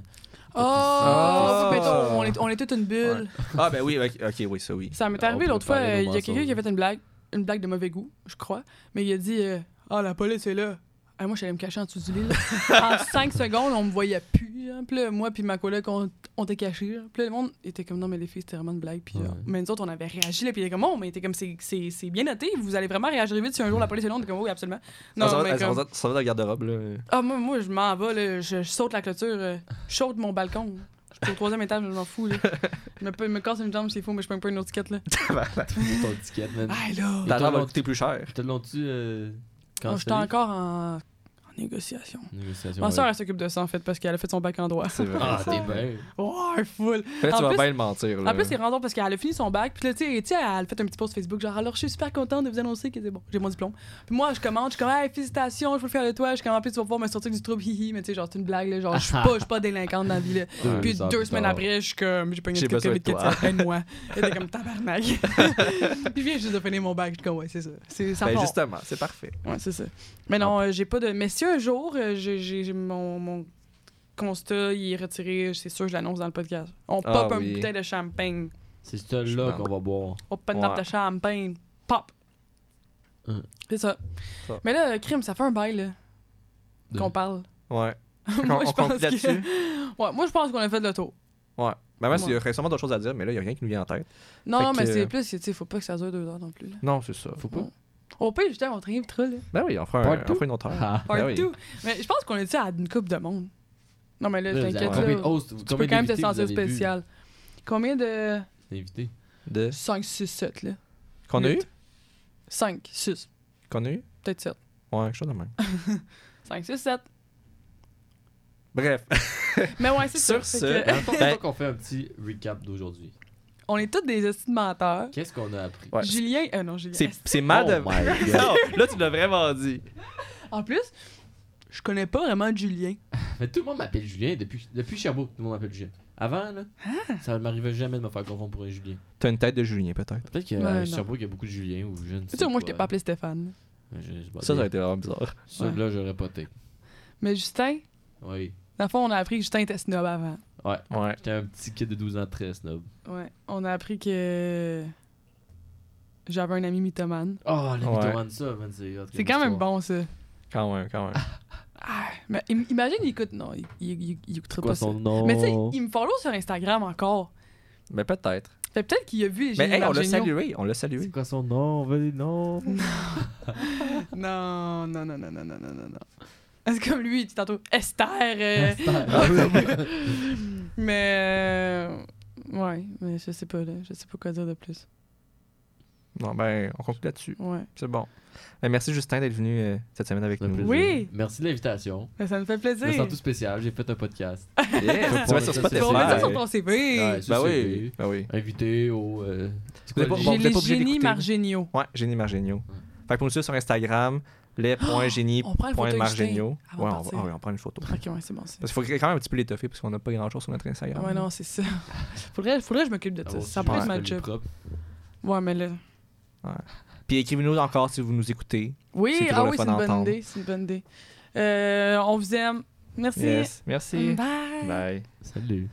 [SPEAKER 2] Oh,
[SPEAKER 1] Ah.
[SPEAKER 2] oui, mettons, on est- on est toute une bulle.
[SPEAKER 1] Ah, ben oui, ok, ok, oui, ça oui.
[SPEAKER 2] Ça m'est
[SPEAKER 3] Ah,
[SPEAKER 2] arrivé
[SPEAKER 3] on peut
[SPEAKER 2] l'autre fois,
[SPEAKER 3] parler
[SPEAKER 2] euh,
[SPEAKER 3] nos
[SPEAKER 2] il y a quelqu'un
[SPEAKER 3] mensonges.
[SPEAKER 2] qui a fait une blague, une blague de mauvais goût, je crois, mais il a dit euh, Ah, la police est là. Ah, moi, je suis allée me cacher en dessous du lit. là. en 5 secondes, on me voyait plus. hein. Puis là, moi, puis ma collègue, on, on était cachés. là. Puis là, le monde était comme Non, mais les filles, c'était vraiment une blague. Puis là,
[SPEAKER 3] Ouais.
[SPEAKER 2] mais nous autres, on avait réagi. Là, puis il était comme Bon, mais t'es comme C'est- C'est c'est bien noté, vous allez vraiment réagir vite si un jour la police est là. On était comme Oui, absolument. Non,
[SPEAKER 1] Ah, ça,
[SPEAKER 2] mais
[SPEAKER 1] va,
[SPEAKER 2] comme,
[SPEAKER 1] ça, va, ça va dans le garde-robe, là.
[SPEAKER 2] Ah, moi, moi, je m'en vais, là. Je, je saute la clôture, euh, je saute mon balcon. Je suis au troisième étage, je m'en fous, là. Je me, je me casse une jambe, c'est fou, mais je prends pas une autre ticket, là.
[SPEAKER 3] ton ticket, man.
[SPEAKER 2] Ah, là!
[SPEAKER 1] Ta
[SPEAKER 3] toi,
[SPEAKER 1] robe va
[SPEAKER 3] l'autre-
[SPEAKER 1] coûter plus cher.
[SPEAKER 3] Te l'ont-tu euh,
[SPEAKER 2] Ah, J'étais
[SPEAKER 3] cancellé?
[SPEAKER 2] encore en, en négociation.
[SPEAKER 3] Négociation.
[SPEAKER 2] Ma soeur,
[SPEAKER 3] avec-
[SPEAKER 2] elle s'occupe de ça, en fait, parce qu'elle a fait son bac en droit.
[SPEAKER 1] C'est vrai.
[SPEAKER 3] Ah, t'es bien.
[SPEAKER 2] Oh, full!
[SPEAKER 1] Là,
[SPEAKER 2] En
[SPEAKER 1] tu vas
[SPEAKER 2] plus-
[SPEAKER 1] bien le mentir, là.
[SPEAKER 2] En plus, c'est random parce qu'elle a fini son bac. Puis là, tu sais, tu sais, elle fait un petit post Facebook, genre, alors je suis super contente de vous annoncer que c'est bon, j'ai mon diplôme. Puis moi, je commente, je suis comme, hey, félicitations, je peux le faire de toi. Je suis comme, en plus, tu vas pouvoir me sortir du trouble, hihi. Mais tu sais, genre, c'est une blague, là. Genre, je suis pas, je suis pas délinquante dans la vie, là.
[SPEAKER 1] Deux
[SPEAKER 2] Puis
[SPEAKER 3] heures
[SPEAKER 2] deux
[SPEAKER 3] plus
[SPEAKER 2] semaines
[SPEAKER 3] tard.
[SPEAKER 2] après, je suis comme, j'ai pas une
[SPEAKER 1] J'ai
[SPEAKER 2] étiquette
[SPEAKER 1] besoin de
[SPEAKER 2] COVID qui
[SPEAKER 1] toi.
[SPEAKER 2] était moi. Elle était comme, tabarnak. Puis je viens juste de finir mon bac. Je suis comme, ouais, c'est ça. C'est ça.
[SPEAKER 1] Ben
[SPEAKER 2] part.
[SPEAKER 1] justement, c'est parfait.
[SPEAKER 2] Ouais, c'est ça. Mais non, euh, j'ai pas de. Mais si un jour, euh, j'ai, j'ai- j'ai mon, mon constat il est retiré, c'est sûr, je l'annonce dans le podcast. On
[SPEAKER 1] Ah
[SPEAKER 2] pop
[SPEAKER 1] oui.
[SPEAKER 2] un bouteille de champagne.
[SPEAKER 3] C'est
[SPEAKER 1] Je
[SPEAKER 3] celui-là
[SPEAKER 1] pense.
[SPEAKER 3] qu'on va boire.
[SPEAKER 2] Open
[SPEAKER 1] Ouais.
[SPEAKER 2] up de champagne. Pop!
[SPEAKER 3] Hum.
[SPEAKER 2] C'est ça.
[SPEAKER 1] Ça.
[SPEAKER 2] Mais là, crime, ça fait un bail, là,
[SPEAKER 3] De-
[SPEAKER 2] qu'on parle.
[SPEAKER 1] Ouais.
[SPEAKER 2] moi, je
[SPEAKER 1] on conclut
[SPEAKER 2] pense que...
[SPEAKER 1] là-dessus.
[SPEAKER 2] ouais, moi, je pense qu'on a fait le tour.
[SPEAKER 1] Ouais. Ben, moi,
[SPEAKER 2] Ouais.
[SPEAKER 1] il y aurait sûrement d'autres choses à dire, mais là, il n'y a rien qui nous vient en tête.
[SPEAKER 2] Non,
[SPEAKER 1] Fait
[SPEAKER 2] non, mais
[SPEAKER 1] que-
[SPEAKER 2] c'est plus, tu sais, faut pas que ça dure deux heures non plus. Là.
[SPEAKER 1] Non, c'est ça.
[SPEAKER 3] Faut pas.
[SPEAKER 2] Ouais. On peut, justement, on trive trop, là.
[SPEAKER 1] Ben oui, on fera,
[SPEAKER 3] Part
[SPEAKER 1] un,
[SPEAKER 3] two.
[SPEAKER 1] on fera une autre heure.
[SPEAKER 3] Ah.
[SPEAKER 2] Part
[SPEAKER 1] Ben oui.
[SPEAKER 2] two. Mais je pense qu'on est, tu sais, à une coupe de monde. Non, mais là,
[SPEAKER 3] Là, vous avez
[SPEAKER 2] t'inquiète.
[SPEAKER 3] combien de
[SPEAKER 2] là.
[SPEAKER 3] hosts,
[SPEAKER 2] Tu peux
[SPEAKER 3] combien
[SPEAKER 2] quand même te
[SPEAKER 3] d'invités vous
[SPEAKER 2] sentir
[SPEAKER 3] avez vu?
[SPEAKER 2] spécial. Combien de.
[SPEAKER 3] D'invités.
[SPEAKER 1] De...
[SPEAKER 2] 5, 6, 7, là.
[SPEAKER 1] Qu'on a eu?
[SPEAKER 2] 5, 6,
[SPEAKER 1] Qu'on a eu?
[SPEAKER 2] peut-être 7.
[SPEAKER 1] Ouais, quelque chose de même.
[SPEAKER 2] 5, 6, 7.
[SPEAKER 1] Bref.
[SPEAKER 2] Mais ouais, c'est sûr.
[SPEAKER 1] Sur
[SPEAKER 2] fait
[SPEAKER 1] ce-
[SPEAKER 2] que-
[SPEAKER 3] Attends,
[SPEAKER 1] Ben-
[SPEAKER 3] attends qu'on fait un petit recap d'aujourd'hui.
[SPEAKER 2] On est tous des estimes menteurs.
[SPEAKER 3] Qu'est-ce qu'on a appris?
[SPEAKER 1] Ouais.
[SPEAKER 2] Julien. Euh, non, Julien.
[SPEAKER 1] C'est
[SPEAKER 2] Esti-
[SPEAKER 1] c'est mal de...
[SPEAKER 3] Oh my god.
[SPEAKER 1] Non, là, tu l'as vraiment dit.
[SPEAKER 2] En plus, je connais pas vraiment Julien.
[SPEAKER 3] Mais tout le monde m'appelle Julien depuis, depuis Sherbrooke. Tout le monde m'appelle Julien. Avant, là,
[SPEAKER 2] Ah!
[SPEAKER 3] ça ne m'arrivait jamais de me faire confondre pour un Julien.
[SPEAKER 1] T'as une tête de Julien, peut-être.
[SPEAKER 3] Peut-être que
[SPEAKER 2] Ouais,
[SPEAKER 3] euh,
[SPEAKER 2] non.
[SPEAKER 3] Sherbrooke, il y a beaucoup de Julien ou je ne sais
[SPEAKER 2] Tu sais, moi, je t'ai
[SPEAKER 3] quoi.
[SPEAKER 2] pas appelé Stéphane.
[SPEAKER 3] Je sais pas
[SPEAKER 1] Ça, ça
[SPEAKER 3] dire.
[SPEAKER 1] a été vraiment bizarre.
[SPEAKER 3] Ça,
[SPEAKER 2] Ouais.
[SPEAKER 3] là, j'aurais poté.
[SPEAKER 2] Mais Justin,
[SPEAKER 3] Oui.
[SPEAKER 2] dans le fond, on a appris que Justin était snob avant.
[SPEAKER 3] Ouais.
[SPEAKER 1] Ouais.
[SPEAKER 3] J'étais un petit kid de 12 ans très snob.
[SPEAKER 2] Ouais. On a appris que. J'avais un ami mythomane.
[SPEAKER 3] Oh, les
[SPEAKER 1] Ouais.
[SPEAKER 3] mythomanes, ça, man, c'est hot
[SPEAKER 2] C'est
[SPEAKER 3] comme
[SPEAKER 2] quand même
[SPEAKER 3] histoire.
[SPEAKER 2] bon, ça.
[SPEAKER 1] Quand même, quand même.
[SPEAKER 2] Ah, mais im- imagine, il écoute. Non, il, il, il- il écoutera
[SPEAKER 3] Quoi
[SPEAKER 2] pas
[SPEAKER 3] son
[SPEAKER 2] ça.
[SPEAKER 3] nom?
[SPEAKER 2] Mais tu sais, il me follow sur Instagram encore.
[SPEAKER 1] Mais peut-être.
[SPEAKER 2] Fait peut-être qu'il a vu les
[SPEAKER 1] Mais
[SPEAKER 2] génies
[SPEAKER 1] hey, on l'a
[SPEAKER 2] marginaux.
[SPEAKER 1] salué, on l'a
[SPEAKER 3] C'est
[SPEAKER 1] salué.
[SPEAKER 3] quoi son nom? On veut des noms.
[SPEAKER 2] Non, non, non, non, non, non, non, non, non. C'est comme lui, tu tantôt Esther. euh, mais euh, ouais, mais je sais pas là, je sais pas quoi dire de plus.
[SPEAKER 1] Non, ben, on conclut là-dessus.
[SPEAKER 2] Ouais,
[SPEAKER 1] C'est bon. Ben, merci, Justin, d'être venu euh, cette semaine avec
[SPEAKER 3] Ça me
[SPEAKER 1] nous.
[SPEAKER 3] plaît.
[SPEAKER 2] Oui.
[SPEAKER 3] Merci de l'invitation.
[SPEAKER 2] mais ça me fait
[SPEAKER 3] Je me
[SPEAKER 2] plaisir.
[SPEAKER 3] sens tout spécial. J'ai fait un podcast.
[SPEAKER 1] Yeah. tu vas sur
[SPEAKER 3] Tu vas
[SPEAKER 2] Tu vas remettre ça sur
[SPEAKER 1] Spotify.
[SPEAKER 2] ton CV.
[SPEAKER 3] Ouais,
[SPEAKER 1] Ben
[SPEAKER 3] sur
[SPEAKER 1] oui.
[SPEAKER 3] CV.
[SPEAKER 1] Ben oui.
[SPEAKER 3] Invité au. euh, c'est
[SPEAKER 1] Vous avez
[SPEAKER 3] quoi
[SPEAKER 1] pas- bon,
[SPEAKER 2] J'ai
[SPEAKER 3] le-
[SPEAKER 1] vous êtes
[SPEAKER 2] les
[SPEAKER 1] obligé
[SPEAKER 2] génies
[SPEAKER 1] d'écouter.
[SPEAKER 2] margéniaux.
[SPEAKER 1] Ouais, Génie Margenio.
[SPEAKER 3] Ouais.
[SPEAKER 1] Fait que pour nous suivre sur Instagram, les.génie.margenio.
[SPEAKER 2] On prend la photo avec
[SPEAKER 1] Ouais,
[SPEAKER 2] Justin avant de
[SPEAKER 1] on va,
[SPEAKER 2] partir.
[SPEAKER 1] ah oui, on prend une photo.
[SPEAKER 2] Ok, ouais, c'est bon. c'est-
[SPEAKER 1] Parce qu'il faut quand même un petit peu l'étoffer parce qu'on n'a pas grand chose sur notre Instagram.
[SPEAKER 2] Ouais, non, c'est ça. Faudrait, faudrait que je
[SPEAKER 1] Ah,
[SPEAKER 2] m'occupe de ça.
[SPEAKER 3] Avoir
[SPEAKER 2] Ça
[SPEAKER 3] su
[SPEAKER 2] pourrait
[SPEAKER 3] juste
[SPEAKER 2] être ma
[SPEAKER 3] le
[SPEAKER 2] job.
[SPEAKER 3] propre.
[SPEAKER 2] Ouais, mais là.
[SPEAKER 1] Puis écrivez-nous encore si vous nous écoutez. C'est
[SPEAKER 2] Oui,
[SPEAKER 1] toujours
[SPEAKER 2] ah
[SPEAKER 1] le
[SPEAKER 2] oui,
[SPEAKER 1] fun
[SPEAKER 2] c'est une bonne
[SPEAKER 1] d'entendre.
[SPEAKER 2] idée. C'est une bonne idée. Euh, on vous aime. Merci.
[SPEAKER 1] Yes. Merci.
[SPEAKER 2] Bye.
[SPEAKER 1] Bye.
[SPEAKER 3] Salut.